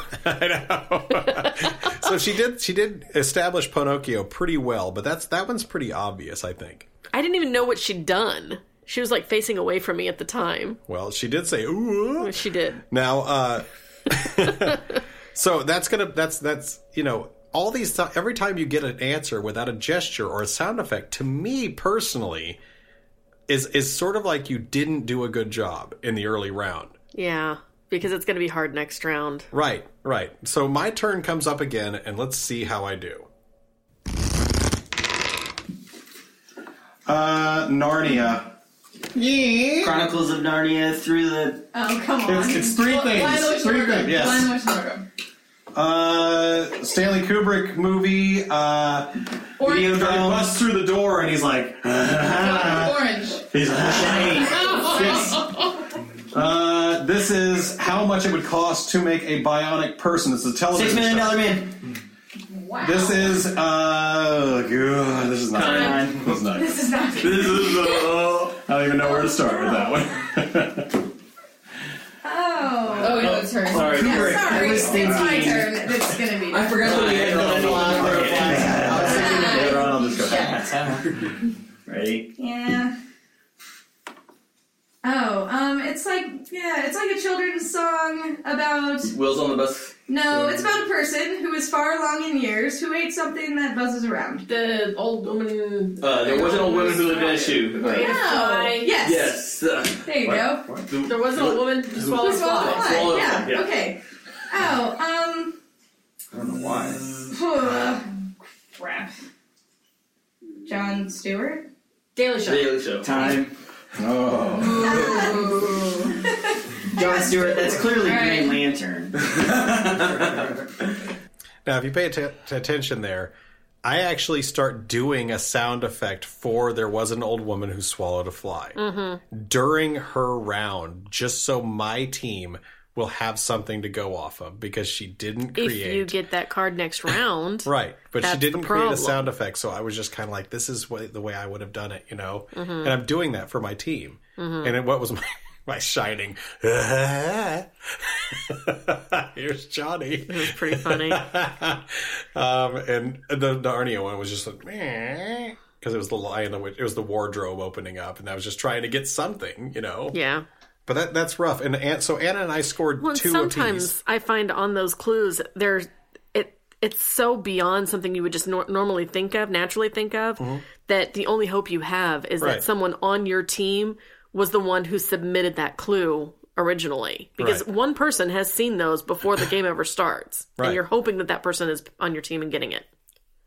so she did. She did establish Pinocchio pretty well, but that's that one's pretty obvious, I think.
I didn't even know what she'd done. She was like facing away from me at the time.
Well, she did say ooh.
She did.
Now, uh, so that's gonna that's that's you know all these ti- every time you get an answer without a gesture or a sound effect, to me personally, is is sort of like you didn't do a good job in the early round.
Yeah, because it's going to be hard next round.
Right, right. So my turn comes up again, and let's see how I do.
Uh, Narnia.
Yeah.
Chronicles of Narnia through the.
Oh, come on.
It's, it's three things. Three things. Yes.
Blind Witch
Uh,
Stanley Kubrick movie. um,
uh,
Or
video
He
drone.
busts through the door and he's like,
Orange.
He's
uh, "This is how much it would cost to make a bionic person." It's a television
Six million
show.
dollar man.
Wow.
This is uh, God, this is not.
Time.
This is not.
This is not.
This is uh, I don't even know where to start with that one.
Oh.
Oh, no, it's her.
Sorry.
Yeah,
I
sorry.
was
It's
thinking-
my turn. It's gonna be.
I forgot that we had
Butterfly,
no
butterfly. I was thinking that later on, I'll just go.
Ready?
Yeah. Oh, um, it's like yeah, it's like a children's song about
Will's on the bus.
no, it's about a person who is far along in years who ate something that buzzes around.
The old woman.
Uh, there was an old woman who lived in a shoe.
No. Yes.
Yes. Uh,
There you go.
There was an old woman who
Who
swallowed a fly.
swallowed fly.
Swallow
Yeah.
fly, yeah.
Okay. Oh, um.
I don't know why.
Ugh, crap. John Stewart?
Daily Show.
Daily Show.
Time.
Oh,
John Stewart. That's clearly
All right.
Green Lantern.
Now, if you pay atten- attention there, I actually start doing a sound effect for There Was an Old Woman Who Swallowed a Fly
Mm-hmm.
during her round, just so my team will have something to go off of because she didn't
If
create.
you get that card next round,
Right, but
That's
she
the
didn't create a
problem.
sound effect, so I was just kind of like, "This is what, the way I would have done it," you know.
Mm-hmm.
And I'm doing that for my team. And it, what was my my shining? Here's Johnny.
it was pretty funny.
um, and the Narnia one was just like because it was the lion, the witch, it was the wardrobe opening up, and I was just trying to get something, you know.
yeah.
But that that's rough. And, An so Anna and I scored
Well, and
two
sometimes
apiece.
I find on those clues there's it it's so beyond something you would just nor- normally think of, naturally think of,
Mhm.
that the only hope you have is
Right.
that someone on your team was the one who submitted that clue originally because
Right.
one person has seen those before the game ever starts
Right.
and you're hoping that that person is on your team and getting it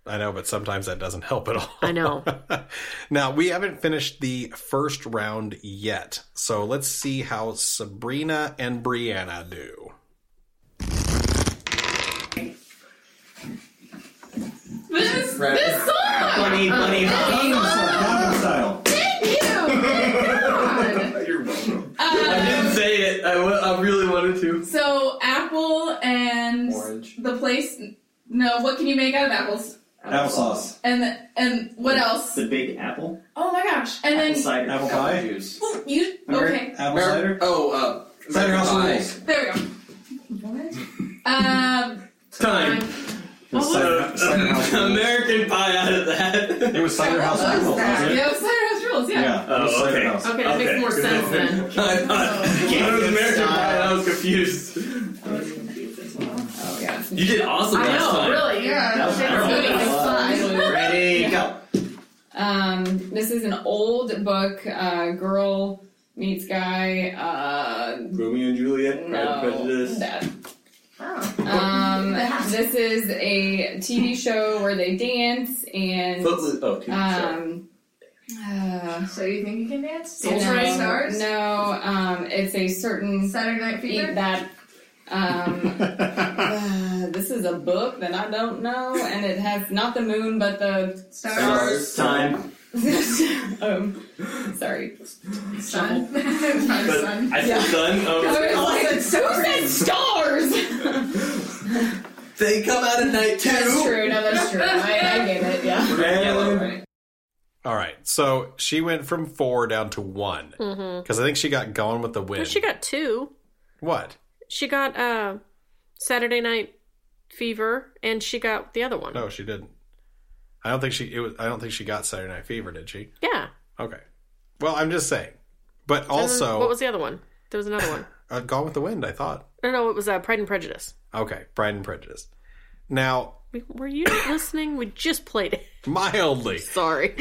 I know, but sometimes that doesn't help at all.
i know
Now, we haven't finished the first round yet, so let's see how Sabrina and Brianna do.
This,
Right.
this song!
Bunny,
Uh,
bunny,
This song!
style.
Thank you!
I didn't say it. I wa- I really wanted to.
Uh, So apple and
Orange.
the place. No, what can you make out of apples?
Applesauce.
And the, and what else?
The big apple.
Oh my gosh! And then
cider. Apple pie.
Juice.
Well, you
Remember?
okay?
Apple
Mer-
cider.
Oh, uh,
Cider house
pie.
rules.
There we go. What? Um.
Time.
What was Cider- it? cider house rules.
American pie out of that.
It was cider house apple.
Yeah,
wasn't it?
it was cider house rules. Yeah.
Yeah. it was
Oh,
cider
okay.
house.
okay that makes more sense then
I thought it was American pie. and I was confused.
I was confused as well. Oh yeah.
You did awesome
i
last
know
time.
really
Yeah.
was
Shit's
terrible.
getting fun.
Ready, go.
Um, this is an old book. Uh, girl meets guy. Uh,
Romeo and Juliet, Pride
no,
and Prejudice.
that.
Oh.
Um, this is a TV show where they dance and
Footloose. Oh, two, sorry.
um, uh,
So you think you can dance?
no,
Soul Train stars?
No, um, it's a certain
Saturday Night
eat
Fever?
that. Um, uh, this is a book that I don't know, and it has not the moon but the.
Stars?
Time.
um, sorry.
Sun? Find
But
sun.
I said
Yeah.
sun.
I
Oh,
was like,
said stars.
Who said stars?
they come out at night too.
that's true. No, that's true. I, I get it. Yeah.
Red.
Yellow,
All right, so she went from four down to one because I think she got gone with the wind.
Mm-hmm. she got two
what?
she got uh saturday night fever and she got the other one
No, she didn't. I don't think she. It was. I don't think she got Saturday Night Fever, did she?
yeah
Okay. Well, I'm just saying. But
And then
also,
what was the other one there was another one
uh, Gone with the Wind. I thought.
no no it was uh, pride and prejudice
Okay, Pride and Prejudice. Now,
We- were you listening we just played it
mildly,
sorry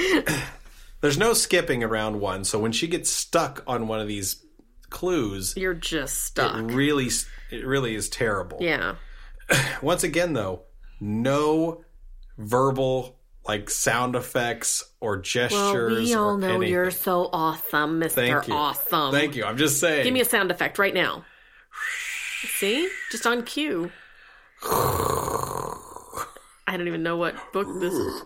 there's no skipping around one. So when she gets stuck on one of these clues,
you're just
it
stuck
really, it really is terrible.
yeah
Once again, though, no verbal like sound effects or
Well,
gestures.
we all
or
know
anything.
you're so awesome, Mr.
Thank you.
Awesome.
Thank you. I'm just saying.
Give me a sound effect right now. See? Just on cue. I don't even know what book this is.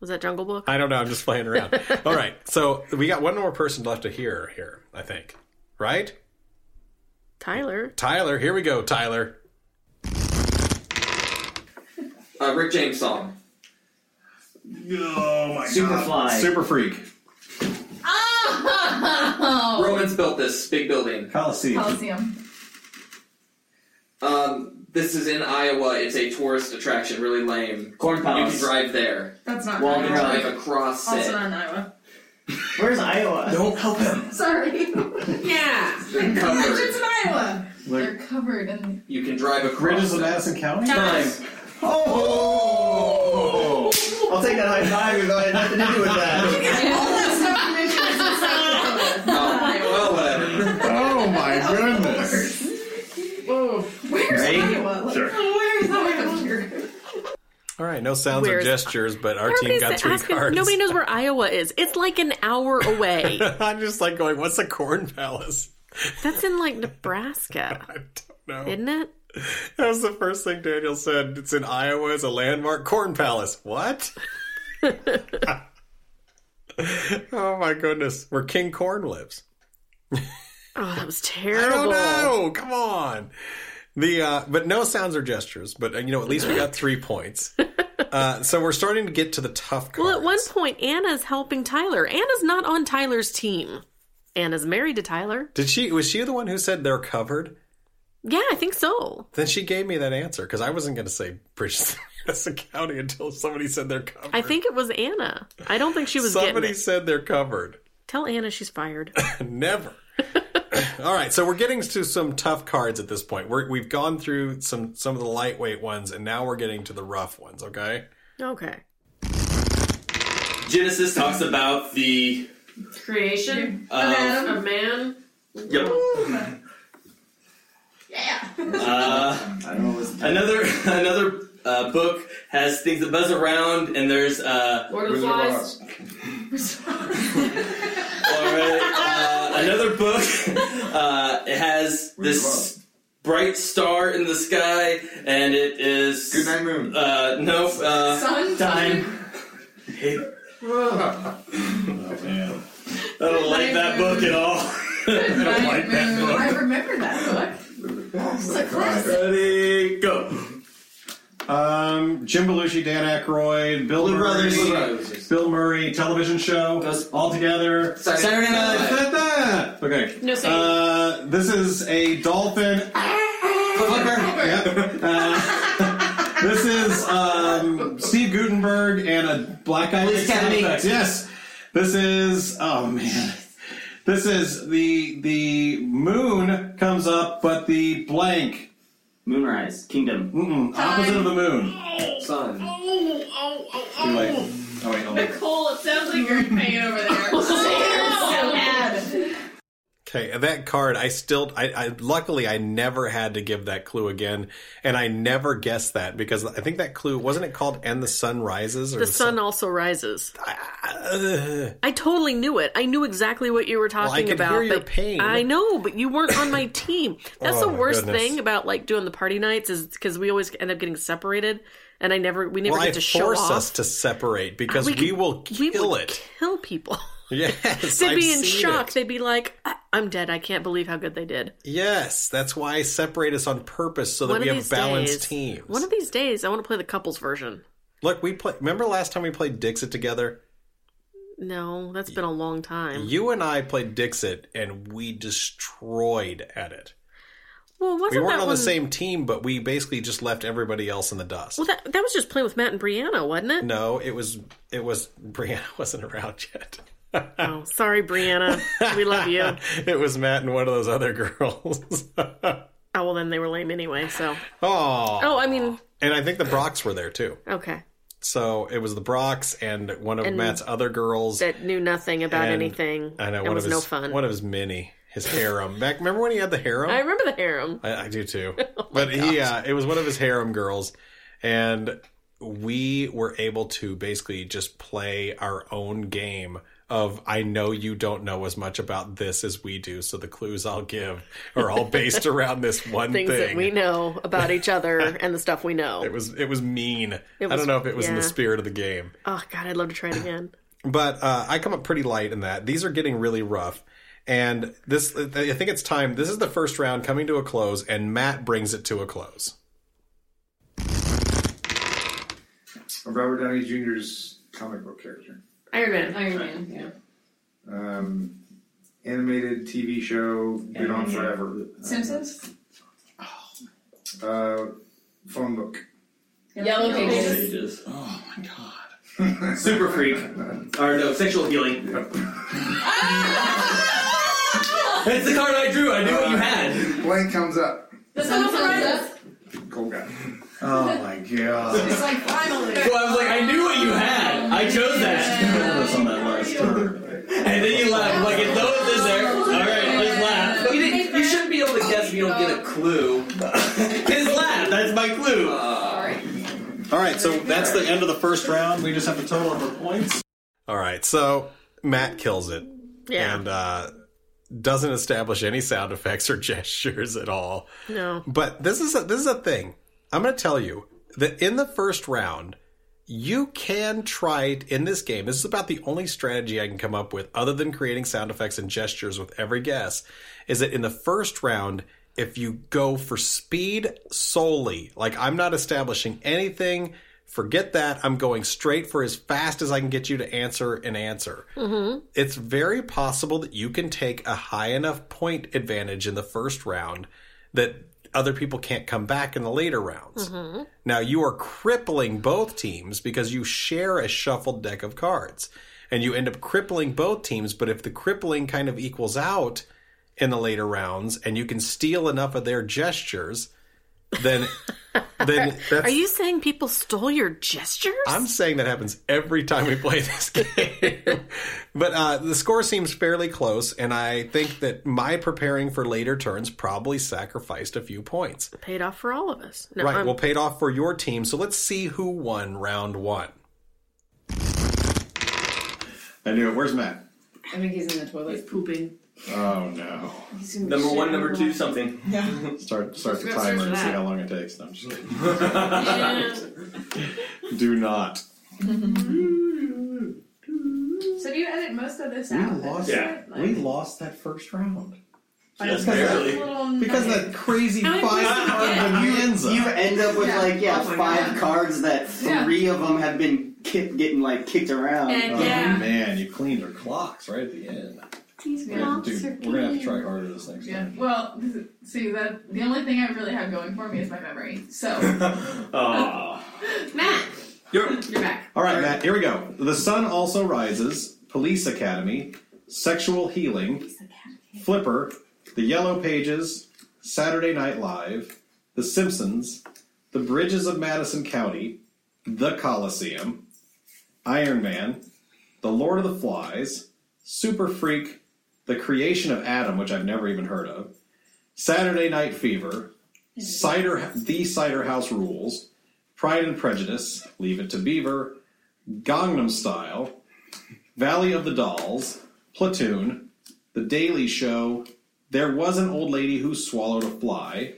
Was that Jungle Book?
I don't know. I'm just playing around. all right. So we got one more person left to hear here. I think. Right,
Tyler.
Tyler. Here we go, Tyler.
Uh, Rick James song.
Oh my
Superfly.
Super freak.
Oh.
Romans built this big building.
Coliseum.
Coliseum.
Um, this is in Iowa. It's a tourist attraction. Really lame.
Corn
You can
palace.
drive there.
That's not
Well,
You can
Right.
Iowa.
drive across
Also
it.
not in Iowa.
Where's Iowa?
Don't help him.
Sorry.
Yeah.
They're
It's
covered.
in Iowa.
Look,
They're covered in
You can drive across.
Bridges of
it.
Madison County.
Time.
Oh! I'll take that high five if I had nothing to do with that.
all that stuff.
Oh, well,
Oh
whatever.
my goodness.
Where's
Ready?
Iowa? Like,
Sure.
Where's Iowa?
All right, no sounds
Where's-
or gestures, but our team
Everybody's
got three
asking-
cards.
Nobody knows where Iowa is. It's like an hour away.
I'm just like going, what's a corn palace?
That's in like Nebraska,
I don't know.
isn't it?
that was the first thing Daniel said. It's in Iowa. It's a landmark corn palace. What? oh my goodness, where King Corn lives.
Oh, that was
I
terrible.
don't know. Come on. The uh, but no sounds or gestures. But uh, you know, at least we got three points. Uh, so we're starting to get to the tough cards.
Well, at one point, Anna's helping Tyler. Anna's not on Tyler's team. Anna's married to Tyler.
Did she? Was she the one who said they're covered?
Yeah, I think so.
Then she gave me that answer because I wasn't going to say Bridges Madison County until somebody said they're covered.
I think it was Anna. I don't think she was
somebody
getting it.
said they're covered.
Tell Anna she's fired.
Never. All right, so we're getting to some tough cards at this point. We're, we've gone through some some of the lightweight ones, and now we're getting to the rough ones. Okay.
Okay.
Genesis talks about the.
Creation
Uh,
of man.
Yep. Uh, another another uh, book has things that buzz around, and there's uh,
Lord of the Flies.
All right. Uh, another book. Uh, it has this bright star in the sky, and it is good night moon. Uh, no, uh,
Sun?
time.
Oh,
man. I don't like that book at all. I don't like that book.
I remember that book. It's a classic.
Ready, go.
Um, Jim Belushi, Dan Aykroyd, Bill
Blue
Murray,
Brothers. Blue
Bill Murray television show all together.
Saturday Night
Night. Okay.
No, same.
uh, this is a dolphin. Yep. Uh, this is um, Steve Gutenberg and a black guy.
Police Academy.
Yes. This is oh man. This is the the moon comes up, but the blank.
Moonrise Kingdom.
Mm-mm, opposite of the moon.
Sun.
Oh, oh, oh,
Too late. Oh wait, hold on.
Nicole, it sounds like you're in pain over there.
Okay, and that card, I still, I, I luckily I never had to give that clue again, and I never guessed that because I think that clue wasn't it called "And the Sun Rises" or
The sun also rises.
Ugh.
I totally knew it. I knew exactly what you were
uh, I
talking
could
about.
hear your
but
pain.
I know, but you weren't on my team. That's
Oh,
the
my
worst
goodness.
thing about like doing the party nights is because we always end up getting separated, and I never we never
Well, I
get to show
force
off.
us to separate because
We
we,
could-
will
we
kill
would
it.
kill people.
Yes,
They'd
I've
be in
seen
shock.
it.
They'd be like, "I- "I'm dead. I can't believe how good they did."
Yes, that's why I separate us on purpose so that
One
we
of
have
these
balanced
days,
teams.
One of these days, I want to play the couples version.
Look, we play. Remember last time we played Dixit together?
No, that's been a long time.
You and I played Dixit, and we destroyed at it.
well, wasn't
we weren't
that
on the
one...
same team, but we basically just left everybody else in the dust.
Well, that that was just playing with Matt and Brianna, wasn't it?
No, it was it was Brianna wasn't around yet.
Oh, sorry, Brianna. We love you.
it was Matt and one of those other girls.
Oh well, then they were lame anyway. So
oh,
oh, I mean,
and I think the Brocks were there too.
okay,
So it was the Brocks and one of
And
Matt's other girls.
that knew nothing about
and-
anything.
I know
it
one
was
of his
no fun.
one of his many his harem. Back remember when he had the harem?
I remember the harem.
I, I do too.
Oh
but he, uh, it was one of his harem girls, and we were able to basically just play our own game of I know you don't know as much about this as we do, so the clues I'll give are all based around this one
Things
thing.
that we know about each other and the stuff we know.
It was it was mean. I
was-
don't know if it was in the
yeah.
spirit of the game,
oh God, I'd love to try it again.
but uh, I come up pretty light in that. These are getting really rough. And this, I think it's time. This is the first round coming to a close, and Matt brings it to a close.
Robert Downey Jr.'s comic book character.
Iron Man.
Iron Man. Yeah.
Um, animated TV show, been on forever.
Simpsons?
Uh, phone book.
Yellow Pages.
Oh my god. Super freak. Or no, sexual healing.
Ah!
it's the card I drew. I knew what you had.
Blank comes up.
The Sun Rises.
Cool guy. Oh my god.
It's like finally.
So I was like, I knew what you had. I chose that. And then you laugh. I'm like, it though it is there. All right, just laugh. You, didn't- you shouldn't be able to guess if you don't get a clue. Uh, just laugh. That's my clue.
All right, so that's the end of the first round. We just have to total up our points. All right, so Matt kills it
Yeah.
and uh, doesn't establish any sound effects or gestures at all.
no.
But this is a, this is a thing. I'm going to tell you that in the first round, you can try t- in this game. This is about the only strategy I can come up with, other than creating sound effects and gestures with every guess. Is that in the first round, if you go for speed solely, like I'm not establishing anything. Forget that. I'm going straight for as fast as I can get you to answer an answer
Mm-hmm.
it's very possible that you can take a high enough point advantage in the first round that other people can't come back in the later rounds.
Mm-hmm.
Now, you are crippling both teams because you share a shuffled deck of cards. And you end up crippling both teams, but if the crippling kind of equals out, in the later rounds, and you can steal enough of their gestures, then then that's,
Are you saying people stole your gestures?
I'm saying that happens every time we play this game. but uh, the score seems fairly close, and I think that my preparing for later turns probably sacrificed a few points.
Paid off for all of us. No,
right,
I'm-
well, paid off for your team, so let's see who won round one.
I knew it. Where's Matt?
I think he's in the toilet. He's
pooping.
Oh no.
Number one, number two, something.
Start start the
Let's go upstairs
timer and
for
see
that.
how long it takes. No, I'm just kidding. Do not.
So do you edit most of this out?
yeah. we lost that first round.
Yes,
Because that-
barely.
Because that crazy
I
five
was-
card
yeah.
bonanza.
You end up with
Yeah.
like yeah
Oh my
five
God.
cards that
Yeah.
three of them have been ki- getting like kicked around.
And
Uh,
yeah.
Oh, Man, you cleaned our clocks right at the end.
These
We're gonna,
blocks
do,
are
we're gonna have to
clean.
try harder this next
Yeah.
time.
Well, see that the only thing I really have going for me is my memory. So,
Aw.
Matt,
You're-
you're back.
All right, Matt, here we go. The Sun Also Rises, Police Academy, Sexual Healing, Flipper, The Yellow Pages, Saturday Night Live, The Simpsons, The Bridges of Madison County, The Coliseum, Iron Man, The Lord of the Flies, Super Freak, The Creation of Adam, which I've never even heard of, Saturday Night Fever, Cider, The Cider House Rules, Pride and Prejudice, Leave It to Beaver, Gangnam Style, Valley of the Dolls, Platoon, The Daily Show, There Was an Old Lady Who Swallowed a Fly,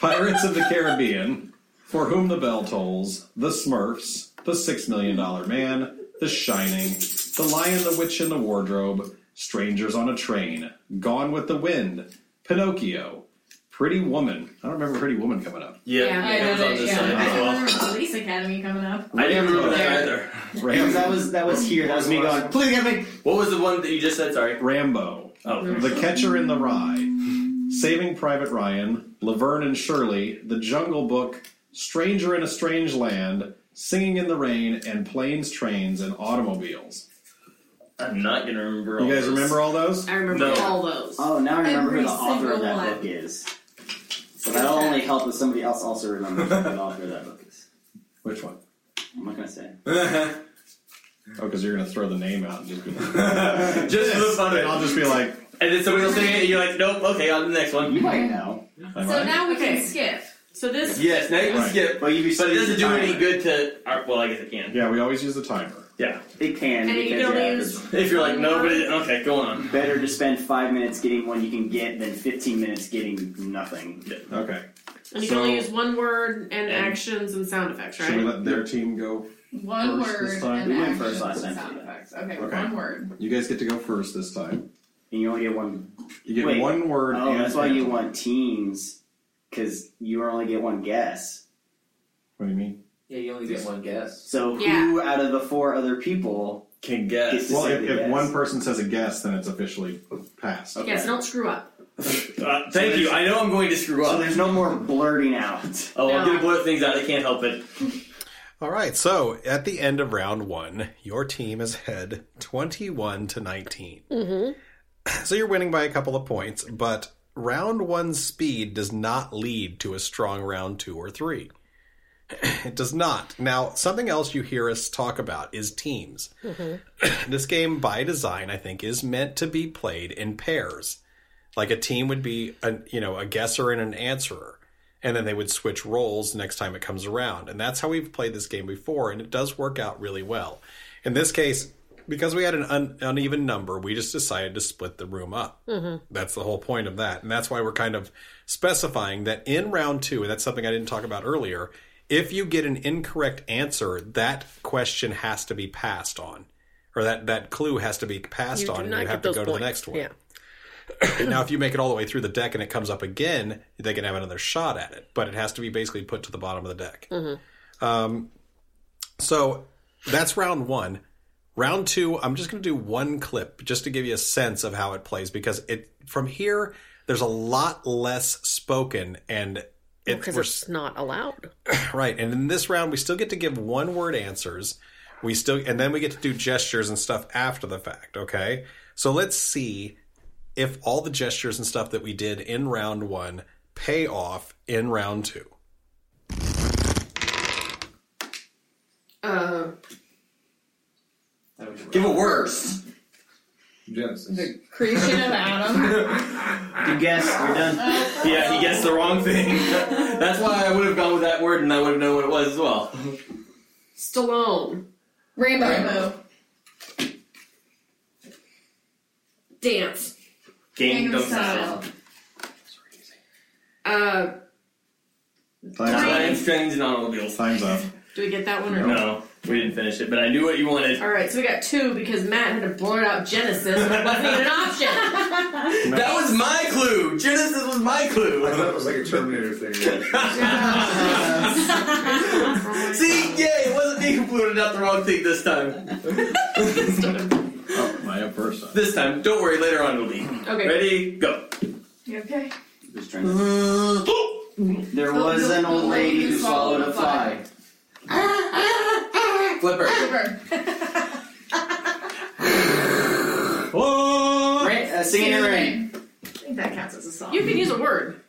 Pirates of the Caribbean, For Whom the Bell Tolls, The Smurfs, The Six Million Dollar Man, The Shining, The Lion, the Witch, and the Wardrobe, Strangers on a Train, Gone with the Wind, Pinocchio, Pretty Woman. I don't remember Pretty Woman coming up.
Yeah,
I
it was
know
on
that-
this
yeah.
side as
I
well.
remember Police Academy coming up.
I didn't remember that either.
Ram-
that was that was here. That was me going. Please get me.
What was the one that you just said? Sorry.
Rambo,
Oh,
The Catcher in the Rye, Saving Private Ryan, Laverne and Shirley, The Jungle Book, Stranger in a Strange Land, Singing in the Rain, and Planes, Trains, and Automobiles.
I'm not gonna remember. All
You guys
those.
remember all those?
Uh,
I remember
No.
all those.
Oh, now I remember who
Every
the author of
single
that
one.
book is. So that'll only help if somebody else also remembers who the author of that book is.
Which one?
I'm not gonna say.
Oh, because you're going to throw the name out and just be like,
Just for the fun of it.
and I'll just be like,
And then somebody will say it, and you're like, nope, okay, on to the next
You
one.
might know,
am
So
I?
now we
Okay.
can skip.
So this
Yes, now you can
Right.
skip.
but you be
But it doesn't do any good to. uh, Well, I guess it can.
Yeah, we always use the timer.
Yeah.
It can
And you
because
can only
yeah,
use-
it's
If you're like, no, but it, okay, go on.
better to spend five minutes getting one you can get than 15 minutes getting nothing.
Okay.
and you can only
So-
use one word and,
And-
actions and sound effects,
Should we
right?
let their team go?
One
First this
word
time.
and
We went
actions
first last
and
time,
sound
yeah.
effects. Okay,
Okay.
one word.
You guys get to go first this time.
And you only get one.
You get
Wait.
one word.
Oh,
and
that's why you want teams, because you only get one guess.
What do you mean?
Yeah, you only get one guess.
So who
Yeah.
out of the four other people?
Can
It's
guess.
just-
Well, if,
say the
if
guess.
one person says a guess, then it's officially passed.
Yes, don't screw up.
Uh, thank you. I know I'm going to screw
So
up.
there's no more blurting out.
Oh, I'm
No.
gonna blurt things out. I can't help it.
All right, so at the end of round one, your team is ahead 21 to 19. So you're winning by a couple of points, but round one's speed does not lead to a strong round two or three. It does not. Now, something else you hear us talk about is teams. this game, by design, I think, is meant to be played in pairs. Like a team would be, a, you know, a guesser and an answerer and then they would switch roles next time it comes around. And that's how we've played this game before, and it does work out really well. In this case, because we had an un- uneven number, we just decided to split the room up.
Mm-hmm.
That's the whole point of that. And that's why we're kind of specifying that in round two, and that's something I didn't talk about earlier, if you get an incorrect answer, that question has to be passed on. Or that, that clue has to be passed
You
on,
do
and
not
you
get
have to
those
go to
points.
the next one.
Yeah.
Now, if you make it all the way through the deck and it comes up again, they can have another shot at it, but it has to be basically put to the bottom of the deck. Um,
Mm-hmm.
so that's round one. Round two, I'm just going to do one clip just to give you a sense of how it plays because it from here there's a lot less spoken and it,
Because
we're
it's not allowed.
Right. And in this round, we still get to give one word answers. We still, and then we get to do gestures and stuff after the fact. Okay. So let's see if all the gestures and stuff that we did in round one pay off in round two.
Uh,
Give a worst.
The creation of Adam.
You guessed. You're done.
Yeah, he guessed the wrong thing. That's why I would have gone with that word, and I would have known what it was as well.
Stallone.
Rainbow.
Rambo.
Dance.
Gangnam
Gangnam Style.
Style.
Uh,
Time's
Nine strings and automobiles.
up. Time's up.
do we get that one or
No, we didn't finish it, but I knew what you wanted.
All right, so we got two because Matt had to blurt out Genesis. and It wasn't even an option.
That was my clue. Genesis was my clue.
thought it was like a Terminator thing.
See, yeah, it wasn't me who booted out the wrong thing this time.
Oh, my up first.
This time, don't worry. Later on, it'll be.
Okay.
Ready? Go.
You okay?
Just trying to- There was an old lady who swallowed a fly.
Flipper.
Flipper.
Oh!
Right, uh, singing in the rain.
I think that counts as a song.
You can use a word.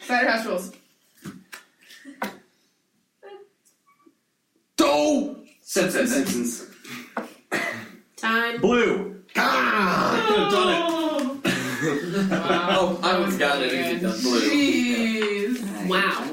Cider House Rules.
Do.
Simpsons. Simpsons.
Time.
Blue.
I could have done it.
Oh, I would have gotten it if you'd done blue.
Jeez.
Wow.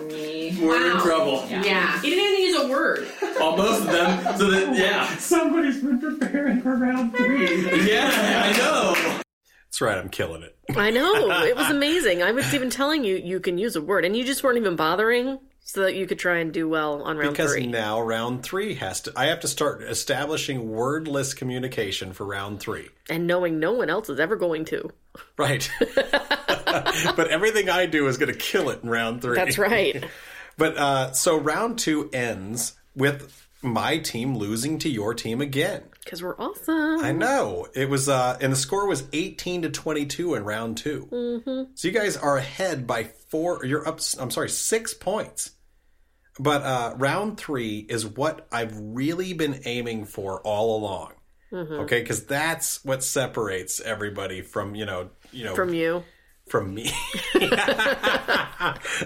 We're in
Wow.
trouble.
Yeah. He didn't even use a word.
On most of them. So that yeah.
Somebody's been preparing for round three.
Yeah, I know.
That's right, I'm killing it.
I know. It was amazing. I was even telling you you can use a word, and you just weren't even bothering so that you could try and do well on round
Because
three.
now round three has to, I have to start establishing wordless communication for round three.
and knowing no one else is ever going to.
Right. but everything I do is going to kill it in round three.
That's right.
But uh, so round two ends with my team losing to your team again.
Because we're awesome.
I know it was, uh, and the score was eighteen to twenty-two in round 2 Mm-hmm. So you guys are ahead by four. You're up. I'm sorry, six points. But uh, round three is what I've really been aiming for all along. Okay, because that's what separates everybody from you know you know
From you.
from me.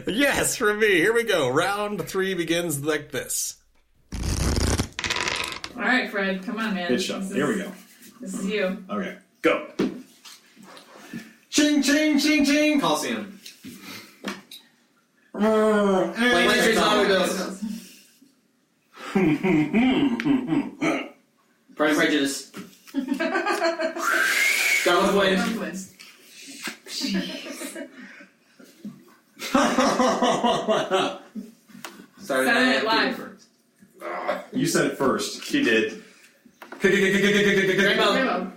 yes, from me. Here we go. Round three begins like this.
All right, Fred. Come on, man.
Good shot.
This is-
Here we go.
This is you.
Okay.
Go.
Ching, ching, ching, ching.
Coliseum.
Planes,
Pride and Prejudice.
Gone with waves.
Northwest.
Saturday
Saturday Night Live.
You said it first.
She did.
Rainbow.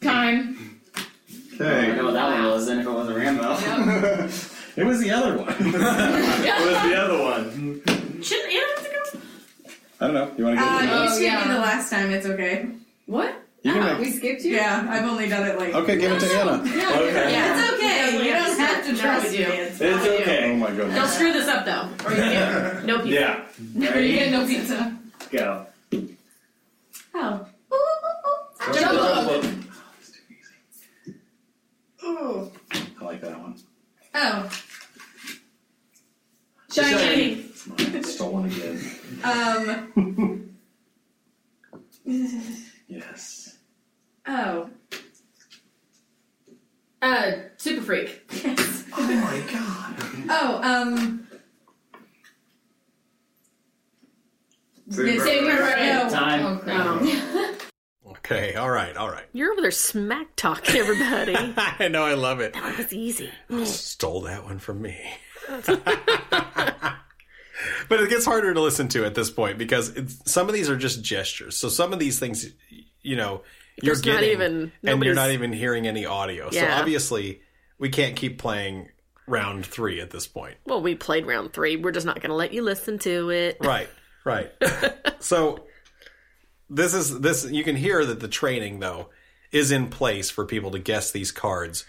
Time.
I know
Okay.
what that one was, and if it wasn't Rambo.
It was the other one.
What was the other one?
Shouldn't Anna have to go?
I don't know. You want to
Uh,
go?
you
Oh,
skipped
yeah.
me the last time. It's okay.
What?
you can
We skipped you.
Yeah, I've only done it like.
Okay, give it to Anna.
Okay.
It's
Yeah,
okay.
we
You
have
don't
to-
have to
no,
trust
we
me.
do.
It's
It's
Oh
okay.
my
Don't
goodness.
screw this up though, or you can't. No people.
Yeah.
You get no pizza.
Go.
Oh.
Jumbo.
Ooh.
I like that one.
Oh,
Shiny.
Stolen again.
um,
Yes.
oh,
Uh, super freak.
oh, um.
Saving
Saving
Private
Ryan.
Private No.
Time.
Oh, crap.
Um,
Okay, all right, all right.
You're over there smack talking everybody. that
I know I love it.
was easy.
Stole that one from me. but it gets harder to listen to at this point because it's, some of these are just gestures. So some of these things, you know, you're
There's not
getting
even-
and you're
nobody's-
not even hearing any audio.
Yeah.
So obviously, we can't keep playing round three at this point.
Well, we played round three. We're just not going to let you listen to it.
Right, right. so this is this. You can hear that the training though is in place for people to guess these cards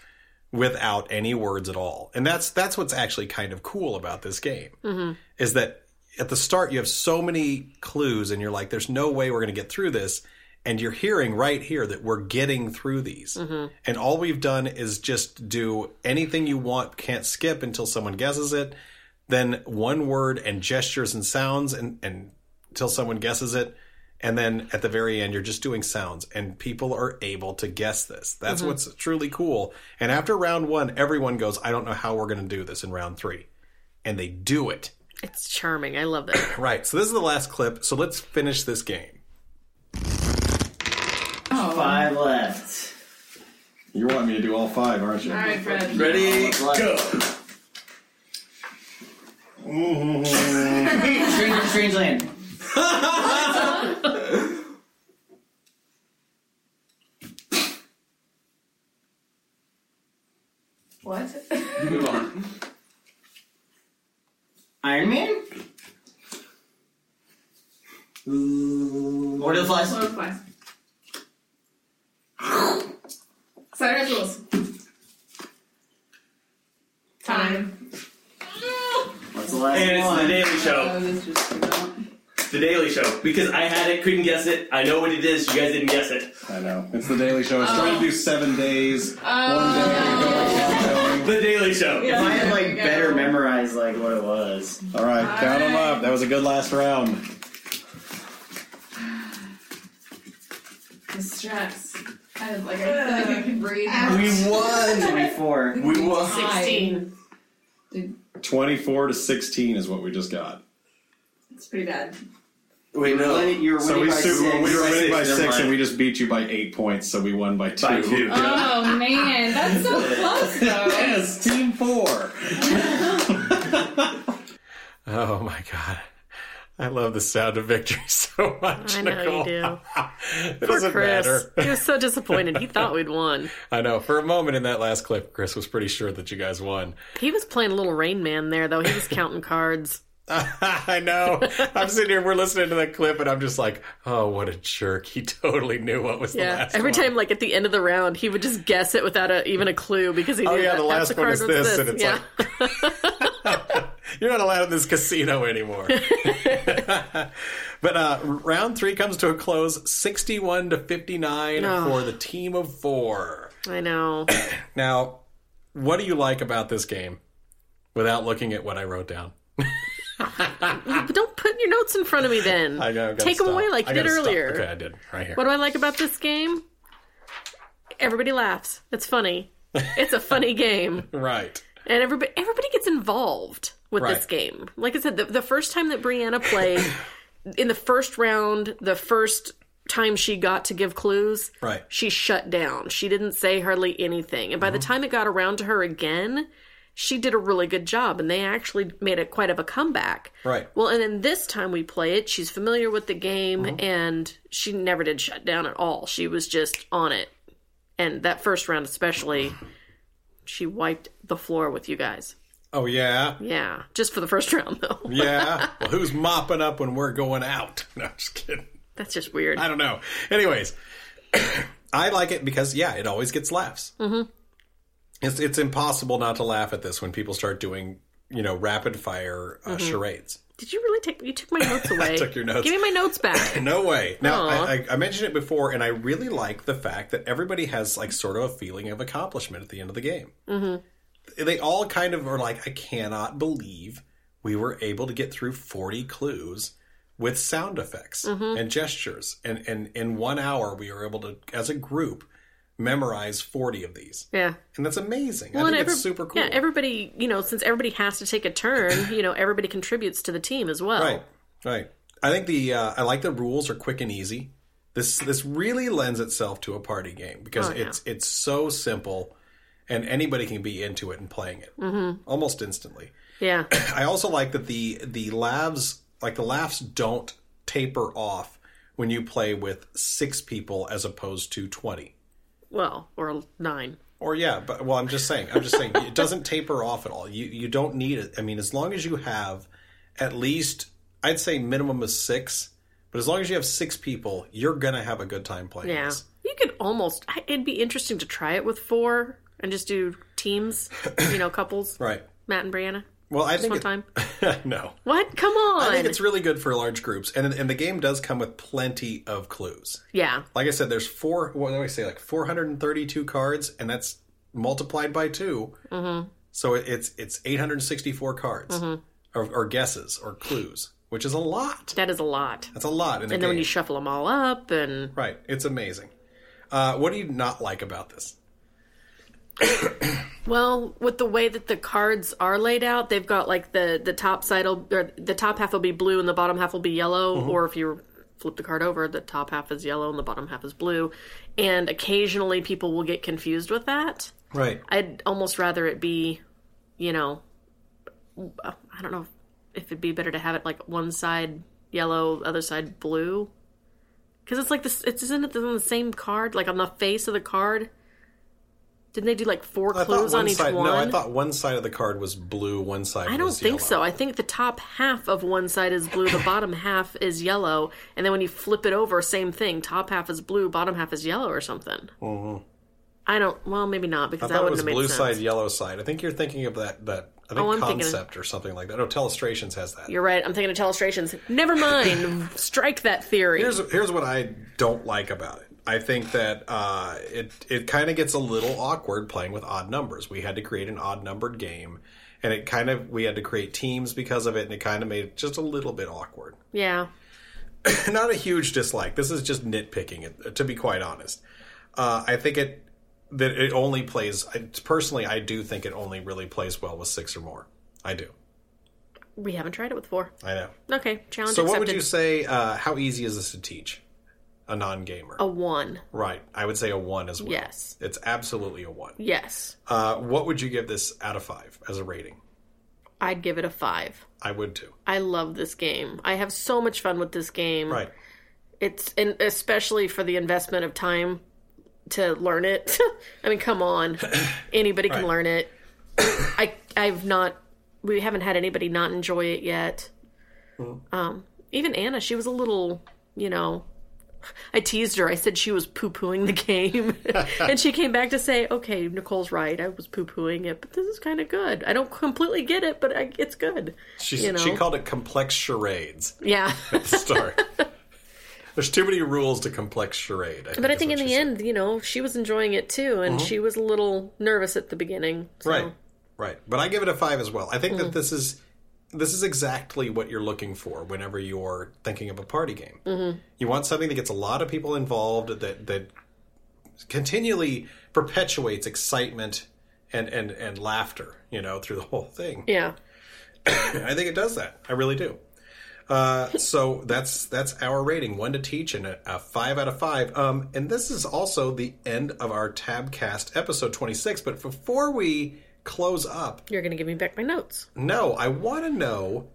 without any words at all, and that's that's what's actually kind of cool about this game is that at the start you have so many clues and you're like there's no way we're going to get through this and you're hearing right here that we're getting through these
Mhm.
and all we've done is just do anything you want can't skip until someone guesses it then one word and gestures and sounds and, and until someone guesses it and then at the very end you're just doing sounds and people are able to guess this that's
Mhm.
Mm-hmm.
what's truly cool and after round one everyone goes i don't know how we're going to do this in round three and they do it
It's charming. I love it.
Right, so this is the last clip, so let's finish this game.
Five left.
You want me to do all five, aren't you?
All right, Fred.
Ready, go.
Stranger, strange land.
What?
Move on.
Iron Man. Lord of the Flies.
Lord of the Flies. Saturday rules. Time.
What's the last
And it's
one?
The Daily Show. The Daily Show. Because I had it, couldn't guess it. I know what it is. You guys didn't guess it.
I know. It's the Daily Show. I was trying to do seven days.
The Daily Show.
If I had like better memorized like what it was.
All right, count them up. That was a good last round.
The stress. I was like, I feel like I can breathe.
We won. Twenty-four.
We won.
Sixteen.
24 to 16 is what we just got.
It's pretty bad.
Wait, no.
You're winning
So we,
by
su-
six.
we were
By
winning by
six, never
six,
mind.
and we just beat you by eight points, so we won by two.
By two.
Oh man, that's so close though.
Yes, team four.
Oh my god. I love the sound of victory so much.
I know you
Nicole.
do.
It
Poor
doesn't
Chris.
matter.
He was so disappointed. He thought we'd won.
I know. For a moment in that last clip, Chris was pretty sure that you guys won.
He was playing a little Rain Man there, though. He was counting cards.
I know. I'm sitting here, we're listening to that clip, and I'm just like, oh, what a jerk. He totally knew what was the
Yeah.
last
Every
one.
time, like at the end of the round, he would just guess it without a, even a clue because he knew
Oh, yeah, the
that half
last
the
one
card
is
was
this, and it's
yeah.
You're not allowed in this casino anymore. but uh, round three comes to a close 61 to 59
Oh.
for the team of four.
I know.
Now, what do you like about this game without looking at what I wrote down?
But don't put your notes in front of me then.
I gotta, gotta
Take 'em
stop.
away like
I
you did
gotta stop.
earlier.
Okay, I did. Right here.
What do I like about this game? Everybody laughs. It's funny. It's a funny game.
Right.
And everybody everybody gets involved with
Right.
this game. Like I said, the, the first time that Brianna played, in the first round, the first time she got to give clues,
Right.
she shut down. She didn't say hardly anything. And by
Mm-hmm.
the time it got around to her again, she did a really good job and they actually made it quite of a comeback.
Right.
Well, and then this time we play it, she's familiar with the game
Uh-huh.
and she never did shut down at all. She was just on it. And that first round especially, she wiped the floor with you guys.
Oh, yeah.
Yeah. Just for the first round though.
Yeah. well, who's mopping up when we're going out? No, I'm just kidding.
That's just weird.
I don't know. Anyways, I like it because, yeah, it always gets laughs.
Mhm.
It's, it's impossible not to laugh at this when people start doing, you know, rapid fire uh,
Mhm.
charades.
Did you really take you took my notes away?
took your notes.
Give me my notes back.
No way. Now,
Aw.
I, I, I mentioned it before, and I really like the fact that everybody has, like, sort of a feeling of accomplishment at the end of the game.
Mm-hmm.
they all kind of are like, I cannot believe we were able to get through 40 clues with sound effects
Mhm.
and gestures. And, and in one hour, we were able to, as a group, memorize 40 of these.
Yeah.
And that's amazing. I
and
think
every-
it's super cool.
Yeah, everybody, you know, since everybody has to take a turn, you know, everybody contributes to the team as well.
Right, right. I think the uh, I like the rules are quick and easy. This this really lends itself to a party game because
Oh, yeah.
it's it's so simple, and anybody can be into it and playing it
Mm-hmm.
almost instantly.
Yeah.
I also like that the the laughs like the laughs don't taper off when you play with six people as opposed to twenty.
Well, or nine.
Or yeah, but well, I'm just saying. I'm just saying it doesn't taper off at all. You you don't need it. I mean, as long as you have at least I'd say minimum of six, but as long as you have six people, you're gonna have a good time playing.
Yeah.
this.
You could almost, I- it'd be interesting to try it with four and just do teams, you know, couples,
Right.
Matt and Brianna.
Well, I
Just
think
one
it-
time.
no.
What? Come on.
I think it's really good for large groups, and and the game does come with plenty of clues.
yeah.
Like I said, there's four. What do I say? Like 432 cards, and that's multiplied by two,
Mm-hmm.
so it- it's it's 864 cards
Mhm.
or, or guesses or clues, which is a lot.
That is a lot.
That's a lot. In a
And then
game.
when you shuffle them all up, and
right, it's amazing. Uh, what do you not like about this?
well, with the way that the cards are laid out, they've got like the the top side will or the top half will be blue and the bottom half will be yellow,
Mm-hmm.
Mhm.
or if you flip the card over, the top half is yellow and the bottom half is blue. And occasionally, people will get confused with that.
Right.
I'd almost rather it be, you know, I don't know if it'd be better to have it like one side yellow, other side blue, because it's like this. It's isn't it on the same card, like on the face of the card? Didn't they do like four
I thought
clues on
one
each
side.
one?
No, I thought one side of the card was blue, one side.
I don't
was
think
yellow.
so. I think the top half of one side is blue, the bottom half is yellow, and then when you flip it over, same thing. Top half is blue, bottom half is yellow, or something.
Mhm.
I don't. Well, maybe not
I
because that
thought it
wouldn't
was
have made
blue
sense.
side, yellow side. I think you're thinking of that. That I think
Oh, I'm thinking of-
concept or something like that. No, Telestrations has that.
You're right. I'm thinking of telestrations. Never mind. Strike that theory.
Here's here's what I don't like about it. I think that uh, it it kind of gets a little awkward playing with odd numbers. We had to create an odd numbered game, and it kind of we had to create teams because of it, and it kind of made it just a little bit awkward.
yeah.
Not a huge dislike. This is just nitpicking, it, to be quite honest. Uh, I think it that it only plays. I, personally, I do think it only really plays well with six or more. I do.
We haven't tried it with four.
I know.
Okay. Challenge
so,
accepted. Oh.
what would you say? Uh, how easy is this to teach a non gamer?
A one.
Right. I would say a one as well.
Yes.
It's absolutely a one.
Yes.
Uh, what would you give this out of five as a rating?
I'd give it a five.
I would too.
I love this game. I have so much fun with this game.
Right.
It's and especially for the investment of time to learn it. I mean, come on. Anybody can
Right.
learn it. I I've not we haven't had anybody not enjoy it yet. Um, even Anna, she was a little, you know, I teased her. I said she was poo pooing the game. and she came back to say, okay, Nicole's right. I was poo pooing it, but this is kind of good. I don't completely get it, but I, it's good.
She
you know?
she called it complex charades
Yeah.
at the start. There's too many rules to complex charade. I
but I
is
think
what
in the end, you know, she was enjoying it too, and
Mhm.
she was a little nervous at the beginning. so-
Right. Right. But I give it a five as well. I think
Mhm.
that this is this is exactly what you're looking for whenever you're thinking of a party game.
Mhm.
You want something that gets a lot of people involved that that continually perpetuates excitement and and and laughter, you know, through the whole thing.
Yeah.
I think it does that. I really do. Uh, so that's that's our rating, one to teach and a, a five out of five. Um, and this is also the end of our Tabcast episode twenty six. But before we close up,
You're going to give me back my notes.
no, I want to know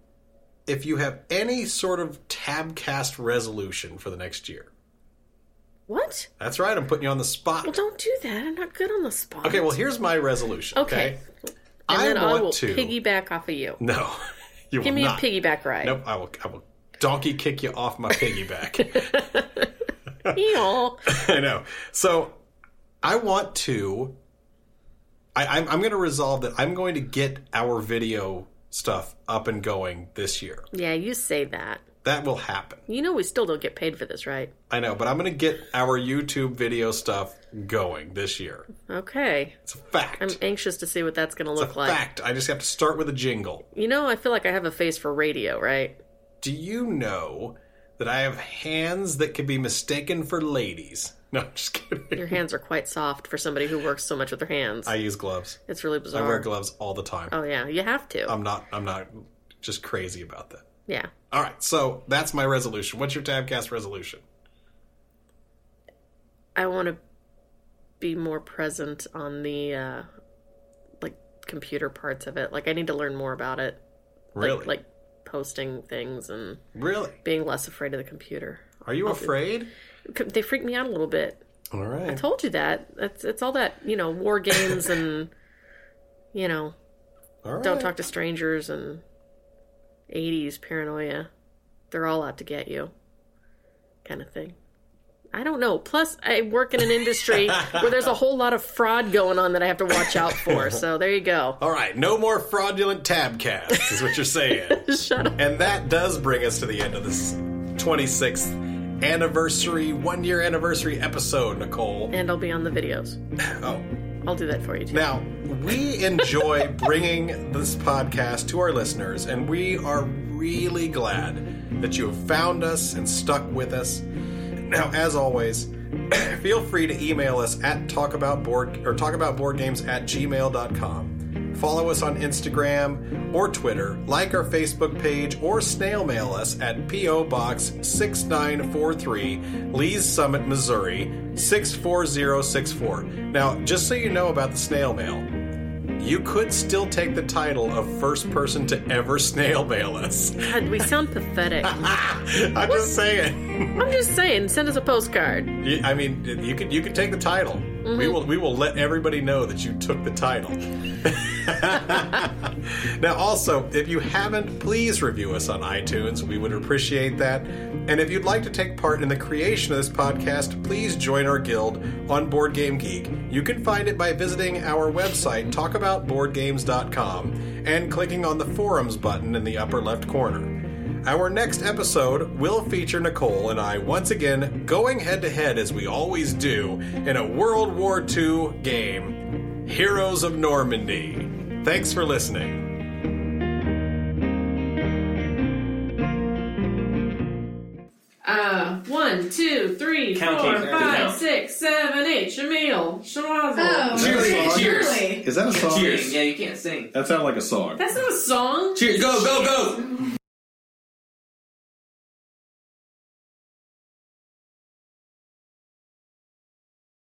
if you have any sort of Tabcast resolution for the next year.
What?
That's right. I'm putting you on the spot.
Well, don't do that. I'm not good on the spot.
Okay. Well, here's my resolution.
Okay.
Okay.
And
I
then I
want
will
to-
piggyback off of you.
No, you
give
will
me
not.
a piggyback ride.
Nope. I will. I will donkey kick you off my piggyback.
Ew.
I know. So I want to. I, I'm, I'm going to resolve that. I'm going to get our video stuff up and going this year.
Yeah, you say that.
That will happen.
You know we still don't get paid for this, right?
I know, but I'm going to get our YouTube video stuff going this year.
Okay.
It's a fact.
I'm anxious to see what that's going to look
It's a
like.
fact. I just have to start with a jingle.
You know, I feel like I have a face for radio, right?
Do you know that I have hands that can be mistaken for ladies? No, I'm just kidding.
Your hands are quite soft for somebody who works so much with their hands.
I use gloves.
it's really
I
bizarre.
wear gloves all the time.
Oh yeah, you have to.
I'm not. I'm not just crazy about that.
yeah.
All right, so that's my resolution. What's your Tabcast resolution?
I want to be more present on the uh like computer parts of it. Like I need to learn more about it. Like-
Really?
Like, posting things and
Really?
being less afraid of the computer.
Are you
I'll do-
afraid?
They freak me out a little bit.
All right.
I told you that. That's it's all that you know, war games and you know,
All right.
don't talk to strangers and '80s paranoia. They're all out to get you, kind of thing. I don't know. Plus, I work in an industry where there's a whole lot of fraud going on that I have to watch out for. So there you go.
All right, no more fraudulent tabcasts, is what you're saying.
Shut up.
And that does bring us to the end of this 26th anniversary, one year anniversary episode, Nicole.
And I'll be on the videos.
Oh.
I'll do that for you too.
Now, we enjoy bringing this podcast to our listeners, and we are really glad that you have found us and stuck with us. Now, as always, feel free to email us at talkaboutboard or talkaboutboardgames at gmail.com. Follow us on Instagram or Twitter, like our Facebook page, or snail mail us at P.O. Box 6943, Lee's Summit, Missouri 64064. Now, just so you know about the snail mail, you could still take the title of first person to ever snail mail us.
God, we sound pathetic.
I'm just saying.
I'm just saying, send us a postcard.
You- I mean, you could you could take the title. We will we will let everybody know that you took the title. now, also, if you haven't, please review us on iTunes. We would appreciate that. And if you'd like to take part in the creation of this podcast, please join our guild on Board Game Geek. You can find it by visiting our website, talkaboutboardgames.com, and clicking on the forums button in the upper left corner. Our next episode will feature Nicole and I once again going head to head as we always do in a World War II game Heroes of Normandy. Thanks for listening.
Uh, one, two, three,
Count,
four,
Kate.
five,
Count.
six, seven, eight. Shamil, Shawazzle.
Oh,
Is that a song? Is that a song?
Cheers. Yeah, you can't sing.
That sounded like a song.
That's not a song.
Cheers. Go, go, go.